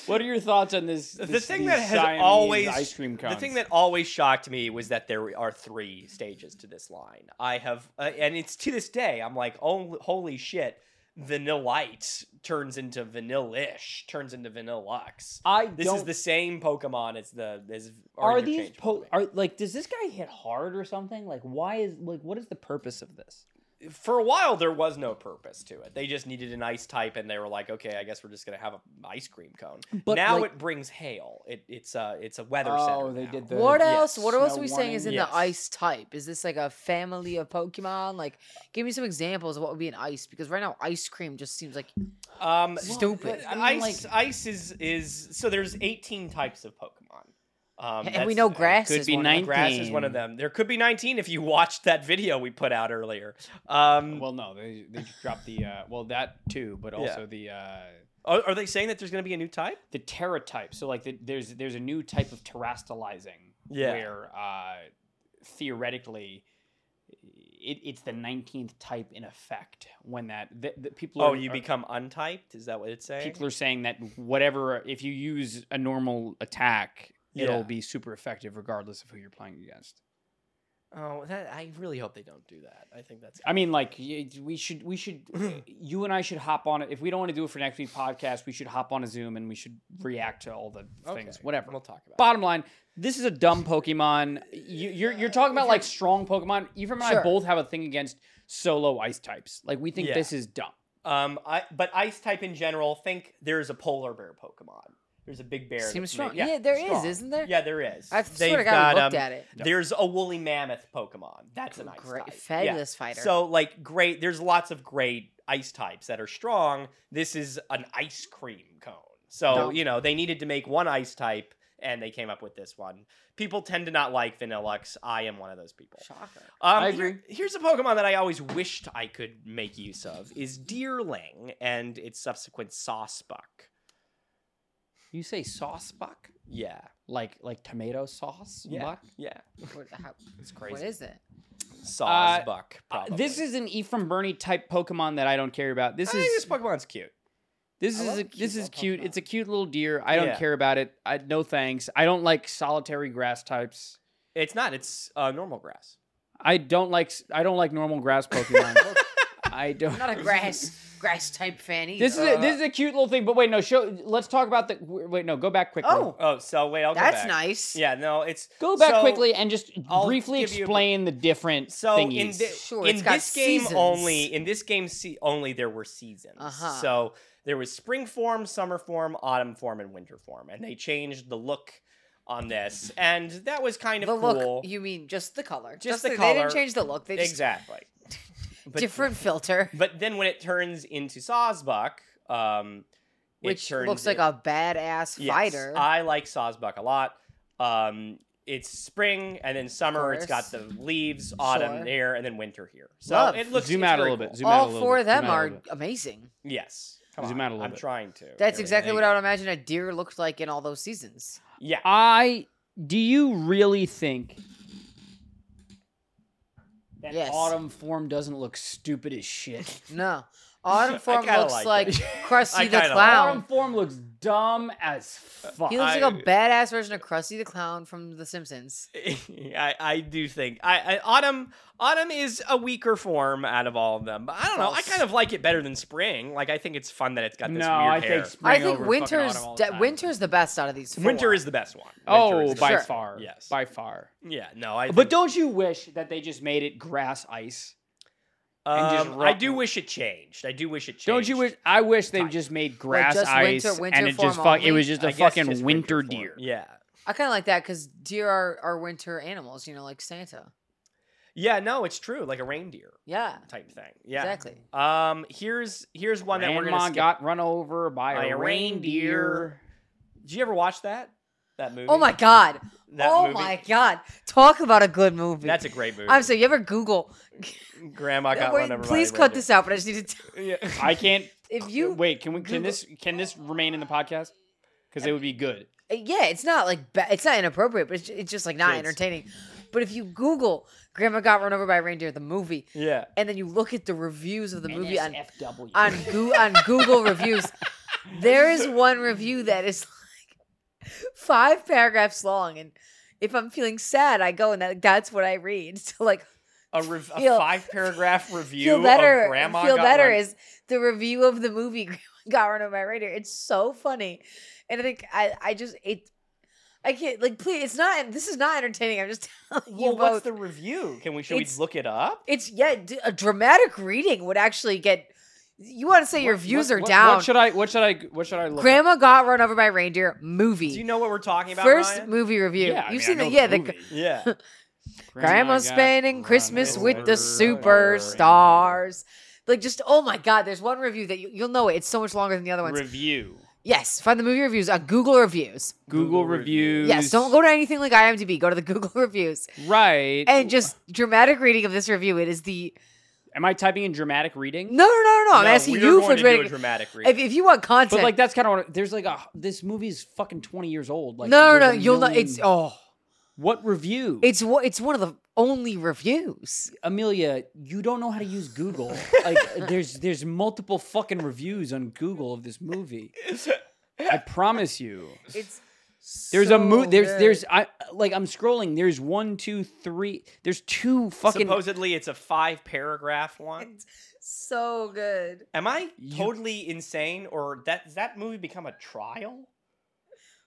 Speaker 5: What are your thoughts on this?
Speaker 2: The
Speaker 5: this-
Speaker 2: thing
Speaker 5: these
Speaker 2: that has
Speaker 5: Siamese
Speaker 2: always
Speaker 5: ice cream cones?
Speaker 2: the thing that always shocked me was that there are three stages to this line. I have, uh, and it's to this day, I'm like, oh, holy shit! Vanillite turns into Vanillish, turns into Vanillux.
Speaker 3: I
Speaker 2: This
Speaker 3: don't.
Speaker 2: is the same Pokemon. It's the is
Speaker 3: are these
Speaker 2: interchangeable
Speaker 3: po-
Speaker 2: to me.
Speaker 3: are like does this guy hit hard or something? Like why is like what is the purpose of this?
Speaker 2: for a while there was no purpose to it. They just needed an ice type, and they were like, okay, I guess we're just gonna have an ice cream cone.
Speaker 3: But,
Speaker 2: But now
Speaker 3: like-
Speaker 2: it brings hail. It, it's a it's a weather center.
Speaker 5: Oh, they
Speaker 2: now.
Speaker 5: did the.
Speaker 1: What
Speaker 2: yes,
Speaker 1: else? What else
Speaker 5: no
Speaker 1: are we saying is in
Speaker 2: warning.
Speaker 1: the ice type? Is this like a family of Pokemon? Like, give me some examples of what would be an ice because right now ice cream just seems like
Speaker 2: Um,
Speaker 1: Stupid.
Speaker 2: uh,
Speaker 3: I mean,
Speaker 2: ice, ice is is so. There's 18 types of Pokemon.
Speaker 1: *laughs*
Speaker 2: Um,
Speaker 1: and we
Speaker 2: that's-
Speaker 1: know
Speaker 2: uh,
Speaker 1: grass
Speaker 3: could
Speaker 1: is
Speaker 3: be
Speaker 1: one of them.
Speaker 3: nine-
Speaker 2: Grass is one of them. There could be 19 if you watched that video we put out earlier. Um,
Speaker 5: Well, no, they they dropped the uh, well that too, but
Speaker 2: Yeah.
Speaker 5: also the uh,
Speaker 2: are, are they saying that there's going to be a new type?
Speaker 5: the Terra type. So like the, there's there's a new type of terastalizing
Speaker 2: Yeah.
Speaker 5: where uh, theoretically it, it's the nineteenth type in effect when that the, the people
Speaker 2: Oh,
Speaker 5: are,
Speaker 2: you
Speaker 5: are-
Speaker 2: become untyped. Is that what it's saying?
Speaker 5: people are saying that whatever if you use a normal attack
Speaker 2: Yeah.
Speaker 5: it'll be super effective regardless of who you're playing against.
Speaker 2: oh, that, I really hope they don't do that. I think that's.
Speaker 5: I mean, like y- we should, we
Speaker 2: *clears throat*
Speaker 5: should, you and I should hop on it. If we don't want to do it for next week podcast, we should hop on a Zoom and we should react to all the things,
Speaker 2: Okay,
Speaker 5: whatever.
Speaker 2: We'll talk about.
Speaker 5: Bottom line, this is a dumb Pokemon. You, you're you're talking about like strong Pokemon. Ephraim and I
Speaker 1: Sure.
Speaker 5: both have a thing against solo ice types. Like we think
Speaker 2: Yeah.
Speaker 5: this is dumb.
Speaker 2: it. Um, I but ice type in general. Think there is a polar bear Pokemon. There's a big bear.
Speaker 1: Seems
Speaker 2: that's
Speaker 1: strong.
Speaker 2: ma-
Speaker 1: Yeah, there is,
Speaker 2: strong.
Speaker 1: isn't there?
Speaker 2: Yeah, there is.
Speaker 1: I swear to
Speaker 2: They've
Speaker 1: God, I looked
Speaker 2: um,
Speaker 1: at it.
Speaker 2: There's a woolly mammoth Pokemon. That's an ice
Speaker 1: Great,
Speaker 2: type. Yeah.
Speaker 1: fabulous fighter.
Speaker 2: So like great, there's lots of great ice types that are strong. This is an ice cream cone. So,
Speaker 1: Dumb.
Speaker 2: you know, they needed to make one ice type and they came up with this one. People tend to not like Vanillux. I am one of those people.
Speaker 1: Shocker.
Speaker 2: Um,
Speaker 5: I
Speaker 2: here-
Speaker 5: agree.
Speaker 2: here's a Pokemon that I always wished I could make use of is Deerling and its subsequent Sawsbuck.
Speaker 3: You say sauce buck?
Speaker 2: Yeah.
Speaker 3: Like like tomato sauce
Speaker 2: Yeah.
Speaker 3: buck?
Speaker 2: Yeah.
Speaker 1: What, how,
Speaker 2: It's crazy.
Speaker 1: what is it?
Speaker 2: Sawsbuck, probably.
Speaker 3: Uh, This is an Ephraim Bernie type Pokemon that I don't care about.
Speaker 2: I
Speaker 3: This
Speaker 2: think
Speaker 3: is
Speaker 2: this Pokemon's cute.
Speaker 3: this
Speaker 1: I
Speaker 3: is
Speaker 1: love
Speaker 3: a,
Speaker 1: cute
Speaker 3: this is
Speaker 1: little
Speaker 3: cute.
Speaker 1: Pokemon.
Speaker 3: It's a cute little deer. I don't
Speaker 2: Yeah.
Speaker 3: care about it. I no thanks. I don't like solitary grass types.
Speaker 2: It's not. It's uh, normal grass.
Speaker 3: I don't like s- I don't like normal
Speaker 2: *laughs*
Speaker 3: grass Pokemon. I don't.
Speaker 1: I'm not
Speaker 3: *laughs*
Speaker 1: a grass grass type fan either.
Speaker 3: This is a, this is a cute little thing, but wait, no, show. Let's talk about the. Wait, no, go back quickly.
Speaker 1: Oh,
Speaker 2: Oh, so wait, I'll go
Speaker 1: that's
Speaker 2: back.
Speaker 1: nice.
Speaker 2: Yeah, no, it's
Speaker 3: go back
Speaker 2: so-
Speaker 3: quickly and just
Speaker 2: I'll
Speaker 3: briefly
Speaker 2: give you a-
Speaker 3: explain the different
Speaker 2: So in,
Speaker 3: thingies.
Speaker 2: thi-
Speaker 1: Sure,
Speaker 2: in
Speaker 1: it's got
Speaker 2: this game
Speaker 1: seasons.
Speaker 2: only, in this game se- only, there were seasons.
Speaker 1: Uh-huh.
Speaker 2: So there was spring form, summer form, autumn form, and winter form, and they changed the look on this, and that was kind of
Speaker 1: The
Speaker 2: cool.
Speaker 1: look, you mean just the color?
Speaker 2: Just the
Speaker 1: they- They
Speaker 2: color.
Speaker 1: didn't change the look. They just
Speaker 2: exactly. But- *laughs*
Speaker 1: different filter,
Speaker 2: But then when it turns into Sawsbuck, um, it
Speaker 1: which
Speaker 2: turns
Speaker 1: looks like
Speaker 2: it-
Speaker 1: a badass
Speaker 2: Yes,
Speaker 1: fighter.
Speaker 2: I like Sawsbuck a lot. Um, it's spring and then summer. It's got the
Speaker 1: course.
Speaker 2: leaves, autumn
Speaker 1: Sure.
Speaker 2: there, and then winter here. So
Speaker 1: Love.
Speaker 2: it looks
Speaker 5: Zoom
Speaker 2: it's
Speaker 5: out a
Speaker 2: very
Speaker 5: little
Speaker 2: cool.
Speaker 5: bit. Zoom out a
Speaker 1: All
Speaker 5: little
Speaker 1: four
Speaker 5: bit,
Speaker 1: of them
Speaker 5: zoom out a
Speaker 1: are
Speaker 5: little bit.
Speaker 1: amazing.
Speaker 2: Yes.
Speaker 5: Zoom out a little
Speaker 2: I'm
Speaker 5: bit.
Speaker 2: trying to.
Speaker 1: That's
Speaker 2: There-
Speaker 1: exactly
Speaker 2: there
Speaker 1: what
Speaker 2: you
Speaker 1: I
Speaker 2: go.
Speaker 1: would imagine a deer looked like in all those seasons.
Speaker 2: Yeah.
Speaker 3: I do you really think that
Speaker 1: Yes.
Speaker 3: autumn form doesn't look stupid
Speaker 2: *laughs*
Speaker 3: as shit?
Speaker 1: No, autumn
Speaker 2: I
Speaker 1: form
Speaker 2: kinda
Speaker 1: looks
Speaker 2: like
Speaker 1: like
Speaker 2: it. *laughs* I
Speaker 1: Krusty the
Speaker 2: kinda like
Speaker 1: Clown.
Speaker 3: autumn form looks dumb as fuck.
Speaker 1: He looks like
Speaker 2: I-
Speaker 1: a badass version of Krusty the Clown from The Simpsons.
Speaker 2: *laughs* I, I do think I, I autumn autumn is a weaker form out of all of them. But I don't know. I
Speaker 1: False.
Speaker 2: kind of like it better than spring. Like I think it's fun that it's got this
Speaker 5: No,
Speaker 2: weird
Speaker 5: I
Speaker 2: hair.
Speaker 5: think spring
Speaker 1: I think
Speaker 5: over fucking
Speaker 1: winter's
Speaker 5: autumn all the
Speaker 1: de-
Speaker 5: time.
Speaker 1: winter's the best out of these. Four.
Speaker 2: winter is the best one. Winter is
Speaker 3: Oh,
Speaker 2: the
Speaker 3: by
Speaker 1: Sure.
Speaker 3: far,
Speaker 2: Yes.
Speaker 3: by far.
Speaker 2: best- yeah. No, I.
Speaker 3: But
Speaker 2: Think,
Speaker 3: don't you wish that they just made it grass ice? and just
Speaker 2: um,
Speaker 3: ru-
Speaker 2: I do wish it changed. I do wish it changed.
Speaker 3: Don't you wish? I wish they just made grass
Speaker 1: just
Speaker 3: ice
Speaker 1: winter- winter
Speaker 3: and it just
Speaker 1: form
Speaker 3: fuck. It
Speaker 1: only?
Speaker 3: was just a
Speaker 2: I guess
Speaker 3: fucking
Speaker 2: just
Speaker 3: winter,
Speaker 2: form.
Speaker 3: deer.
Speaker 2: Yeah.
Speaker 1: I kind of like that because deer are, are winter animals. You know, like Santa.
Speaker 2: Yeah. No, it's true. Like a reindeer
Speaker 1: Yeah,
Speaker 2: type thing. Yeah.
Speaker 1: exactly.
Speaker 2: Um. Here's here's one that we're
Speaker 3: Grandma
Speaker 2: gonna skip.
Speaker 3: got run over by, a reindeer.
Speaker 2: Did you ever watch that? That movie.
Speaker 1: Oh my god!
Speaker 2: That
Speaker 1: oh
Speaker 2: movie?
Speaker 1: my god! Talk about a good movie.
Speaker 2: That's a great movie.
Speaker 1: I'm sorry. You ever Google?
Speaker 2: Grandma got
Speaker 1: Wait,
Speaker 2: run over. by a
Speaker 1: please cut
Speaker 2: reindeer.
Speaker 1: this out. But I just need to. *laughs* T-
Speaker 2: *laughs* Yeah.
Speaker 5: I can't.
Speaker 1: if *laughs* you
Speaker 5: wait, can we? Can
Speaker 1: Google-
Speaker 5: this? Can this remain in the podcast? Because it would be good.
Speaker 1: yeah, it's not like ba- it's not inappropriate, but it's, it's just like not
Speaker 2: Kids.
Speaker 1: entertaining. But if you Google "Grandma Got Run Over by a Reindeer" the movie,
Speaker 2: Yeah.
Speaker 1: and then you look at the reviews of the movie on
Speaker 3: NSFW.
Speaker 1: on, Goo on Google reviews, there is one review that is like five paragraphs long, and if I'm feeling sad, I go and that, that's what I read. *laughs* So like,
Speaker 2: a, rev- a
Speaker 1: Feel-
Speaker 2: five
Speaker 1: *laughs*
Speaker 2: paragraph review
Speaker 1: Feel better.
Speaker 2: of Grandma
Speaker 1: feel
Speaker 2: Got
Speaker 1: better
Speaker 2: Run-
Speaker 1: is the review of the movie *laughs* Grandma Got Run Over by a Reindeer. It's so funny, and I think I I just it. I can't like please. It's not. This is not entertaining. I'm just *laughs* telling
Speaker 2: Well,
Speaker 1: you
Speaker 2: what's
Speaker 1: both.
Speaker 2: the review? Can we should we
Speaker 1: It's-
Speaker 2: look it up?
Speaker 1: it's yeah. d- A dramatic reading would actually get. You want to say your
Speaker 5: What-
Speaker 1: views
Speaker 5: what-
Speaker 1: are
Speaker 5: what-
Speaker 1: down.
Speaker 5: What should I? What should I? What should I look? up?
Speaker 1: Grandma got run over by a reindeer movie.
Speaker 2: Do you know what we're talking about?
Speaker 1: First
Speaker 2: Ryan?
Speaker 1: movie review.
Speaker 5: Yeah, I mean,
Speaker 1: You've
Speaker 5: I
Speaker 1: seen
Speaker 5: know
Speaker 1: the yeah the
Speaker 5: movie.
Speaker 1: *laughs*
Speaker 2: yeah.
Speaker 1: Grandma
Speaker 5: got
Speaker 1: spending
Speaker 5: run
Speaker 1: Christmas
Speaker 5: over
Speaker 1: with
Speaker 5: by
Speaker 1: the
Speaker 5: a
Speaker 1: superstars. Like just oh my god, there's one review that you, you'll know it. It's so much longer than the other ones.
Speaker 5: Review.
Speaker 1: yes, find the movie reviews on Google reviews.
Speaker 5: Google reviews.
Speaker 1: Yes, don't go to anything like IMDb. Go to the *laughs* Google reviews
Speaker 5: Right.
Speaker 1: and just dramatic reading of this review. It is the
Speaker 3: Am I typing in dramatic reading?
Speaker 1: no no no no. no I'm
Speaker 2: No,
Speaker 1: asking
Speaker 2: we are
Speaker 1: you
Speaker 2: going
Speaker 1: for
Speaker 2: to do a
Speaker 1: dramatic.
Speaker 2: dramatic reading. *laughs*
Speaker 1: If, if you want content,
Speaker 3: But like that's kind of what there's like a this movie's fucking twenty years old. Like
Speaker 1: no no no,
Speaker 3: there's a
Speaker 1: you'll know.
Speaker 3: million-
Speaker 1: It's oh,
Speaker 3: what review?
Speaker 1: it's one- it's one of the only reviews.
Speaker 3: Amelia, you don't know how to
Speaker 5: *laughs*
Speaker 3: use Google. like there's there's multiple fucking reviews on Google of this movie. I promise you.
Speaker 1: It's
Speaker 3: There's a mo-
Speaker 1: so
Speaker 3: there's
Speaker 1: good.
Speaker 3: there's I like I'm scrolling. There's one, two, three. There's two fucking.
Speaker 2: Supposedly, it's a five paragraph one.
Speaker 1: It's so good.
Speaker 2: Am I
Speaker 3: You-
Speaker 2: totally insane, or that does that movie become a trial?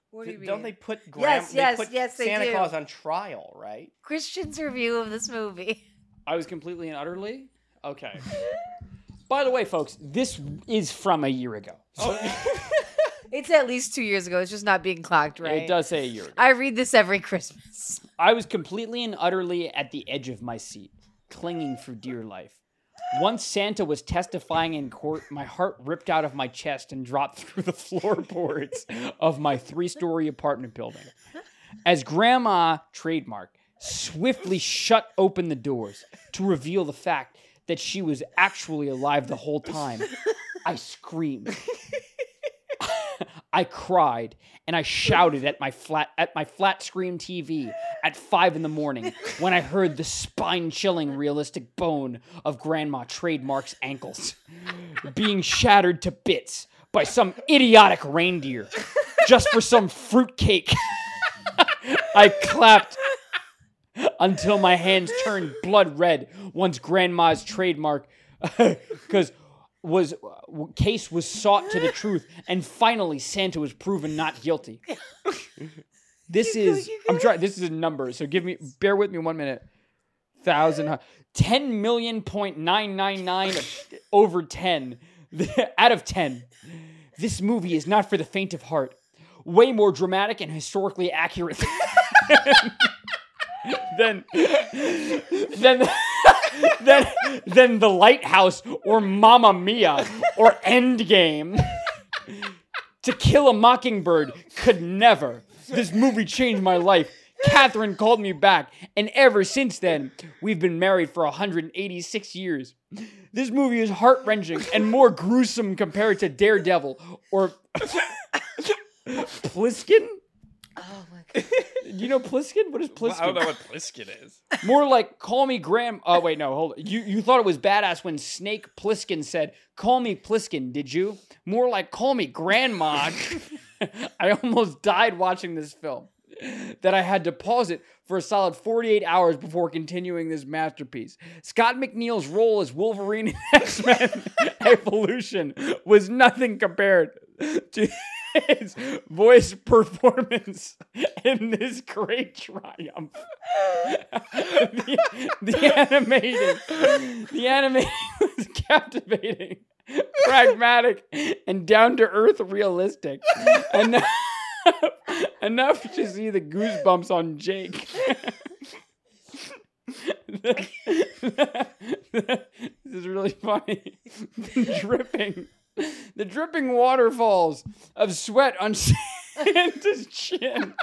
Speaker 1: What do you mean?
Speaker 2: not they put Graham,
Speaker 1: Yes, yes,
Speaker 2: they put
Speaker 1: yes, they
Speaker 2: Santa
Speaker 1: do.
Speaker 2: Claus on trial, *laughs* right?
Speaker 1: Christian's review of this movie.
Speaker 3: I was completely and utterly okay. *laughs* By the way, folks, this is from a year ago.
Speaker 2: Uh, *laughs*
Speaker 3: So
Speaker 1: It's at least two years ago. It's just not being clocked right.
Speaker 3: It does say a year. Ago.
Speaker 1: I read this every *laughs* Christmas.
Speaker 3: I was completely and utterly at the edge of my seat, clinging for dear life. Once Santa was testifying in court, my heart ripped out of my chest and dropped *laughs* through the floorboards of my three story apartment building. As Grandma, trademark, swiftly shut open the doors to reveal the fact that she was actually alive the whole time, I screamed. I cried and I shouted at my flat at my flat screen TV at five in the morning when I heard the spine-chilling realistic bone of Grandma Trademark's ankles being shattered to bits by some idiotic reindeer just for some fruitcake. I clapped until my hands turned blood red once grandma's trademark *laughs* because was w- case was sought to the truth and finally santa was proven not guilty this
Speaker 1: Keep going,
Speaker 3: is
Speaker 1: keep
Speaker 3: i'm trying this is a number so give me bear with me one minute thousand hu- 10 million point nine nine nine over 10 *laughs* out of 10 this movie is not for the faint of heart way more dramatic and historically accurate *laughs* than than than than the lighthouse or Mamma Mia or Endgame. to Kill a Mockingbird could never. This movie changed my life. Catherine called me back, and ever since then, we've been married for 186 years. This movie is heart wrenching and more gruesome compared to Daredevil or *coughs* Pliskin.
Speaker 1: Oh my god.
Speaker 3: You know Pliskin? What is Pliskin?
Speaker 6: I don't know what Pliskin is.
Speaker 3: More like call me Graham. Oh wait, no, hold. You you thought it was badass when Snake Pliskin said, "Call me Pliskin," did you? More like call me Grandma. *laughs* I almost died watching this film. That I had to pause it for a solid 48 hours before continuing this masterpiece. Scott McNeil's role as Wolverine in *laughs* X Men Evolution was nothing compared to his voice performance in this great triumph the, the animated the animated *laughs* was captivating pragmatic and down to earth realistic enough, enough to see the goosebumps on jake *laughs* this is really funny the dripping the dripping waterfalls of sweat on *laughs* santa's chin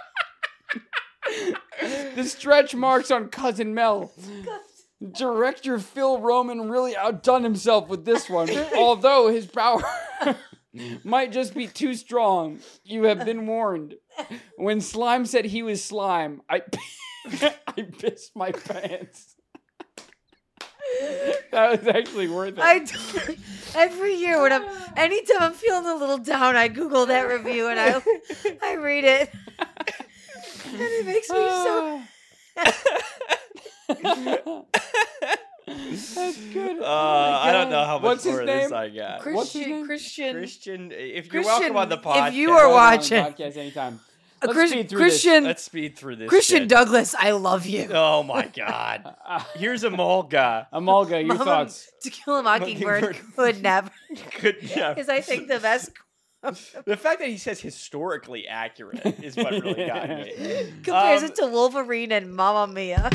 Speaker 3: the stretch marks on cousin Mel. Director Phil Roman really outdone himself with this one, although his power *laughs* might just be too strong. You have been warned. When Slime said he was slime, I *laughs* I pissed my pants. *laughs* That was actually worth it.
Speaker 1: I don't- every year *sighs* when I'm anytime I'm feeling a little down, I Google that review and I I read it.
Speaker 3: *laughs*
Speaker 1: and it makes me so
Speaker 3: Ah.
Speaker 5: good.
Speaker 2: Uh, I don't know how much
Speaker 5: What's his
Speaker 2: more of
Speaker 5: name?
Speaker 2: this I got.
Speaker 1: Christian,
Speaker 5: What's his name?
Speaker 1: Christian,
Speaker 2: Christian, if you're
Speaker 1: Christian,
Speaker 2: welcome on the podcast,
Speaker 1: if you are watching,
Speaker 5: Podcast anytime.
Speaker 1: Uh,
Speaker 5: Let's
Speaker 1: Chris-
Speaker 5: speed through this.
Speaker 1: Christian,
Speaker 2: let's speed through this.
Speaker 1: Christian
Speaker 2: shit.
Speaker 1: Douglas, I love you.
Speaker 2: *laughs* Oh my god.
Speaker 5: Uh,
Speaker 2: Here's Amolga.
Speaker 5: Amalga, your
Speaker 1: *laughs* Mama,
Speaker 5: thoughts?
Speaker 1: To Kill a Mockingbird
Speaker 2: Mockingbird.
Speaker 1: could never
Speaker 2: *laughs* Good. Yeah.
Speaker 1: is, I think, the best.
Speaker 2: The fact that he says historically accurate is what really got me. *laughs*
Speaker 1: Compares
Speaker 2: Um,
Speaker 1: it to Wolverine and Mamma Mia.